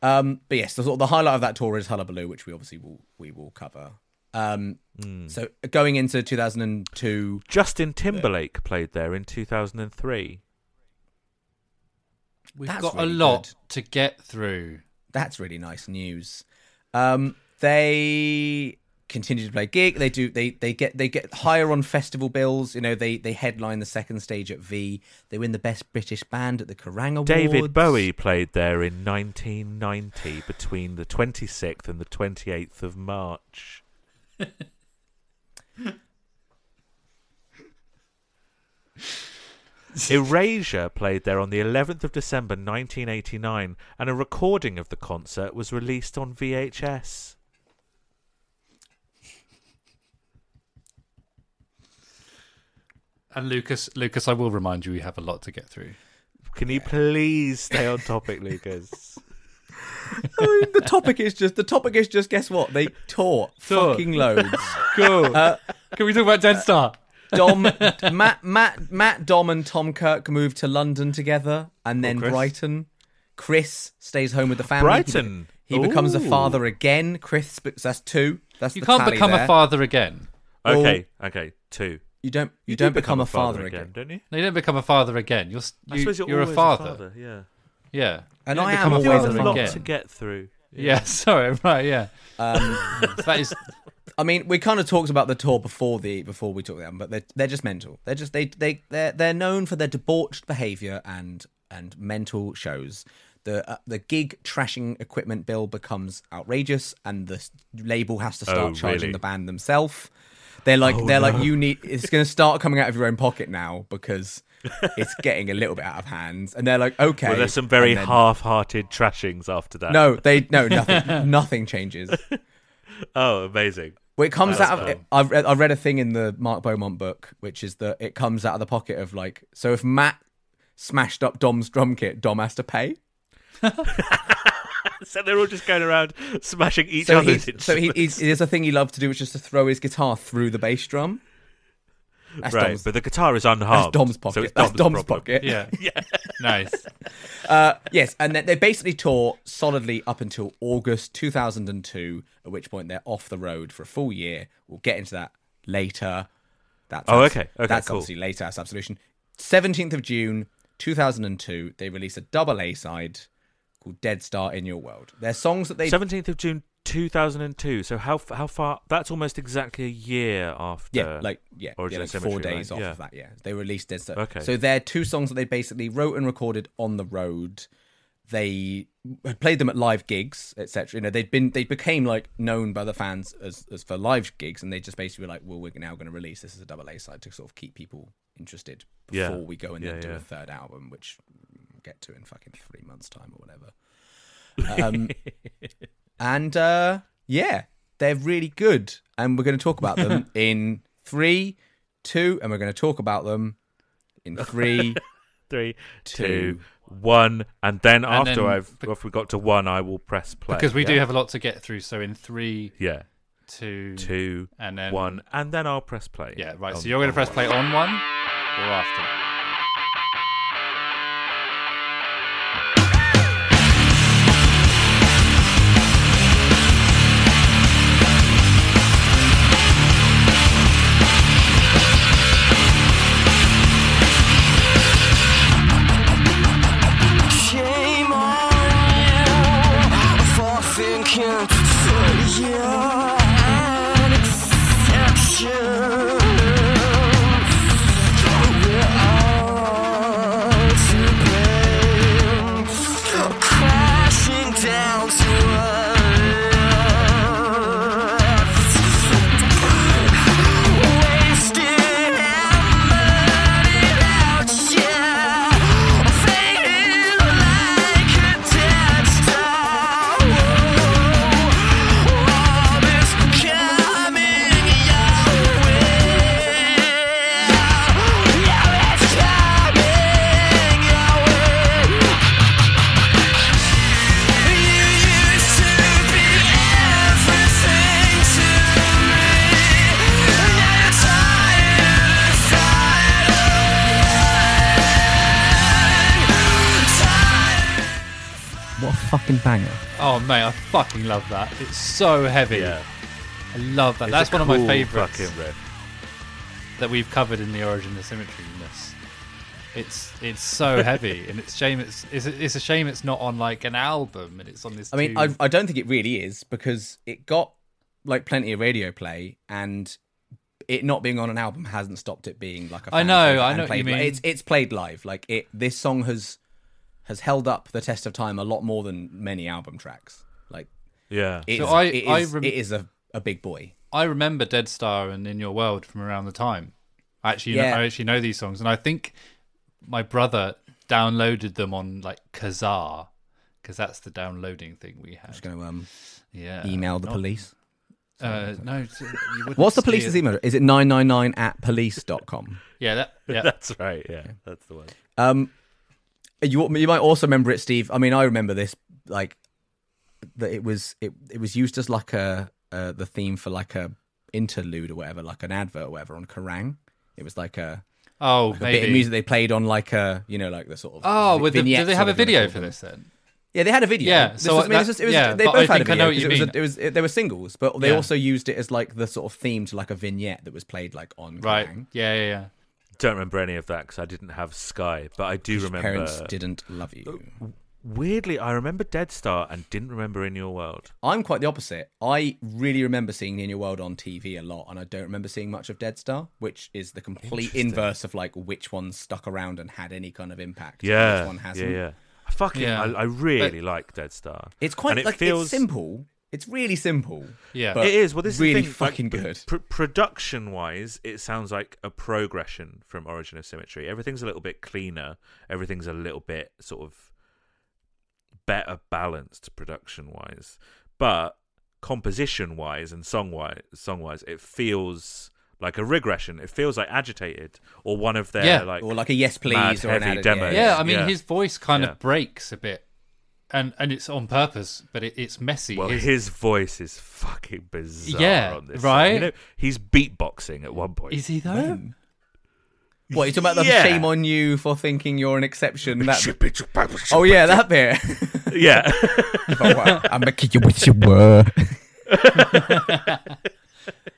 S3: Um, but yes, the, sort of the highlight of that tour is Hullabaloo, which we obviously will we will cover. Um,
S4: Hmm.
S3: So going into 2002,
S4: Justin Timberlake played there in 2003.
S2: We've
S3: That's
S2: got
S3: really
S2: a lot to get through.
S3: That's really nice news. Um, they continue to play gig. They do. They they get they get higher on festival bills. You know, they they headline the second stage at V. They win the best British band at the Kerrang Awards.
S4: David Bowie played there in 1990 between the 26th and the 28th of March. Erasure played there on the 11th of December 1989, and a recording of the concert was released on VHS.
S2: And Lucas, Lucas, I will remind you, we have a lot to get through.
S4: Can you please stay on topic, Lucas?
S3: the topic is just the topic is just guess what they taught
S2: Tour.
S3: fucking loads.
S2: Cool. Can we talk about Dead Star?
S3: Dom Matt Matt Matt Dom and Tom Kirk moved to London together, and then
S4: Oh, Chris.
S3: Brighton. Chris stays home with the family.
S4: Brighton.
S3: He, be- he becomes a
S4: Ooh.
S3: father again. Chris, be- that's two. That's
S2: You
S3: the
S2: can't
S3: tally
S2: become
S3: there.
S2: a father again.
S4: Okay, okay, two.
S3: You don't. You,
S4: do
S3: don't become, a father, again.
S4: don't you?
S2: No, you don't become a father again. You're s-
S4: I
S2: you,
S4: suppose
S2: you're,
S4: you're,
S2: a,
S4: always
S2: father.
S4: Yeah.
S2: Yeah.
S3: And
S2: you don't
S3: I am
S2: become
S3: always
S2: a
S3: There
S4: There's
S2: father
S3: was
S4: a
S3: a
S4: lot
S2: again.
S4: to get through.
S2: Yeah. Sorry. Right. Yeah. Um, that is
S3: I mean, we kind of talked about the tour before the before we talked about them, but they're they're just mental. They're just they they they're they're known for their debauched behaviour and and mental shows. The uh, the gig trashing equipment bill becomes outrageous, and the s- label has to start
S4: Oh,
S3: charging
S4: really? Oh,
S3: the band themselves. They're like they're like you need. It's going to start coming out of your own pocket now because it's getting a little bit out of hand. And they're like, okay,
S4: Well, there's some very
S3: and then-
S4: half-hearted trashings after that.
S3: No, they no nothing nothing changes.
S4: Oh, amazing.
S3: Well, it comes
S4: That's
S3: out of.
S4: dumb.
S3: I've read, I've read a thing in the Mark Beaumont book, which is that it comes out of the pocket of like. So if Matt smashed up Dom's drum kit, Dom has to pay.
S4: So they're all just going around smashing each
S3: So,
S4: other's
S3: he's, so he, he's, there's a thing he loved to do, which is to throw his guitar through the bass drum. That's
S4: right,
S3: Dom's,
S4: but the guitar is
S3: that's
S4: unharmed.
S3: Dom's
S4: So
S3: pocket.
S4: it's
S3: that's Dom's
S4: problem.
S3: pocket.
S2: Yeah. yeah. nice.
S3: yes, and they- they basically tour solidly up until August 2002, at which point they're off the road for a full year. We'll get into that later. That's
S4: Oh,
S3: abs-
S4: okay, okay,
S3: That's
S4: cool.
S3: obviously later. That's absolution. 17th of June 2002, they release a double A side called "Dead Star in Your World." They're songs that they
S4: 17th of June 2002. So how f- how far? That's almost exactly a year after.
S3: Yeah, like yeah, yeah
S4: uh, Origin
S3: like
S4: of
S3: four
S4: Symmetry,
S3: days
S4: right?
S3: off
S4: Yeah.
S3: of that. Yeah, they released Dead Star.
S4: Okay.
S3: so they're two songs that they basically wrote and recorded on the road. They had played them at live gigs, etc. You know, they'd been they became like known by the fans as, as for live gigs, and they just basically were like, "Well, we're now going to release this as a double A side to sort of keep people interested
S4: Yeah.
S3: before we go and then
S4: Yeah,
S3: do
S4: yeah.
S3: a third album, which we'll get to in fucking three months' time or whatever." Um, and uh, yeah, they're really good. And we're going to talk about them in three, two, and we're going to talk about them in three.
S4: Three,
S3: Two.
S4: two, one, and then after
S2: then-
S4: I've if we got to one, I will press play
S2: Because we
S4: yeah?
S2: do have a lot to get through. So in three,
S4: yeah
S2: two,
S4: two
S2: and then
S4: one, and then I'll press play. Oh,
S2: Yeah, right.
S4: on-
S2: So you're going to
S4: on
S2: press
S4: one.
S2: play on one or after?
S1: Shame on you for thinking you're an exception. We're all to blame. Crashing down to earth. Wasted out, yeah. Fading like a dead star. Love is coming your way. Love is coming your way. You used to be everything to me. Now you're tired, tired
S3: what a fucking banger.
S2: Oh mate, I fucking love that. It's so heavy.
S4: Yeah,
S2: I love that.
S4: It's
S2: That's
S4: a
S2: one of
S4: cool
S2: my favorites
S4: Fucking riff.
S2: that we've covered in the origin of symmetry. In this, it's it's so heavy, and it's shame. It's, it's it's a shame it's not on like an album, and it's on this.
S3: I mean,
S2: two-
S3: I, I don't think it really is because it got like plenty of radio play and. It not being on an album hasn't stopped it being like a.
S2: I
S3: fan
S2: know,
S3: favourite
S2: I
S3: and
S2: know what you
S3: played li-
S2: mean.
S3: It's it's played live. Like it, this song has has held up the test of time a lot more than many album tracks. Like
S4: Yeah,
S3: it
S2: So
S3: is-
S2: I-
S3: it
S2: I
S3: is-
S2: rem-
S3: it is a, a big boy.
S2: I remember Dead Star and In Your World from around the time. I actually,
S3: Yeah.
S2: I actually know these songs, and I think my brother downloaded them on like Kazaa because that's the downloading thing we had.
S3: Just going to um,
S2: yeah,
S3: email the
S2: not-
S3: police.
S2: Uh, no, it's- you wouldn't
S3: What's the
S2: see
S3: police's
S2: it.
S3: email? Is it 999 at police.com?
S2: Yeah, that, yeah.
S4: that's right. Yeah, that's the one.
S3: Um, you you might also remember it, Steve. I mean, I remember this like that it was it it was used as like a uh, the theme for like a interlude or whatever, like an advert or whatever on Kerrang. It was like a,
S2: oh,
S3: a
S2: maybe.
S3: bit of music they played on like a you know like the sort of
S2: Oh,
S3: vi-
S2: with the, do
S3: vignettes
S2: they
S3: or
S2: have a
S3: whatever you
S2: video
S3: wanna
S2: for
S3: call them.
S2: this then?
S3: Yeah, they had a video.
S2: Yeah,
S3: This
S2: so
S3: was- I mean,
S2: that-
S3: this was- it was-
S2: yeah,
S3: they
S2: but
S3: both
S2: I
S3: had a
S2: think I
S3: video
S2: know what
S3: 'cause
S2: you
S3: it was a-
S2: mean.
S3: it was- it- they were singles, but they
S2: Yeah.
S3: also used it as like the sort of theme to like a vignette that was played like on
S2: Right.
S3: Kerrang.
S2: Yeah, yeah, yeah.
S4: Don't remember any of that because I didn't have Sky, but I do remember.
S3: Parents didn't love you.
S4: Weirdly, I remember Dead Star and didn't remember In Your World.
S3: I'm quite the opposite. I really remember seeing In Your World on TV a lot, and I don't remember seeing much of Dead Star, which is the complete inverse of like which one stuck around and had any kind of impact. and
S4: Yeah,
S3: which one hasn't.
S4: yeah, yeah. I Fucking,
S2: Yeah.
S4: I, I really like Dead Star.
S3: It's quite
S4: And it
S3: like
S4: feels-
S3: it's simple. It's really simple.
S2: Yeah.
S3: but
S4: It is. Well, this
S3: really
S4: is the thing,
S3: fucking
S4: like,
S3: good.
S4: Pr- production-wise, it sounds like a progression from Origin of Symmetry. Everything's a little bit cleaner. Everything's a little bit sort of better balanced production-wise, but composition-wise and song-wise, song-wise, it feels like a regression. It feels like agitated or one of their
S2: Yeah.
S4: like
S3: or like a yes
S4: mad
S3: please or an
S4: heavy
S3: added-
S4: demos.
S2: Yeah, I mean,
S4: Yeah.
S2: his voice kind
S4: Yeah.
S2: of breaks a bit, and and it's on purpose, but it, it's messy.
S4: Well,
S2: His-
S4: his voice is fucking bizarre
S2: Yeah,
S4: on this.
S2: right?
S4: You know, he's beatboxing at one point.
S2: is he though?
S3: What you talking about? The
S4: Yeah.
S3: shame on you for thinking you're an exception. That... oh yeah, that bit.
S4: yeah.
S3: oh, wow. I'm making you wish you were.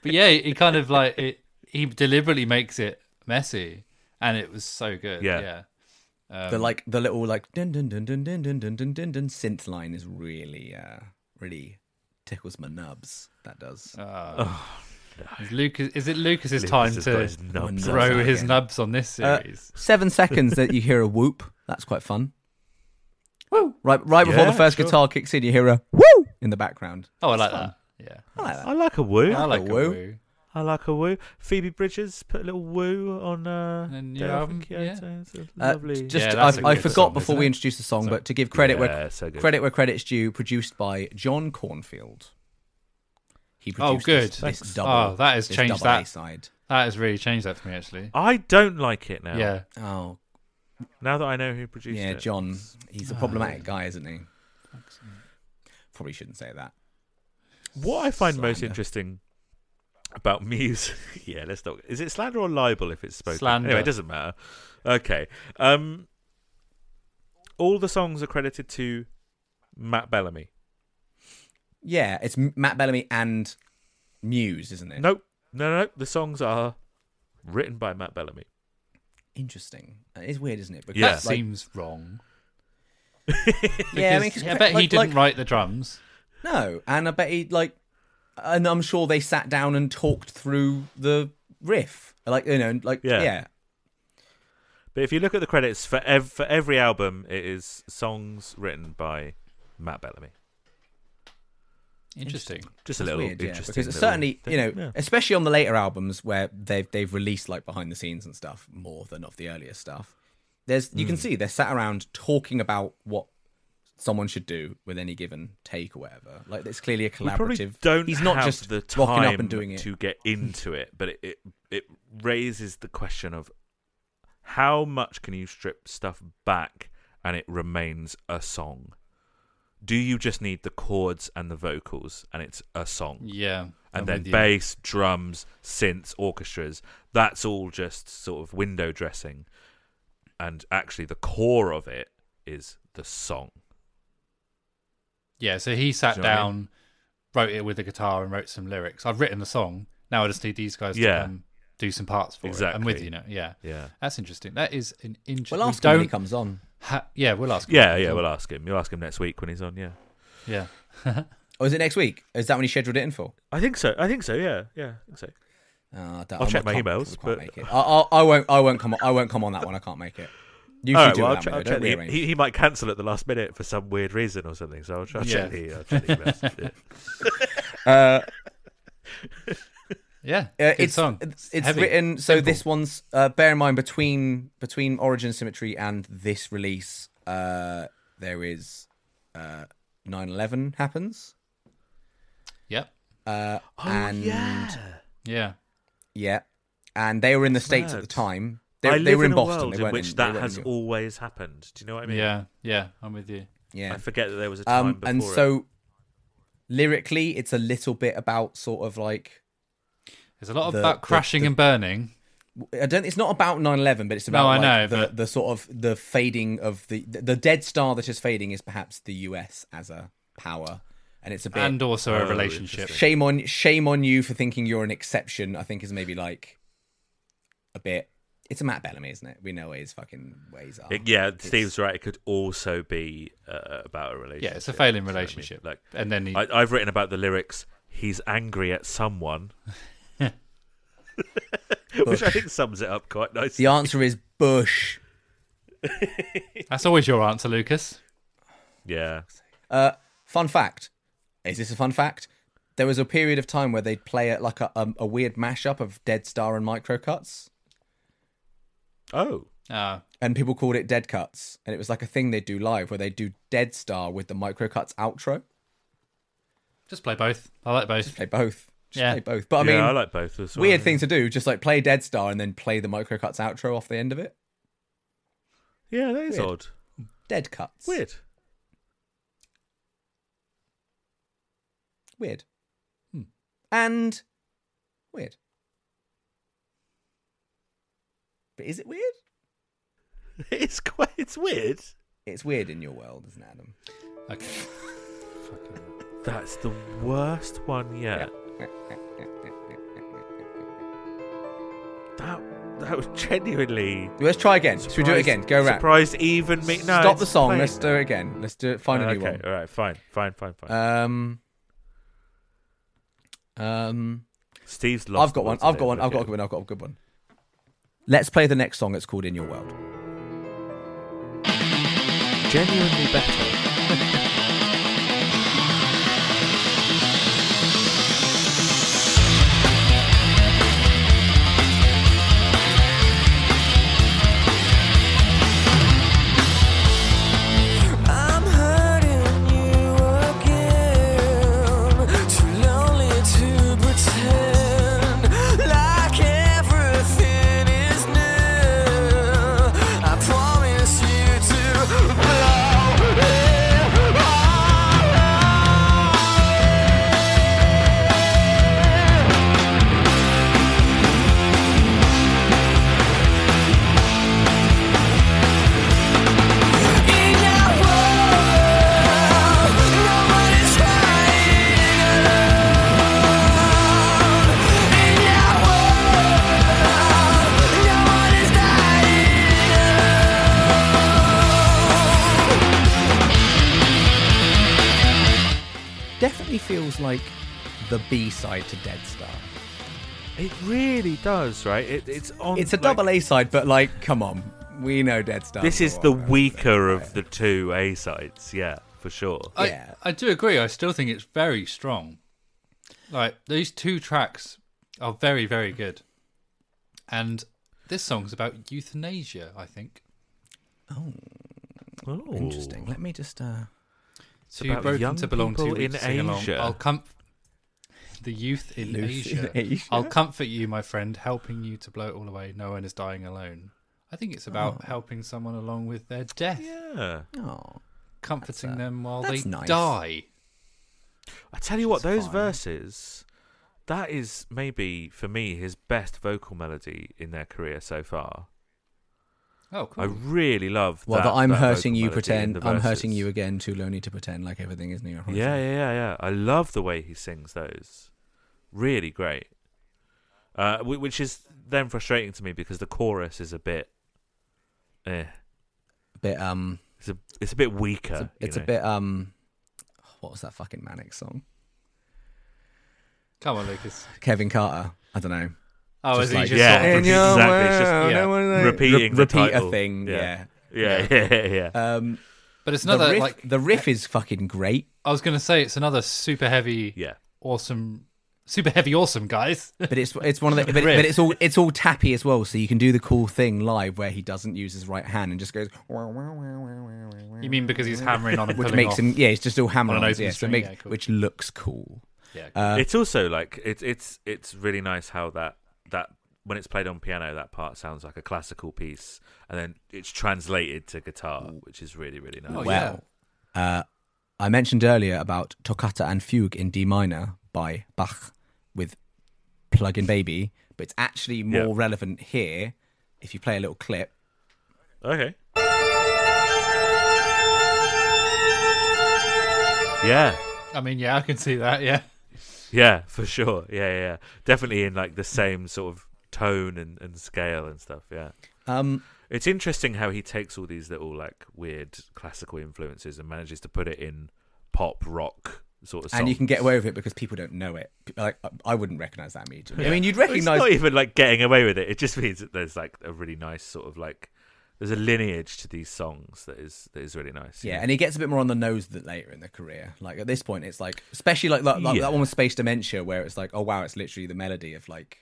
S2: But yeah, he kind of like it. He deliberately makes it messy, and it was so good.
S4: Yeah.
S2: Yeah,
S3: the like the little like dun dun dun dun dun dun dun dun dun dun synth line is really uh really tickles my nubs. That does.
S2: Uh. Oh. Is Lucas. Is it Lucas's time
S4: Lucas has got his
S2: to
S4: nubs
S3: Grow
S4: out.
S2: grow
S3: out
S2: his
S3: again.
S2: nubs on this
S3: Uh,
S2: series?
S3: seven seconds that you hear a whoop. That's quite fun. Woo! Right, right before the
S4: Yeah,
S3: first
S4: sure.
S3: guitar kicks in, you hear a woo in the background.
S2: oh, I like that. Yeah,
S3: I like that.
S11: I like a woo.
S3: Uh,
S2: I like a
S3: Oh, woo.
S2: woo.
S11: I like a woo. Phoebe Bridges put a little woo on uh,
S2: A new
S11: Dale
S2: album,
S11: Finkiello.
S2: yeah.
S11: So it's a
S3: Uh,
S11: lovely.
S3: just
S2: Yeah, that's
S3: I've-
S2: a
S3: I,
S2: good
S3: forgot
S2: song,
S3: before
S2: isn't
S3: we
S2: it?
S3: introduced the song, but to give credit
S4: Yeah,
S3: where
S4: so good.
S3: credit where credit's due, produced by John Cornfield. He
S2: Oh,
S3: produced
S2: good.
S3: This, this
S2: Thanks.
S3: double.
S2: Oh, that has
S3: this
S2: changed
S3: double
S2: that.
S3: A-side.
S2: That has really changed that for me, actually.
S4: I don't like it now.
S2: Yeah,
S3: Oh,
S4: Now that I know who produced
S3: yeah,
S4: it.
S3: John. He's a problematic guy, isn't he? Probably shouldn't say that.
S4: What I find most
S3: Slander.
S4: interesting about music, yeah, let's not. Is it slander or libel if it's spoken?
S2: Slander.
S4: Anyway, it doesn't matter. Okay. Um, all the songs are credited to Matt Bellamy.
S3: Yeah, it's M- Matt Bellamy and Muse, isn't it?
S4: Nope. No, no, no. The songs are written by Matt Bellamy.
S3: Interesting. It is weird, isn't it? Because
S4: Yeah.
S2: that
S3: like-
S2: seems wrong.
S3: yeah, I, mean, 'cause
S2: Because I bet he
S3: like-
S2: didn't
S3: like-
S2: write the drums.
S3: No, and I bet he like, and I'm sure they sat down and talked through the riff, like you know, like yeah,
S4: Yeah. But if you look at the credits for ev- for every album, it is songs written by Matt Bellamy.
S2: Interesting.
S4: Just a
S3: It's
S4: little
S3: weird, yeah,
S4: interesting.
S3: because
S4: little
S3: certainly
S4: thing.
S3: you know,
S4: Yeah.
S3: especially on the later albums where they've they've released like behind the scenes and stuff more than of the earlier stuff. There's you
S4: Hmm.
S3: can see they're sat around talking about what someone should do with any given take or whatever. Like it's clearly a
S4: we probably
S3: collaborative.
S4: don't
S3: He's not
S4: have
S3: just
S4: the
S3: rocking
S4: time
S3: up and doing it.
S4: to get into it, but it, it it raises the question of how much can you strip stuff back and it remains a song? Do you just need the chords and the vocals and it's a song?
S2: Yeah. I'm
S4: and then
S2: with you.
S4: bass, drums, synths, orchestras. That's all just sort of window dressing. And actually, the core of it is the song.
S2: Yeah, so he sat
S4: Do you know what I
S2: down, wrote it with a guitar, and wrote some lyrics. I've written the song. Now I just need these guys
S4: Yeah.
S2: to come do some parts for it. I'm with
S4: Exactly.
S2: you now. Yeah.
S4: Yeah.
S2: That's interesting. That is an interesting.
S3: Well, ask him when he
S2: don't.
S3: comes on.
S2: Ha- yeah, we'll ask. him.
S4: Yeah, yeah, we'll ask him. You'll ask him next week when he's on, yeah.
S2: Yeah.
S3: Oh, is it next week? Is that when he scheduled it in for?
S4: I think so. I think so, yeah. Yeah, I think so.
S3: Uh, I don't-
S4: I'll
S3: I'm-
S4: check
S3: I
S4: my
S3: can't-
S4: emails,
S3: I can't
S4: but-
S3: make it. I, I, I won't. I won't come. On, I won't come on that one. I can't make it. You should
S4: All right,
S3: do
S4: well, I'll
S3: it. that
S4: check,
S3: way,
S4: I'll
S3: don't
S4: check the, e-
S3: rearrange.
S4: he, he might cancel at the last minute for some weird reason or something, so I'll, try, I'll check the,
S2: Yeah.
S4: I'll check the emails. Yeah.
S2: Yeah.
S3: Uh,
S2: good
S3: it's
S2: song.
S3: it's, it's
S2: heavy.
S3: written so this one's uh, bear in mind between between Origin Symmetry and this release uh, there is uh, 9/11 happens
S2: Yep.
S3: uh,
S4: Oh,
S3: and yeah.
S2: Yeah.
S3: and they were in the states at
S4: mad.
S3: the time they,
S4: I
S3: they
S4: live
S3: were in,
S4: a
S3: Boston
S4: world
S3: they
S4: in
S3: weren't
S4: which
S3: in- they
S4: that
S3: weren't
S4: has
S3: in New York.
S4: always happened. Do you know what I mean?
S2: Yeah. Yeah. I'm with you.
S3: yeah
S4: I forget that there was a time
S3: um,
S4: before
S3: and
S4: it.
S3: so lyrically it's a little bit about sort of like
S2: There's a lot
S3: The-
S2: about
S3: the-
S2: crashing
S3: the-
S2: and burning.
S3: I don't. It's not about 9/11, but it's about
S2: No, I
S3: like,
S2: know,
S3: the,
S2: but-
S3: the sort of the fading of the the dead star that is fading is perhaps the U.S. as a power, and it's a bit
S2: And also a
S4: Oh,
S2: relationship.
S3: shame on shame on you for thinking you're an exception. I think is maybe like a bit. It's a Matt Bellamy, isn't it? We know what his fucking ways are.
S4: It- yeah, Steve's right. It could also be uh, about a relationship.
S2: Yeah, it's a failing
S4: Do you know what I mean?
S2: relationship. and then he,
S4: Like, I, I've written about the lyrics. He's angry at someone, which I think sums it up quite nicely.
S3: The answer is Bush.
S2: that's always your answer, Lucas.
S4: Yeah,
S3: Uh, Fun fact. Is this a fun fact? There was a period of time where they'd play it like a, a, a weird mashup of Dead Star and Microcuts.
S4: Oh,
S2: Uh,
S3: and people called it dead cuts and it was like a thing they do live where they do dead star with the microcuts outro
S2: just play both. I like both.
S3: they both Just
S2: Yeah.
S3: play both. But I mean,
S4: yeah, I like both as well.
S3: weird thing to do, just like play Dead Star and then play the micro cuts outro off the end of it.
S4: Yeah, that is
S3: Weird.
S4: odd.
S3: Dead cuts.
S4: Weird.
S3: Weird. Hmm. And weird. But is it weird?
S4: It's quite. It's weird.
S3: It's weird in your world, isn't it, Adam?
S2: Okay.
S4: That's the worst one yet. That that was genuinely.
S3: Let's try again. Should we do it
S4: surprised-
S3: again? Go round.
S4: Surprised even me. No,
S3: Stop
S4: it's
S3: the song.
S4: fine. Uh,
S3: Let's do it again. Let's do it. Find a new
S4: okay,
S3: one.
S4: all right, fine, fine, fine, fine.
S3: Um. Um.
S4: Steve's lost.
S3: I've got one.
S4: the will
S3: I've
S4: today,
S3: got one.
S4: look
S3: I've got a
S4: at
S3: good one. I've got a good one. Let's play the next song. It's called "In Your World."
S4: it. Genuinely better.
S5: I'm hurting you again. Too lonely to pretend like everything is new. I promise you to blow it all away. In your world, nobody's hiding alone. In your world, nobody's dying alone.
S3: Definitely feels like the B side to Dead Star.
S4: It really does, right? It, it's on.
S3: It's a
S4: like,
S3: double A side, but like, come on, we know Dead Star. Oh,
S4: This is the weaker of the two A sides. Yeah, for sure.
S2: I,
S3: Yeah.
S2: I do agree. I still think it's very strong. Like these two tracks are very, very good. And this song's about euthanasia, I think.
S4: Oh.
S3: Interesting. Let me just. uh
S2: So
S4: about young
S2: to belong to
S4: people
S2: weak
S4: in
S2: to sing along.
S4: Asia.
S2: I'll comf- the youth in
S3: Youth in
S2: Asia.
S3: Asia.
S2: I'll comfort you, my friend, helping you to blow it all away. No one is dying alone. I think it's about helping someone along with their death,
S4: Yeah.
S3: Oh,
S2: comforting
S3: that's, uh,
S2: them while they
S3: that's nice.
S2: die.
S4: I tell you what,
S3: Which is
S4: those
S3: fine.
S4: verses, that is maybe for me his best vocal melody in their career so far.
S2: Oh, cool.
S4: I really love.
S3: well,
S4: that,
S3: that I'm
S4: that
S3: hurting
S4: vocal
S3: you.
S4: melody in
S3: Pretend
S4: the
S3: I'm hurting
S4: verses.
S3: you again. Too lonely to pretend like everything is new.
S4: Yeah, yeah, yeah, yeah. I love the way he sings those. Really great. Uh, whi- which is then frustrating to me because the chorus is a bit, eh,
S3: Bit um.
S4: it's a it's a bit weaker. you
S3: It's a
S4: know.
S3: bit um. What was that fucking manic song?
S2: Come on, Lucas.
S3: Kevin Carter. I don't know.
S2: Oh,
S3: Just
S2: is he
S3: like-
S2: just
S4: yeah,
S2: sort of
S4: In
S2: repeating-
S4: your exactly, it's just- world,
S2: yeah, no
S4: repeating the
S3: repeat
S4: title.
S3: a thing.
S4: Yeah.
S3: Yeah.
S4: Yeah, yeah, yeah, yeah.
S3: Um,
S2: But it's
S3: the
S2: another
S3: riff,
S2: like
S3: the riff is fucking great,
S2: I was going to say it's another super heavy,
S4: yeah.
S2: awesome, super heavy, awesome guys.
S3: but it's it's one of the but, it-
S2: riff.
S3: but it's all it's all tappy as well. So you can do the cool thing live where he doesn't use his right hand and just goes,
S2: you mean because he's hammering on and
S3: which
S2: pulling
S3: makes
S2: off.
S3: him yeah, he's just all hammer
S2: an
S3: on,
S2: open
S3: yeah, so it
S2: string,
S3: makes,
S2: yeah, cool.
S3: which looks cool.
S2: Yeah,
S3: uh,
S4: it's also like it's it's it's really nice how that that when it's played on piano that part sounds like a classical piece and then it's translated to guitar which is really really nice
S2: Oh, yeah.
S3: well, uh, I mentioned earlier about Toccata and Fugue in D minor by Bach with Plug in Baby, but it's actually more
S4: Yeah.
S3: relevant here if you play a little clip.
S4: okay yeah
S2: I mean, yeah, I can see that. Yeah,
S4: yeah for sure yeah yeah, yeah definitely in like the same sort of tone and, and scale and stuff yeah
S3: Um,
S4: It's interesting how he takes all these little like weird classical influences and manages to put it in pop rock sort of.
S3: and you can get
S4: songs.
S3: away with it because people don't know it. Like I wouldn't recognize that immediately. I mean, you'd recognize.
S4: It's not even like getting away with it. It just means that there's like a really nice sort of like there's a lineage to these songs that is that is really nice.
S3: yeah, and he gets a bit more on the nose that later in the career. Like at this point, it's like, especially like that, like
S4: Yeah.
S3: that one with Space Dementia, where it's like, oh wow, it's literally the melody of like,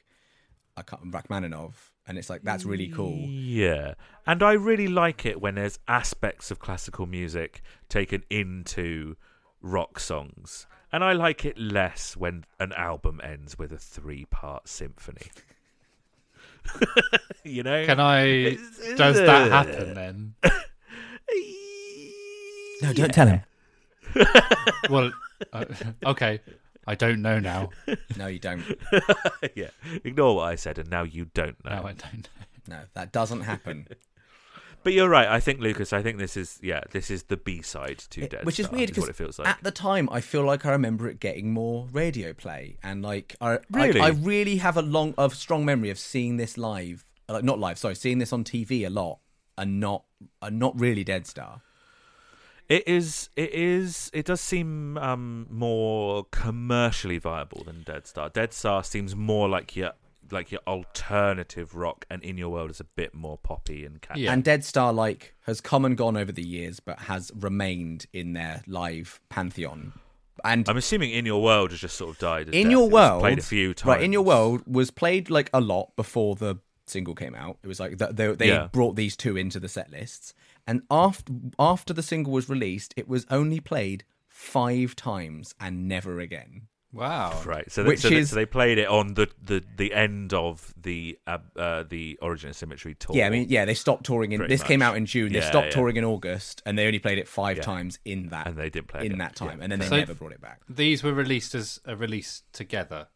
S3: I can't Rachmaninoff, and it's like that's really cool.
S4: yeah, and I really like it when there's aspects of classical music taken into rock songs. And I like it less when an album ends with a three part symphony. you know?
S2: Can I? Does that happen then?
S3: No, don't tell him.
S2: Well, uh, okay. I don't know now.
S3: No, you don't.
S4: yeah. Ignore what I said, and now you don't know.
S2: No, I don't know.
S3: No, that doesn't happen.
S4: But you're right. I think Lucas. I think this is yeah. This is the B side to
S3: It-
S4: Dead
S3: which is
S4: Star,
S3: weird
S4: what
S3: because
S4: it feels like.
S3: at the time I feel like I remember it getting more radio play and like I I-
S4: Really?
S3: I, really have a long a strong memory of seeing this live like not live sorry seeing this on TV a lot and not and not really Dead Star
S4: It is. It is. It does seem um, more commercially viable than Dead Star. Dead Star seems more like your like your alternative rock, and In Your World is a bit more poppy and catchy.
S2: Yeah.
S3: and Dead Star like has come and gone over the years but has remained in their live pantheon and
S4: I'm assuming In Your World has just sort of died. a
S3: in
S4: death.
S3: your
S4: It was
S3: world
S4: played a few times.
S3: Right, in your world was played like a lot before the single came out. It was like th- they they
S4: Yeah.
S3: brought these two into the set lists, and after after the single was released, it was only played five times and never again.
S2: Wow.
S4: Right, so,
S3: Which
S4: they, so, they-
S3: is-
S4: so they played it on the, the, the end of the uh, uh, the Origin of Symmetry tour.
S3: Yeah, I mean, yeah, they stopped touring in.
S4: Pretty
S3: This came
S4: much.
S3: out in June. They
S4: Yeah,
S3: stopped
S4: yeah.
S3: touring in August, and they only played it five times in that.
S4: And they didn't play it
S3: in
S4: again.
S3: that time, and then they
S2: So-
S3: never brought it back.
S2: These were released as a release together,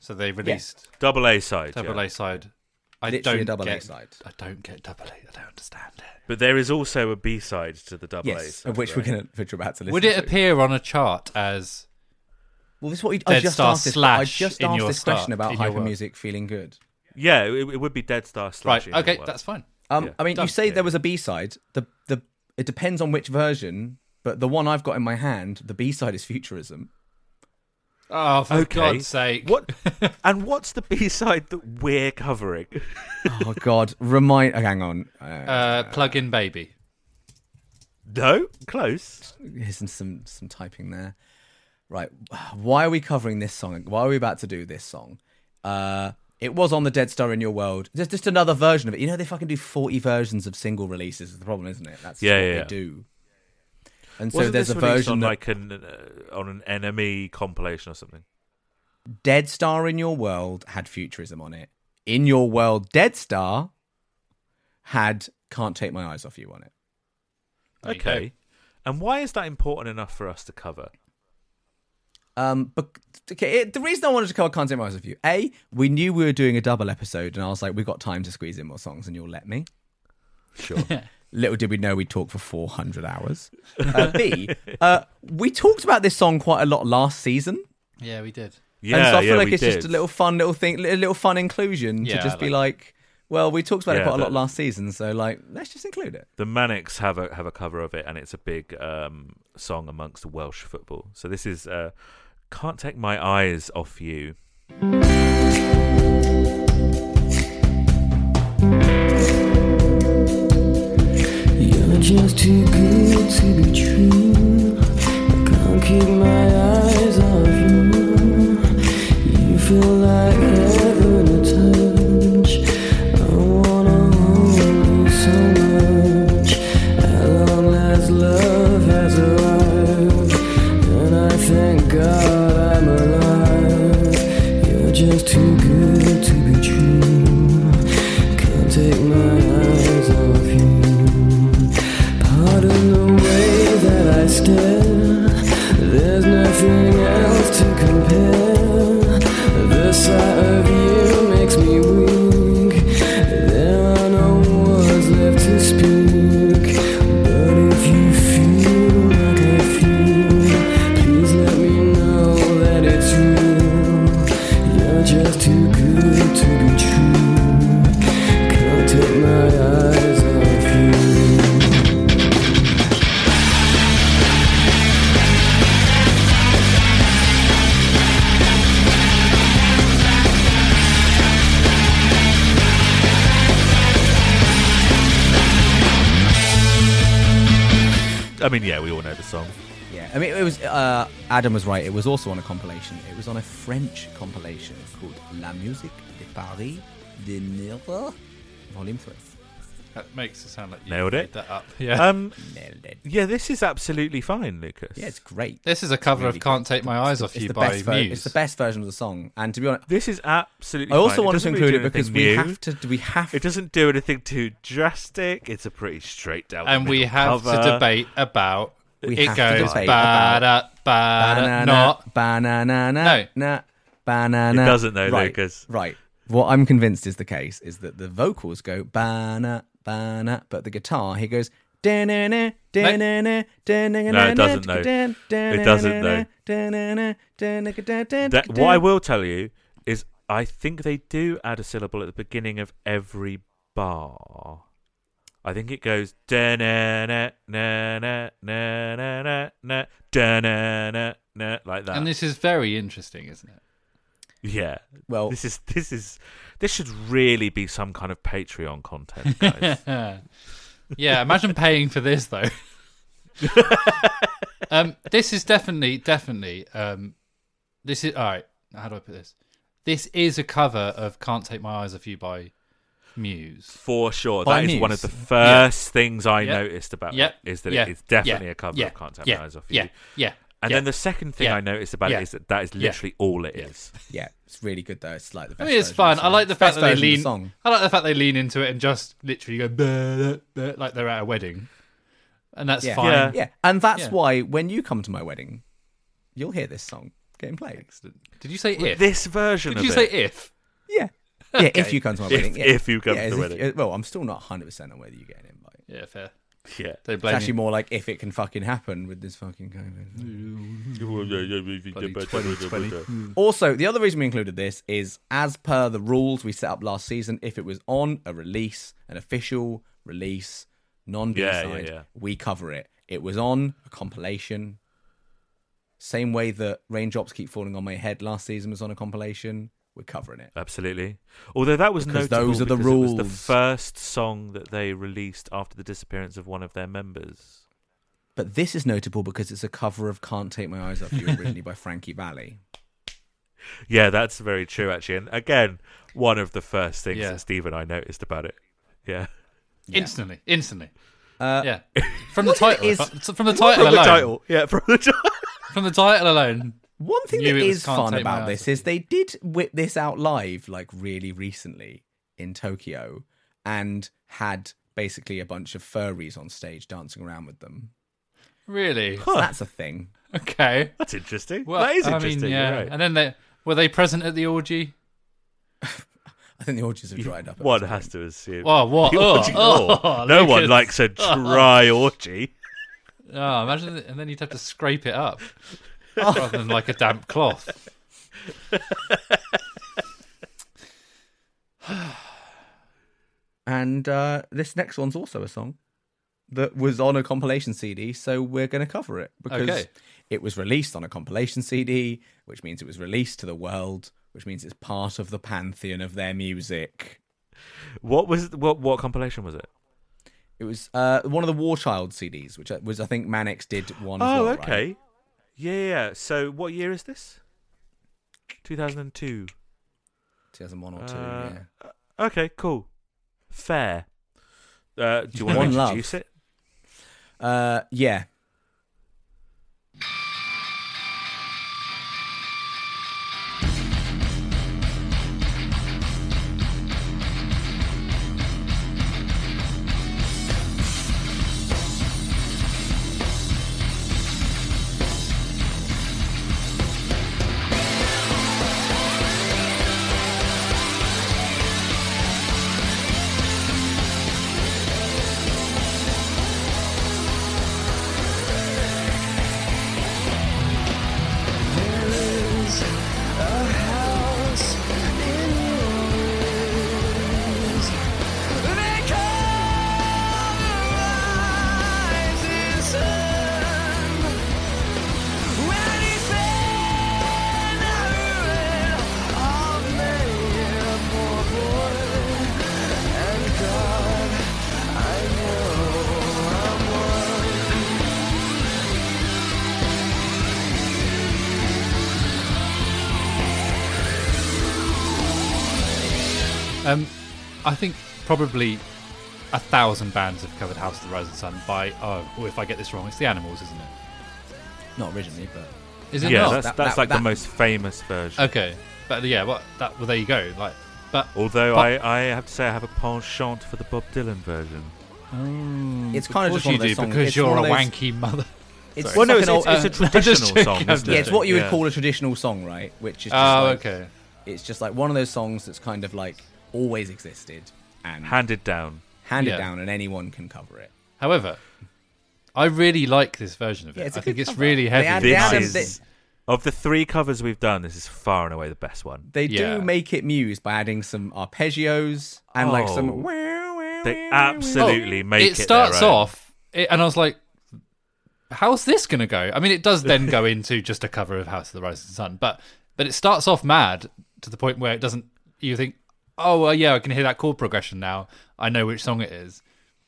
S2: so they released
S4: double A side.
S2: double
S4: yeah.
S2: A side. I
S3: Literally a
S2: don't
S3: double A
S2: get,
S3: side.
S2: I don't get double A. I don't understand it.
S4: But there is also a B side to the double A
S3: Yes,
S4: side.
S3: of which we're gonna, which we're about to listen.
S2: Would it
S3: to.
S2: appear on a chart as
S3: Well, this is what we, I
S2: Dead
S3: just
S2: Star
S3: asked this. I
S2: slash
S3: just
S2: in
S3: asked
S2: your
S3: this
S2: start,
S3: question about
S2: in your
S3: hyper
S2: world.
S3: music feeling good.
S4: Yeah, it, it would be Dead Star slash.
S2: right?
S4: In Your
S2: Okay,
S4: World.
S2: that's fine.
S3: Um,
S4: Yeah.
S3: I mean,
S2: Done.
S3: you say there was a B side. The the it depends on which version, but the one I've got in my hand, the B side is futurism.
S2: Oh, for
S4: Okay.
S2: God's sake!
S4: What? and what's the B side that we're covering?
S3: Oh God, remind. oh, hang on, uh,
S2: Uh, plug in baby.
S4: no, close.
S3: here's some- some some typing there. Right, why are we covering this song? Why are we about to do this song? Uh, it was on the Dead Star in Your World. Just just another version of it. You know they fucking do forty versions of single releases. is The problem, isn't it? That's
S4: Yeah,
S3: what
S4: yeah,
S3: they
S4: yeah.
S3: do. And so
S4: Wasn't
S3: there's
S4: this
S3: a
S4: released
S3: version
S4: on
S3: that
S4: like an uh, on an enemy compilation or something.
S3: Dead Star in Your World had futurism on it. In Your World, Dead Star had Can't Take My Eyes Off You on it.
S2: There you go.
S4: okay. And why is that important enough for us to cover?
S3: Um, but okay, it, the reason I wanted to cover Can't Take My Eyes Off You, A, we knew we were doing a double episode, and I was like, we've got time to squeeze in more songs, and you'll let me.
S4: Sure.
S3: Little did we know we'd talk for 400 hours. Uh, B, uh, we talked about this song quite a lot last season.
S2: Yeah, we did.
S4: yeah,
S3: and so I feel
S4: yeah,
S3: like
S4: we
S3: it's
S4: did.
S3: just a little fun little thing, a little fun inclusion
S2: Yeah,
S3: to just
S2: I
S3: be
S2: like
S3: like, well, we talked about it
S4: Yeah,
S3: quite a
S4: but-
S3: lot last season, so like, let's just include it.
S4: The Manics have a have a cover of it, and it's a big um, song amongst Welsh football. So this is uh, "Can't Take My Eyes Off You."
S5: You're just too good to be true. I can't keep my eyes off you. You feel like heaven to touch. I wanna hold you so much. At long last, love has arrived, and I thank God I'm alive. You're just too good to be true. Can't take my eyes off you. Pardon the way that I stare. There's nothing else to compare. The sight of you makes me weak. There are no words left to speak. But if you feel like I feel, please let me know that it's real. You're just too good to be true. Can't take my eyes off you.
S4: I mean, yeah, we all know the song.
S3: Yeah, I mean, it was. Uh, Adam was right. It was also on a compilation. It was on a French compilation called La Musique de Paris de Nero, Volume Three.
S2: That makes it sound like you
S4: Nailed it.
S2: made That up.
S3: Uh,
S2: Yeah.
S4: Um,
S3: Nailed it.
S4: yeah, this is absolutely fine, Lucas.
S3: Yeah, it's great.
S2: this is a cover
S3: really
S2: of "Can't Take My Eyes Off
S3: It's
S2: You"
S3: the
S2: by
S3: best. ver-
S2: Muse.
S3: it's the best version of the song. And to be honest,
S4: This is absolutely.
S3: I also
S4: fine.
S3: wanted to
S4: doesn't
S3: include
S4: really
S3: it
S4: do
S3: because
S4: anything
S3: we
S4: new.
S3: have to. We have
S4: It doesn't do anything too drastic. It's a pretty straight down. the
S2: and we
S4: middle
S2: have
S4: cover.
S2: to debate about.
S3: We
S2: it
S3: have to
S2: goes
S3: debate
S2: bada bada
S3: banana,
S2: not.
S3: banana,
S2: No.
S3: na, banana.
S4: It doesn't though,
S3: right,
S4: Lucas.
S3: Right. What I'm convinced is the case is that the vocals go banana, banana, but the guitar he goes. No, it
S4: doesn't,
S3: doesn't
S4: though. It doesn't, though. That- what I will tell you is, I think they do add a syllable at the beginning of every bar. I think it goes da na na na na na na na na da na na na like that.
S2: And this is very interesting, isn't it?
S4: yeah.
S3: Well-
S4: this is this is this should really be some kind of Patreon content, guys.
S2: Yeah, imagine paying for this though. um, this is definitely, definitely. Um, this is all right. How do I put this? This is a cover of "Can't Take My Eyes Off You" by Muse.
S4: For sure,
S3: By
S4: that is one of
S3: Muse.
S4: the first things I
S2: Yeah.
S4: noticed about
S2: Yep.
S4: it Uh, is that
S2: yeah,
S4: it is definitely
S2: yeah,
S4: a cover
S2: yeah,
S4: of "Can't Take
S2: yeah,
S4: My Eyes Off
S2: Yeah,
S4: You."
S2: yeah.
S4: And
S2: yeah.
S4: then the second thing
S2: Yeah.
S4: I noticed about
S2: Yeah.
S4: it is that that is
S2: Yeah.
S4: literally all it is.
S3: Yeah, it's really good though. It's like the
S2: I
S3: best.
S2: mean, it's
S3: version of
S2: fun.
S3: the
S2: I like
S3: song.
S2: the fact that
S3: Best
S2: they
S3: version of
S2: lean.
S3: The song.
S2: I like the fact they lean into it and just literally go "Bah, bah," like they're at a wedding, and that's
S3: Yeah.
S2: fine.
S4: Yeah.
S3: Yeah, and that's
S2: Yeah.
S3: why when you come to my wedding, you'll hear this song getting played.
S2: Did you say if?
S4: This version
S2: Did
S4: of
S2: you
S4: it.
S2: say if?
S3: Yeah. Yeah, if you come to my wedding. Yeah.
S4: if you come
S3: Yeah,
S4: to
S3: as
S4: the
S3: if-
S4: wedding.
S3: uh, well, I'm still not 100% on whether you get an invite. It's
S2: Yeah, fair.
S4: yeah.
S2: Don't blame
S3: actually
S2: me.
S3: more like if it can fucking happen with this fucking COVID.
S2: Bloody 2020.
S4: Mm.
S3: Also, the other reason we included this is as per the rules we set up last season, if it was on a release, an official release, non B
S4: Yeah, yeah,
S3: side,
S4: yeah.
S3: we cover it. It was on a compilation. Same way that Raindrops Keep Falling on My Head last season was on a compilation, we're covering it.
S4: Absolutely. Although that was
S3: Because
S4: notable
S3: those are the
S4: because it was the
S3: rules.
S4: first song that they released after the disappearance of one of their members.
S3: But this is notable because it's a cover of Can't Take My Eyes Off You, originally by Frankie Valley.
S4: Yeah, that's very true actually. And again, one of the first things
S2: Yeah.
S4: that Steve and I noticed about it. Yeah. Uh,
S2: Instantly, instantly. yeah, from the title.
S3: is-
S2: if I- from the title
S4: From the
S2: alone.
S4: title. Yeah, from the title.
S2: From the title alone.
S3: One thing
S2: Knew
S3: that
S2: it was
S3: is
S2: Can't
S3: fun
S2: Take My
S3: about
S2: Eyes
S3: this
S2: Off
S3: is they did whip this out live, like really recently in Tokyo, and had basically a bunch of furries on stage dancing around with them.
S2: Really?
S3: So that's a thing.
S2: Okay.
S4: That's interesting.
S2: Well,
S4: that is
S2: I
S4: interesting.
S2: mean,
S4: you're
S2: yeah.
S4: right.
S2: And then they were they present at the orgy?
S3: I think the orgies have dried up. at
S4: One
S3: this
S4: has
S3: point.
S4: to assume.
S2: Wow, what?
S4: The
S2: Oh,
S4: orgy-
S2: oh,
S4: oh, no one
S2: Lucas.
S4: likes a dry orgy.
S2: Oh, imagine, that, and then you'd have to scrape it up rather than like a damp cloth.
S3: And uh, this next one's also a song that was on a compilation CD, so we're going to cover it because
S2: Okay.
S3: it was released on a compilation CD, which means it was released to the world, which means it's part of the pantheon of their music.
S4: What was what what compilation was it?
S3: It was uh, one of the War Child CDs, which uh, was I think Mannix did one. as
S4: Oh,
S3: well, right?
S4: okay. Yeah, yeah. yeah. So, what year is this? 2002.
S3: 2001 or two.
S4: Uh,
S3: yeah.
S4: Okay, cool. Fair. Uh, do you want
S3: One
S4: to
S3: love.
S4: introduce it?
S3: Uh, yeah.
S2: Um, I think probably a thousand bands have covered House of the Rising Sun by oh, well, if I get this wrong, it's the Animals, isn't it?
S3: Not originally, but
S2: Is it
S4: yeah,
S2: not?
S4: that's,
S3: that-
S4: that's
S3: that-
S4: like
S3: that-
S4: the most famous version.
S2: okay, but yeah, well, that well there you go. Like, but
S4: Although
S2: But-
S4: I, I have to say I have a penchant for the Bob Dylan version.
S3: it's kind of
S2: of course
S3: just
S2: you
S3: one of those
S2: do
S3: songs.
S2: because
S3: it's one
S2: you're a
S3: of those-
S2: wanky mother.
S3: It's
S4: Well, no,
S3: like
S4: it's,
S3: an
S4: it's,
S3: old- uh,
S4: it's a
S2: uh, I'm just
S4: traditional
S2: joking,
S4: song.
S2: I'm
S4: Isn't
S2: just
S4: it?
S3: yeah, it's what you would
S4: Yeah.
S3: call a traditional song, right? Which is just
S2: Oh,
S3: like-
S2: okay.
S3: It's just like one of those songs that's kind of like always existed and
S4: handed down.
S3: handed
S2: Yeah.
S3: down, and anyone can cover it.
S2: However, I really like this version of it.
S3: Yeah, it's a
S2: I think
S3: good
S2: it's
S3: cover.
S2: really
S3: They
S2: heavy.
S3: add-
S4: This
S3: they add a
S4: is
S3: bit-
S4: of the three covers we've done. This is far and away the best one.
S3: They
S2: Yeah.
S3: do make it muse by adding some arpeggios and like some.
S4: They absolutely make
S2: Oh, it starts
S4: their own.
S2: off, it, and I was like, "How's this gonna go?" I mean, it does then go into just a cover of House of the Rising Sun, but but it starts off mad to the point where it doesn't. You think, "Oh, well, yeah, I can hear that chord progression now. I know which song it is."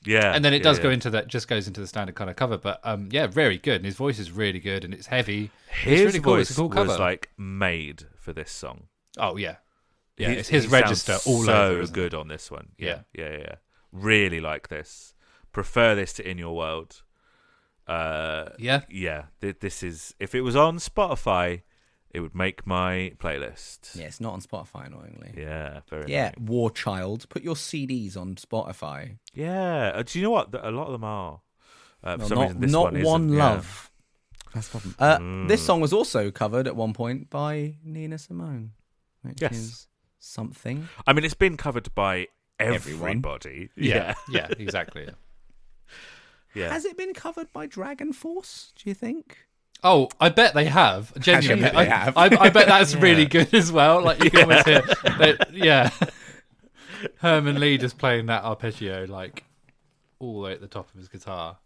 S4: Yeah,
S2: And then it
S4: yeah,
S2: does
S4: yeah.
S2: go into that, just goes into the standard kind of cover. But um, yeah, very good, and his voice is really good, and it's heavy.
S4: His
S2: it's really cool.
S4: voice
S2: It's a cool cover.
S4: was like made for this song.
S2: oh yeah, yeah,
S4: He-
S2: it's his
S4: he sounds
S2: register all
S4: so
S2: over. isn't it?
S4: good on this one. Yeah, yeah, yeah, yeah. Really like this. Prefer this to In Your World. Uh,
S2: Yeah,
S4: yeah. Th- this is if it was on Spotify, it would make my playlist.
S3: Yeah, it's not on Spotify, annoyingly.
S4: Yeah, very
S3: Yeah,
S4: annoying.
S3: War Child, put your CDs on Spotify.
S4: Yeah. Uh, do you know what? Th- A lot of them are. Uh, for
S3: Well,
S4: some
S3: not
S4: reason, this
S3: not
S4: one, isn't. Yeah.
S3: one
S4: Hmm.
S3: love. That's problem. Uh, This song was also covered at one point by Nina Simone, which
S4: Yes.
S3: is something.
S4: I mean, it's been covered by
S3: Everyone.
S4: everybody.
S2: yeah, yeah, exactly.
S4: Yeah.
S3: Has it been covered by Dragon Force? Do you think?
S2: Oh, I bet they have. Genuinely,
S3: bet they
S2: I,
S3: have.
S2: I, I bet that's really good as well. Like you can almost hear, that, yeah. Herman Lee just playing that arpeggio like all the way at the top of his guitar.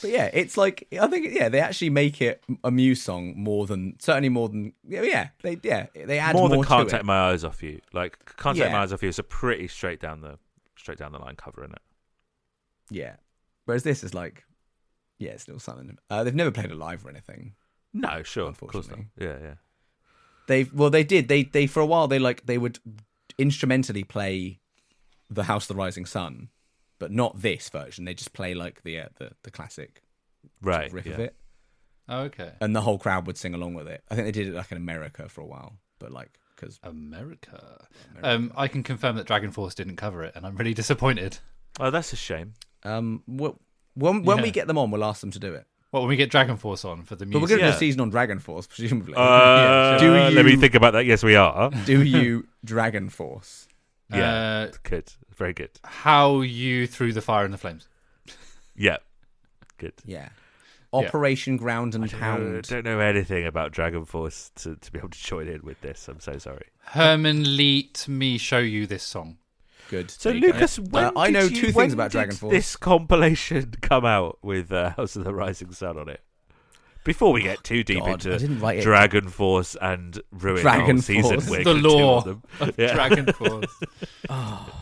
S3: But yeah, it's like I think yeah they actually make it a Muse song more than certainly more than yeah, yeah they yeah they add
S4: more
S3: more,
S4: than
S3: to
S4: can't
S3: it.
S4: take my eyes off you. Like can't take my
S3: Yeah.
S4: eyes off you is a pretty straight down the straight down the line cover in it.
S3: Yeah, whereas this is like yeah it's still something. Uh, they've never played it live or anything.
S4: No, sure, of course not.
S3: Unfortunately.
S4: Yeah, yeah.
S3: They well they did they they for a while they like they would instrumentally play the House of the Rising Sun, but not this version. They just play like the uh, the, the classic
S4: Right.
S3: riff
S4: yeah.
S3: of it,
S2: Oh, okay,
S3: and the whole crowd would sing along with it. I think they did it like in America for a while, but like because
S2: America. Um, I can confirm that Dragon Force didn't cover it, and I'm really disappointed.
S4: Oh, that's a shame.
S3: um wh- when when we
S2: Yeah.
S3: get them on, we'll ask them to do it.
S2: Well, when we get Dragon Force on for the
S3: But
S2: music,
S3: we're going to do
S4: Yeah.
S3: a season on Dragon Force, presumably.
S4: Uh,
S3: Do
S4: Let me
S3: you-
S4: think about that. Yes, we are.
S3: Do you Dragon Force?
S4: Yeah,
S2: Uh,
S4: good, very good.
S2: how you through the fire and the flames.
S4: Yeah, good.
S3: Yeah. Operation Ground and
S4: I
S3: Pound.
S4: don't know anything about Dragon Force to, to be able to join in with this. I'm so sorry.
S2: Herman Lee, to me, show you this song.
S3: Good.
S4: So
S3: there you go.
S4: Lucas, when
S3: Uh, I
S4: did
S3: know
S4: you-
S3: two
S4: when
S3: things about
S4: did
S3: Dragon Force.
S4: This compilation come out with uh, House of the Rising Sun on it. Before we get too deep
S3: God, I didn't
S4: into
S3: write it.
S4: Dragon Force and ruin the
S3: Dragon
S4: whole season,
S3: Force.
S4: we're
S2: The
S4: gonna do
S2: lore
S4: them.
S2: of
S4: Yeah.
S2: Dragon Force.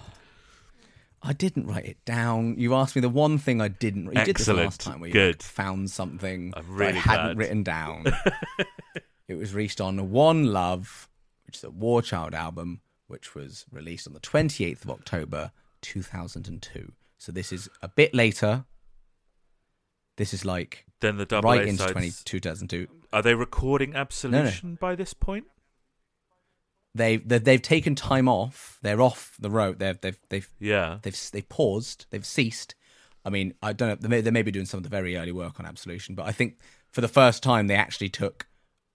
S3: I didn't write it down. You asked me the one thing I didn't. You did this
S4: Excellent.
S3: last time where you
S4: Good.
S3: found something
S4: I'm
S3: that
S4: really
S3: I hadn't
S4: glad.
S3: written down. it was released on One Love, which is a War Child album, which was released on the 28th of October 2002. So this is a bit later. This is like
S4: Then the double
S3: right
S4: A
S3: into
S4: sides.
S3: 20, 2002.
S4: Are they recording Absolution by this point?
S3: They, they they've taken time off. They're off the road. They've they've they've
S4: Yeah.
S3: they've they've paused. They've ceased. I mean, I don't know. They may, they may be doing some of the very early work on Absolution, but I think for the first time they actually took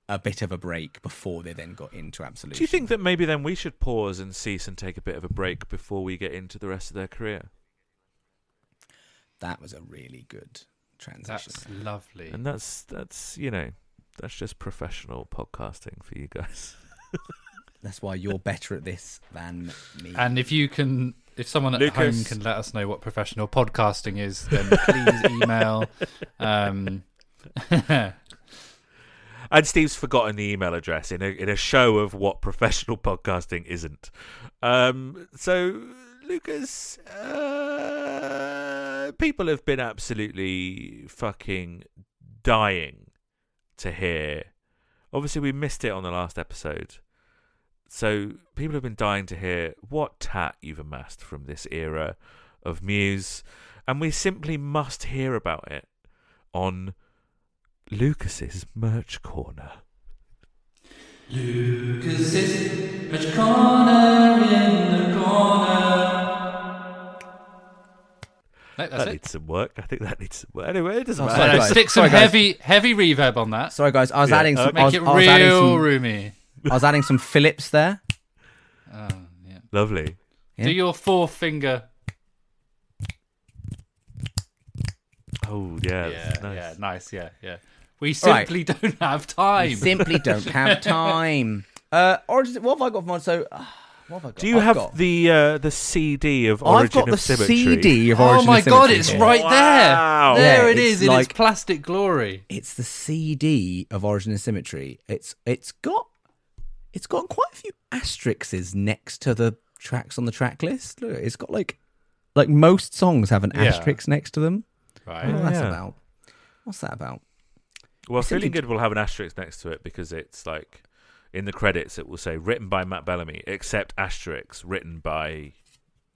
S3: a bit of a break before they then got into Absolution.
S4: Do you think that maybe then we should pause and cease and take a bit of a break before we get into the rest of their career?
S3: that was a really good transition?
S2: That's lovely.
S4: And that's that's you know that's just professional podcasting for you guys.
S3: That's why you're better at this than me.
S2: And if you can, if someone at
S4: Lucas.
S2: home can let us know what professional podcasting is, then please email. Um,
S4: And Steve's forgotten the email address in a in a show of what professional podcasting isn't. Um, so Lucas, uh, people have been absolutely fucking dying to hear. Obviously, we missed it on the last episode. So people have been dying to hear what tat you've amassed from this era of Muse, and we simply must hear about it on Lucas's merch corner.
S2: No, that's
S4: that
S2: it.
S4: needs some work. I think that needs some work. Anyway, it doesn't
S3: Oh,
S4: matter.
S2: So
S3: Sorry,
S2: no,
S3: guys.
S2: stick some
S3: Sorry, guys.
S2: heavy heavy reverb on that.
S3: Sorry, guys. I was
S4: Yeah,
S3: adding
S4: uh,
S3: some. I
S2: Make
S3: was,
S2: it
S3: I was adding
S2: real
S3: some.
S2: roomy.
S3: I was adding some Phillips there.
S2: Oh, yeah.
S4: Lovely.
S3: Yeah.
S2: Do your forefinger.
S4: Oh yeah,
S2: Yeah,
S4: nice.
S2: yeah, nice. Yeah, yeah. We
S3: Right.
S2: simply don't have time.
S3: We simply don't have time. Uh, Origin. What have I got for mine? So, uh, what have I got?
S4: Do you
S3: I've
S4: have
S3: got-
S4: the uh, the CD of Origin
S3: I've got
S4: of
S3: the
S4: Symmetry?
S3: CD of
S2: oh
S3: Origin
S2: my
S3: of
S2: god,
S3: Symmetry
S2: it's
S3: here.
S2: right
S4: Wow.
S2: there. There
S3: Yeah,
S2: it is
S3: it's
S2: in
S3: like-
S2: its plastic glory.
S3: It's the CD of Origin and Symmetry. It's it's got it's got quite a few asterisks next to the tracks on the track list. Look, it's got like like most songs have an
S2: Yeah.
S3: asterisk next to them. I
S2: Right.
S3: don't know what that's
S4: Oh, yeah.
S3: about. What's that about?
S4: Well,
S3: simply
S4: feeling good will have an asterisk next to it because it's like in the credits it will say written by Matt Bellamy, except asterisk written by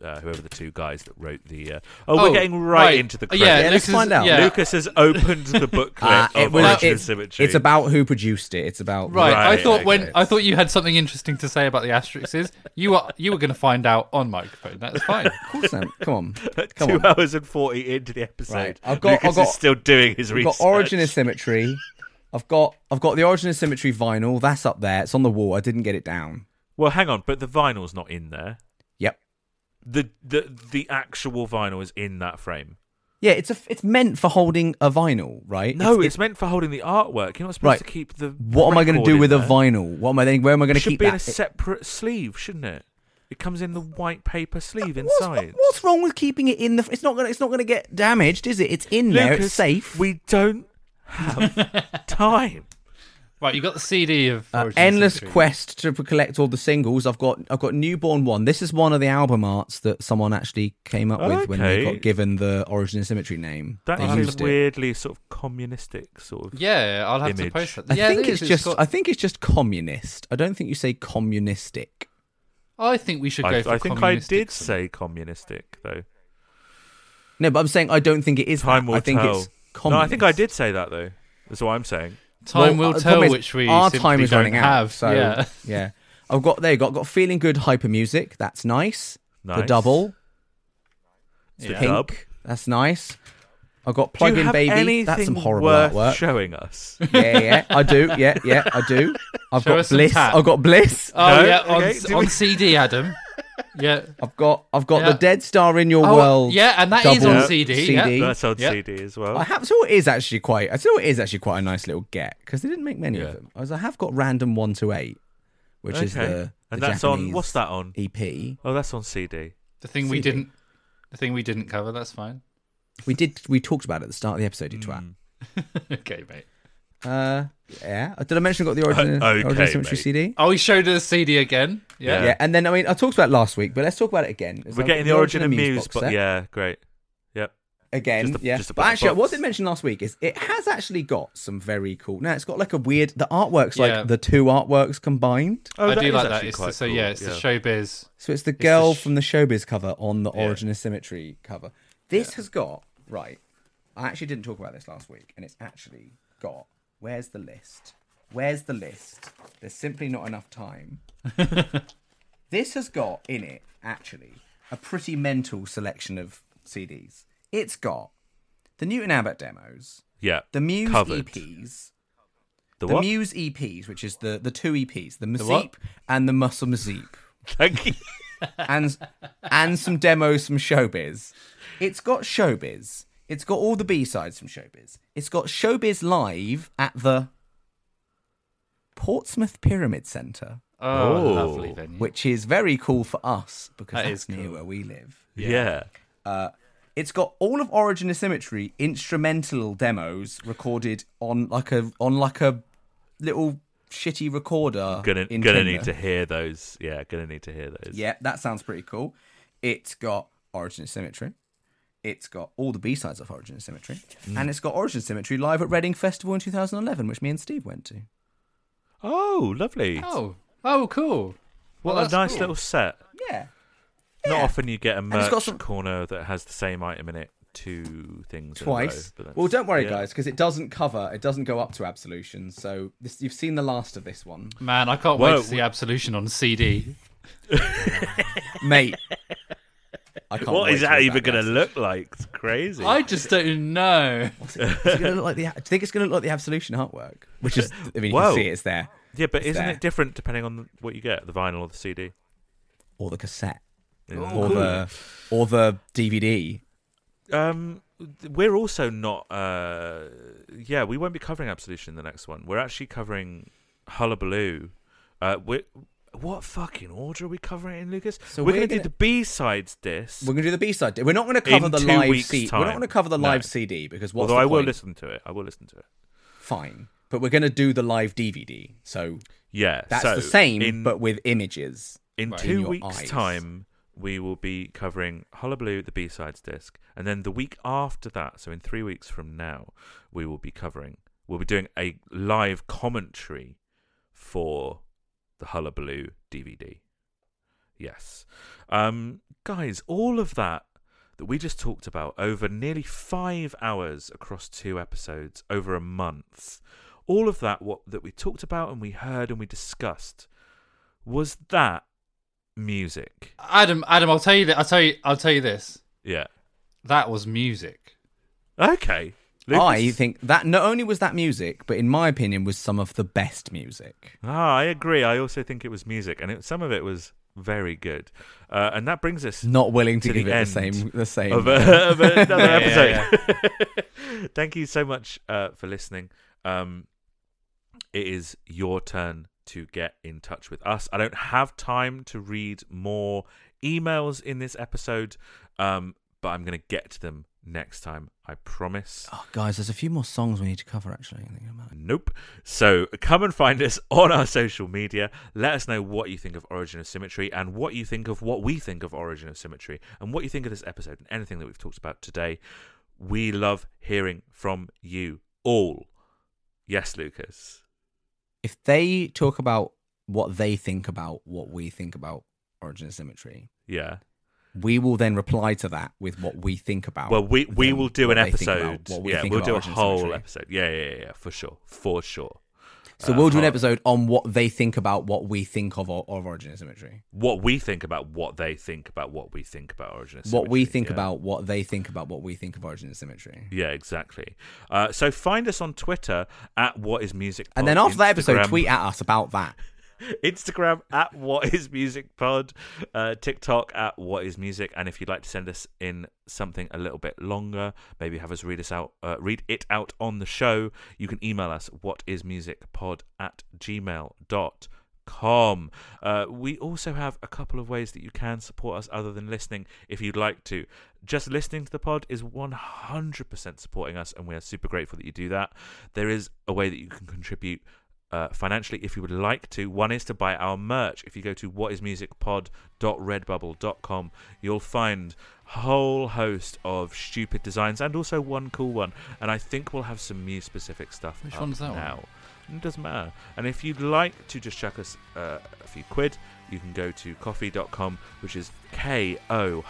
S4: uh, whoever the two guys that wrote the. Uh... Oh, we're getting right, into the
S2: Oh, Yeah,
S4: credits.
S3: Yeah, let's
S2: Lucas-
S3: find out.
S2: yeah.
S4: Lucas has opened the booklet
S3: Ah,
S4: of Origin
S3: it's,
S4: of Symmetry.
S3: it's about who produced it. It's about
S2: Right. I
S4: Right,
S2: thought when
S3: okay.
S2: I thought you had something interesting to say about the asterisks. you are you were going to find out on microphone. That's fine.
S3: Of course, Sam. Come on. Come
S4: two
S3: on.
S4: hours and forty into the episode.
S3: Right, I've got-
S4: Lucas
S3: I've got-
S4: is still doing his
S3: I've
S4: research.
S3: got Origin of Symmetry. I've got I've got the Origin of Symmetry vinyl. That's up there. It's on the wall. I didn't get it down.
S4: Well, hang on, but the vinyl's not in there.
S3: Yep.
S4: The the the actual vinyl is in that frame.
S3: Yeah, it's a it's meant for holding a vinyl, right?
S4: No, it's,
S3: It's-
S4: meant for holding the artwork. You're not supposed
S3: Right.
S4: to keep the.
S3: What am I going to
S4: record
S3: do
S4: in
S3: with a
S4: there.
S3: vinyl? What am I then? Where am I going
S4: It
S3: to
S4: should
S3: keep
S4: be in a
S3: that? It-
S4: separate sleeve, shouldn't it? It comes in the white paper sleeve
S3: what's,
S4: inside.
S3: what's wrong with keeping it in the? It's not gonna. It's not gonna get damaged, is it? It's in there.
S4: Lucas,
S3: It's safe.
S4: We don't have time.
S2: Right, you got the CD of
S3: Uh,
S2: Origin
S3: endless
S2: Symmetry.
S3: quest to collect all the singles. I've got. I've got newborn one. This is one of the album arts that someone actually came up with when they
S4: Okay.
S3: got given the Origin and Symmetry name.
S4: That
S3: they
S4: is
S3: used
S4: a
S3: it.
S4: weirdly sort of communistic sort of.
S2: Yeah, I'll have to
S4: Image.
S2: post that.
S3: I
S2: yeah,
S3: think
S2: it
S3: it's
S2: is.
S3: just. uh,
S2: got-
S3: I think it's just communist. I don't think you say communistic.
S2: I think we should go
S4: I,
S2: for
S4: I think I
S2: communistic
S4: did
S2: some-
S4: say communistic though.
S3: No, but I'm saying I don't think it is.
S4: Time
S3: that.
S4: will
S3: I think
S4: tell.
S3: it's
S4: No,
S3: communist.
S4: I think I did say that though. That's what I'm saying.
S2: Time
S3: Well, uh,
S2: will
S3: the problem
S2: tell
S3: is
S2: which we
S3: our
S2: simply
S3: time is
S2: don't
S3: running
S2: have.
S3: out. So
S2: yeah.
S3: yeah. I've got there. You got got feeling good hyper music. That's nice. The
S4: Nice.
S3: double
S4: It's the
S2: Yeah.
S3: pink.
S4: dub.
S3: That's nice. I
S4: Do
S3: got
S4: you
S3: plug in
S4: have
S3: baby.
S4: anything
S3: That's some horrible
S4: worth
S3: artwork.
S4: showing us?
S3: yeah, yeah. I do. Yeah, yeah. I do. I've
S2: Show
S3: got
S2: us some
S3: bliss.
S2: tat.
S3: I've got bliss.
S2: Oh
S4: No?
S2: yeah, on,
S4: Okay, do
S2: on
S4: we-
S2: CD, Adam. Yeah.
S3: I've got. I've got
S2: Yeah.
S3: the dead star in your
S2: Oh,
S3: world.
S2: yeah, and that is
S3: double
S2: on CD, yeah.
S4: That's on
S2: Yeah.
S4: CD as well.
S3: I have. So it is actually quite. I still it is actually quite a nice little get because they didn't make many
S4: Yeah.
S3: of them. As I have got random one to eight, which is
S4: Okay.
S3: the
S4: and
S3: the
S4: that's on.
S3: Japanese E
S4: What's that on?
S3: EP.
S4: Oh, that's on CD.
S2: The thing we
S3: CD.
S2: didn't, the thing we didn't cover. That's fine.
S3: We did. We talked about it at the start of the episode. You twat.
S4: Mm.
S2: okay, mate.
S3: Uh, yeah. Did I mention I got the origin,
S4: Uh, okay,
S3: origin symmetry
S4: mate. Oh,
S3: CD?
S2: Oh, he showed us CD again. Yeah.
S4: Yeah.
S3: Yeah, and then I mean I talked about it last week, but let's talk about it again. It's
S4: We're
S3: like
S4: getting the origin of
S3: and
S4: Muse,
S3: box
S4: but
S3: set
S4: yeah, great. Yep.
S3: again,
S4: just a-
S3: yeah.
S4: just a
S3: but
S4: black
S3: actually,
S4: box.
S3: what I did mention last week is it has actually got some very cool. Now it's got like a weird. The artwork's
S2: Yeah.
S3: like the two artworks combined.
S4: Oh,
S2: I do
S4: is
S2: like that.
S4: actually
S2: It's
S4: quite
S2: the, so
S4: cool,
S2: yeah, it's the showbiz.
S3: So it's the girl
S2: sh-
S3: from the Showbiz cover on the Origin of Symmetry cover. This has got right. I actually didn't talk about this last week, and it's actually got. Where's the list? Where's the list? There's simply not enough time. this has got in it actually a pretty mental selection of CDs. It's got the Newton Abbott demos,
S4: Yeah.
S3: the Muse
S4: Covered.
S3: EPs,
S4: The
S3: the
S4: what?
S3: Muse EPs, which is the the two EPs, the
S2: what?
S3: Mazeep and the Muscle Mazeep
S4: Thank you.
S3: and and some demos from Showbiz. It's got Showbiz. It's got all the B sides from Showbiz. It's got Showbiz live at the Portsmouth Pyramid Centre,
S2: Oh,
S4: Oh.
S2: lovely venue.
S3: which is very cool for us because
S2: That
S3: that's
S2: is
S3: near
S2: cool.
S3: where we live.
S4: Yeah.
S3: It's got all of Origin of Symmetry instrumental demos recorded on like a on like a little shitty recorder.
S4: Gonna
S3: in
S4: gonna
S3: Tinder.
S4: need to hear those. Yeah, gonna need to hear those.
S3: Yeah, that sounds pretty cool. It's got Origin of Symmetry. It's got all the B sides of Origin of Symmetry, and it's got Origin of Symmetry live at Reading Festival in 2011, which me and Steve went to.
S4: Oh, lovely.
S2: Oh, oh, cool.
S4: what
S2: well,
S4: a
S2: that's
S4: nice
S2: cool.
S4: little set.
S3: Yeah,
S4: Not often you get a
S3: it's
S4: merch
S3: got some-
S4: corner that has the same item in it two things in a row,
S3: twice.
S4: but that's-
S3: well, don't worry,
S4: yeah.
S3: guys, because it doesn't cover. It doesn't go up to absolution. So this, you've seen the last of this one,
S2: Man, I can't
S4: Whoa.
S2: wait to see Absolution on CD.
S3: mate. I can't.
S12: What
S3: wait
S12: is
S3: to
S12: that
S3: read
S12: even going
S3: next.
S12: to look like? It's crazy.
S2: I just don't know.
S3: Is it gonna look like the, do you think it's going to look like the Absolution artwork? Which is, I mean, you
S4: Whoa.
S3: can see it's there,
S4: Yeah, but isn't
S3: there.
S4: it different depending on what you get, the vinyl or the CD?
S3: or the cassette,
S4: Yeah.
S3: or the or the DVD.
S4: Um, th- we're also not. Uh, yeah, we won't be covering Absolution in the next one. We're actually covering Hullabaloo. Uh, we what fucking order are we covering it in, Lucas?
S3: So
S4: we're,
S3: we're
S4: gonna, do
S3: gonna-
S4: the B sides disc.
S3: We're going to do the B side. We're not going to cover
S4: In
S3: the
S4: two
S3: live
S4: weeks'
S3: CD. We're not
S4: time.
S3: going to cover the
S4: No.
S3: live CD because what's
S4: Although
S3: the
S4: I will
S3: point?
S4: listen to it. I will listen to it.
S3: Fine, but we're going to do the live DVD. So
S4: Yeah,
S3: that's
S4: so
S3: the same,
S4: in-
S3: but with images.
S4: In
S2: Right.
S4: two
S3: In your
S4: weeks'
S3: eyes.
S4: time, we will be covering Hullabaloo, the B sides disc, and then the week after that, so in three weeks from now, we will be covering. We'll be doing a live commentary for the Hullabaloo DVD. Yes, um, guys, all of that that we just talked about over nearly five hours across two episodes over a month. All of that what that we talked about and we heard and we discussed was that music.
S2: Adam, Adam, I'll tell you that. I'll tell you. I'll tell you this.
S4: Yeah.
S2: That was music.
S4: Okay. Lucas.
S3: I think that not only was that music, but in my opinion, was some of the best music.
S4: Ah, I agree. I also think it was music, and it, some of it was very good. Uh, and that brings us
S3: Not willing to,
S4: To the
S3: give it the
S4: end
S3: same. The same.
S4: of, a, of another
S2: Yeah,
S4: episode.
S2: yeah,
S4: Thank you so much uh, for listening. Um, it is your turn to get in touch with us. I don't have time to read more emails in this episode, um, but I'm going to get to them next time. I promise.
S3: Oh, guys, there's a few more songs we need to cover. Actually, I think about it.
S4: Nope. So come and find us on our social media. Let us know what you think of Origin of Symmetry and what you think of what we think of Origin of Symmetry and what you think of this episode and anything that we've talked about today. We love hearing from you all. Yes, Lucas.
S3: if they talk about what they think about what we think about Origin of Symmetry,
S4: Yeah.
S3: we will then reply to that with what we think about.
S4: Well, we we
S3: them,
S4: will do
S3: what
S4: an
S3: they think about-
S4: episode.
S3: what we
S4: yeah,
S3: think
S4: we'll
S3: about
S4: do a
S3: Origin of
S4: whole
S3: Symmetry.
S4: episode. Yeah, yeah, yeah, yeah, for sure, for sure.
S3: So
S4: Uh,
S3: we'll do an
S4: how-
S3: episode on what they think about what we think of of Origin of Symmetry.
S4: What we think about what they think about what we think about Origin of Symmetry.
S3: what we think
S4: yeah.
S3: about what they think about what we think of Origin of Symmetry.
S4: Yeah, exactly. Uh, so find us on Twitter at What Is Music.
S3: And then after that episode,
S4: Instagram-
S3: tweet at us about that.
S4: Instagram at What Is Music Pod, uh, TikTok at What Is Music, and if you'd like to send us in something a little bit longer, maybe have us read us out, uh, read it out on the show. You can email us What Is Music Pod at gmail dot com. Uh, we also have a couple of ways that you can support us other than listening if you'd like to. Just listening to the pod is 100% supporting us, and we are super grateful that you do that. There is a way that you can contribute uh, financially if you would like to. One is to buy our merch. If you go to whatismusicpod.redbubble.com, you'll find a whole host of stupid designs and also one cool one. And I think we'll have some Muse specific stuff.
S2: Which
S4: up
S2: one's that one?
S4: now. It doesn't matter. And if you'd like to just chuck us uh, a few quid, you can go to coffee.com, which is ko-fi.com.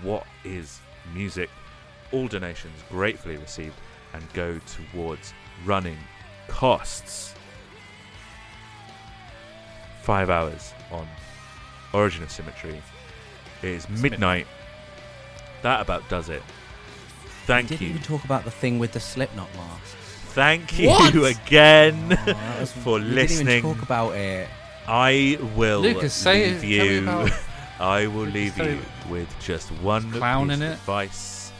S4: What is music? All donations gratefully received and go towards running costs. Five hours on Origin of Symmetry. It is midnight. That about does it. Thank
S3: Didn't
S4: you.
S3: even talk about the thing with the Slipknot masks.
S4: Thank you
S2: What?
S4: again
S3: Oh, that was-
S4: for
S3: we Didn't
S4: listening.
S3: even talk about it.
S4: I will
S2: Lucas, say
S4: leave
S2: it- tell
S4: you.
S2: me about-
S4: I will
S2: Lucas,
S4: leave
S2: tell
S4: you
S2: me-
S4: with just one
S2: Clown
S4: piece
S2: in
S4: of
S2: it?
S4: advice.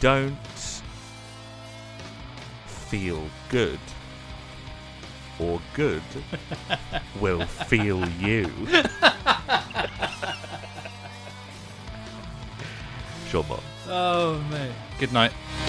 S4: Don't feel good, or good will feel you. Sean Moore.
S2: Oh man. Good night.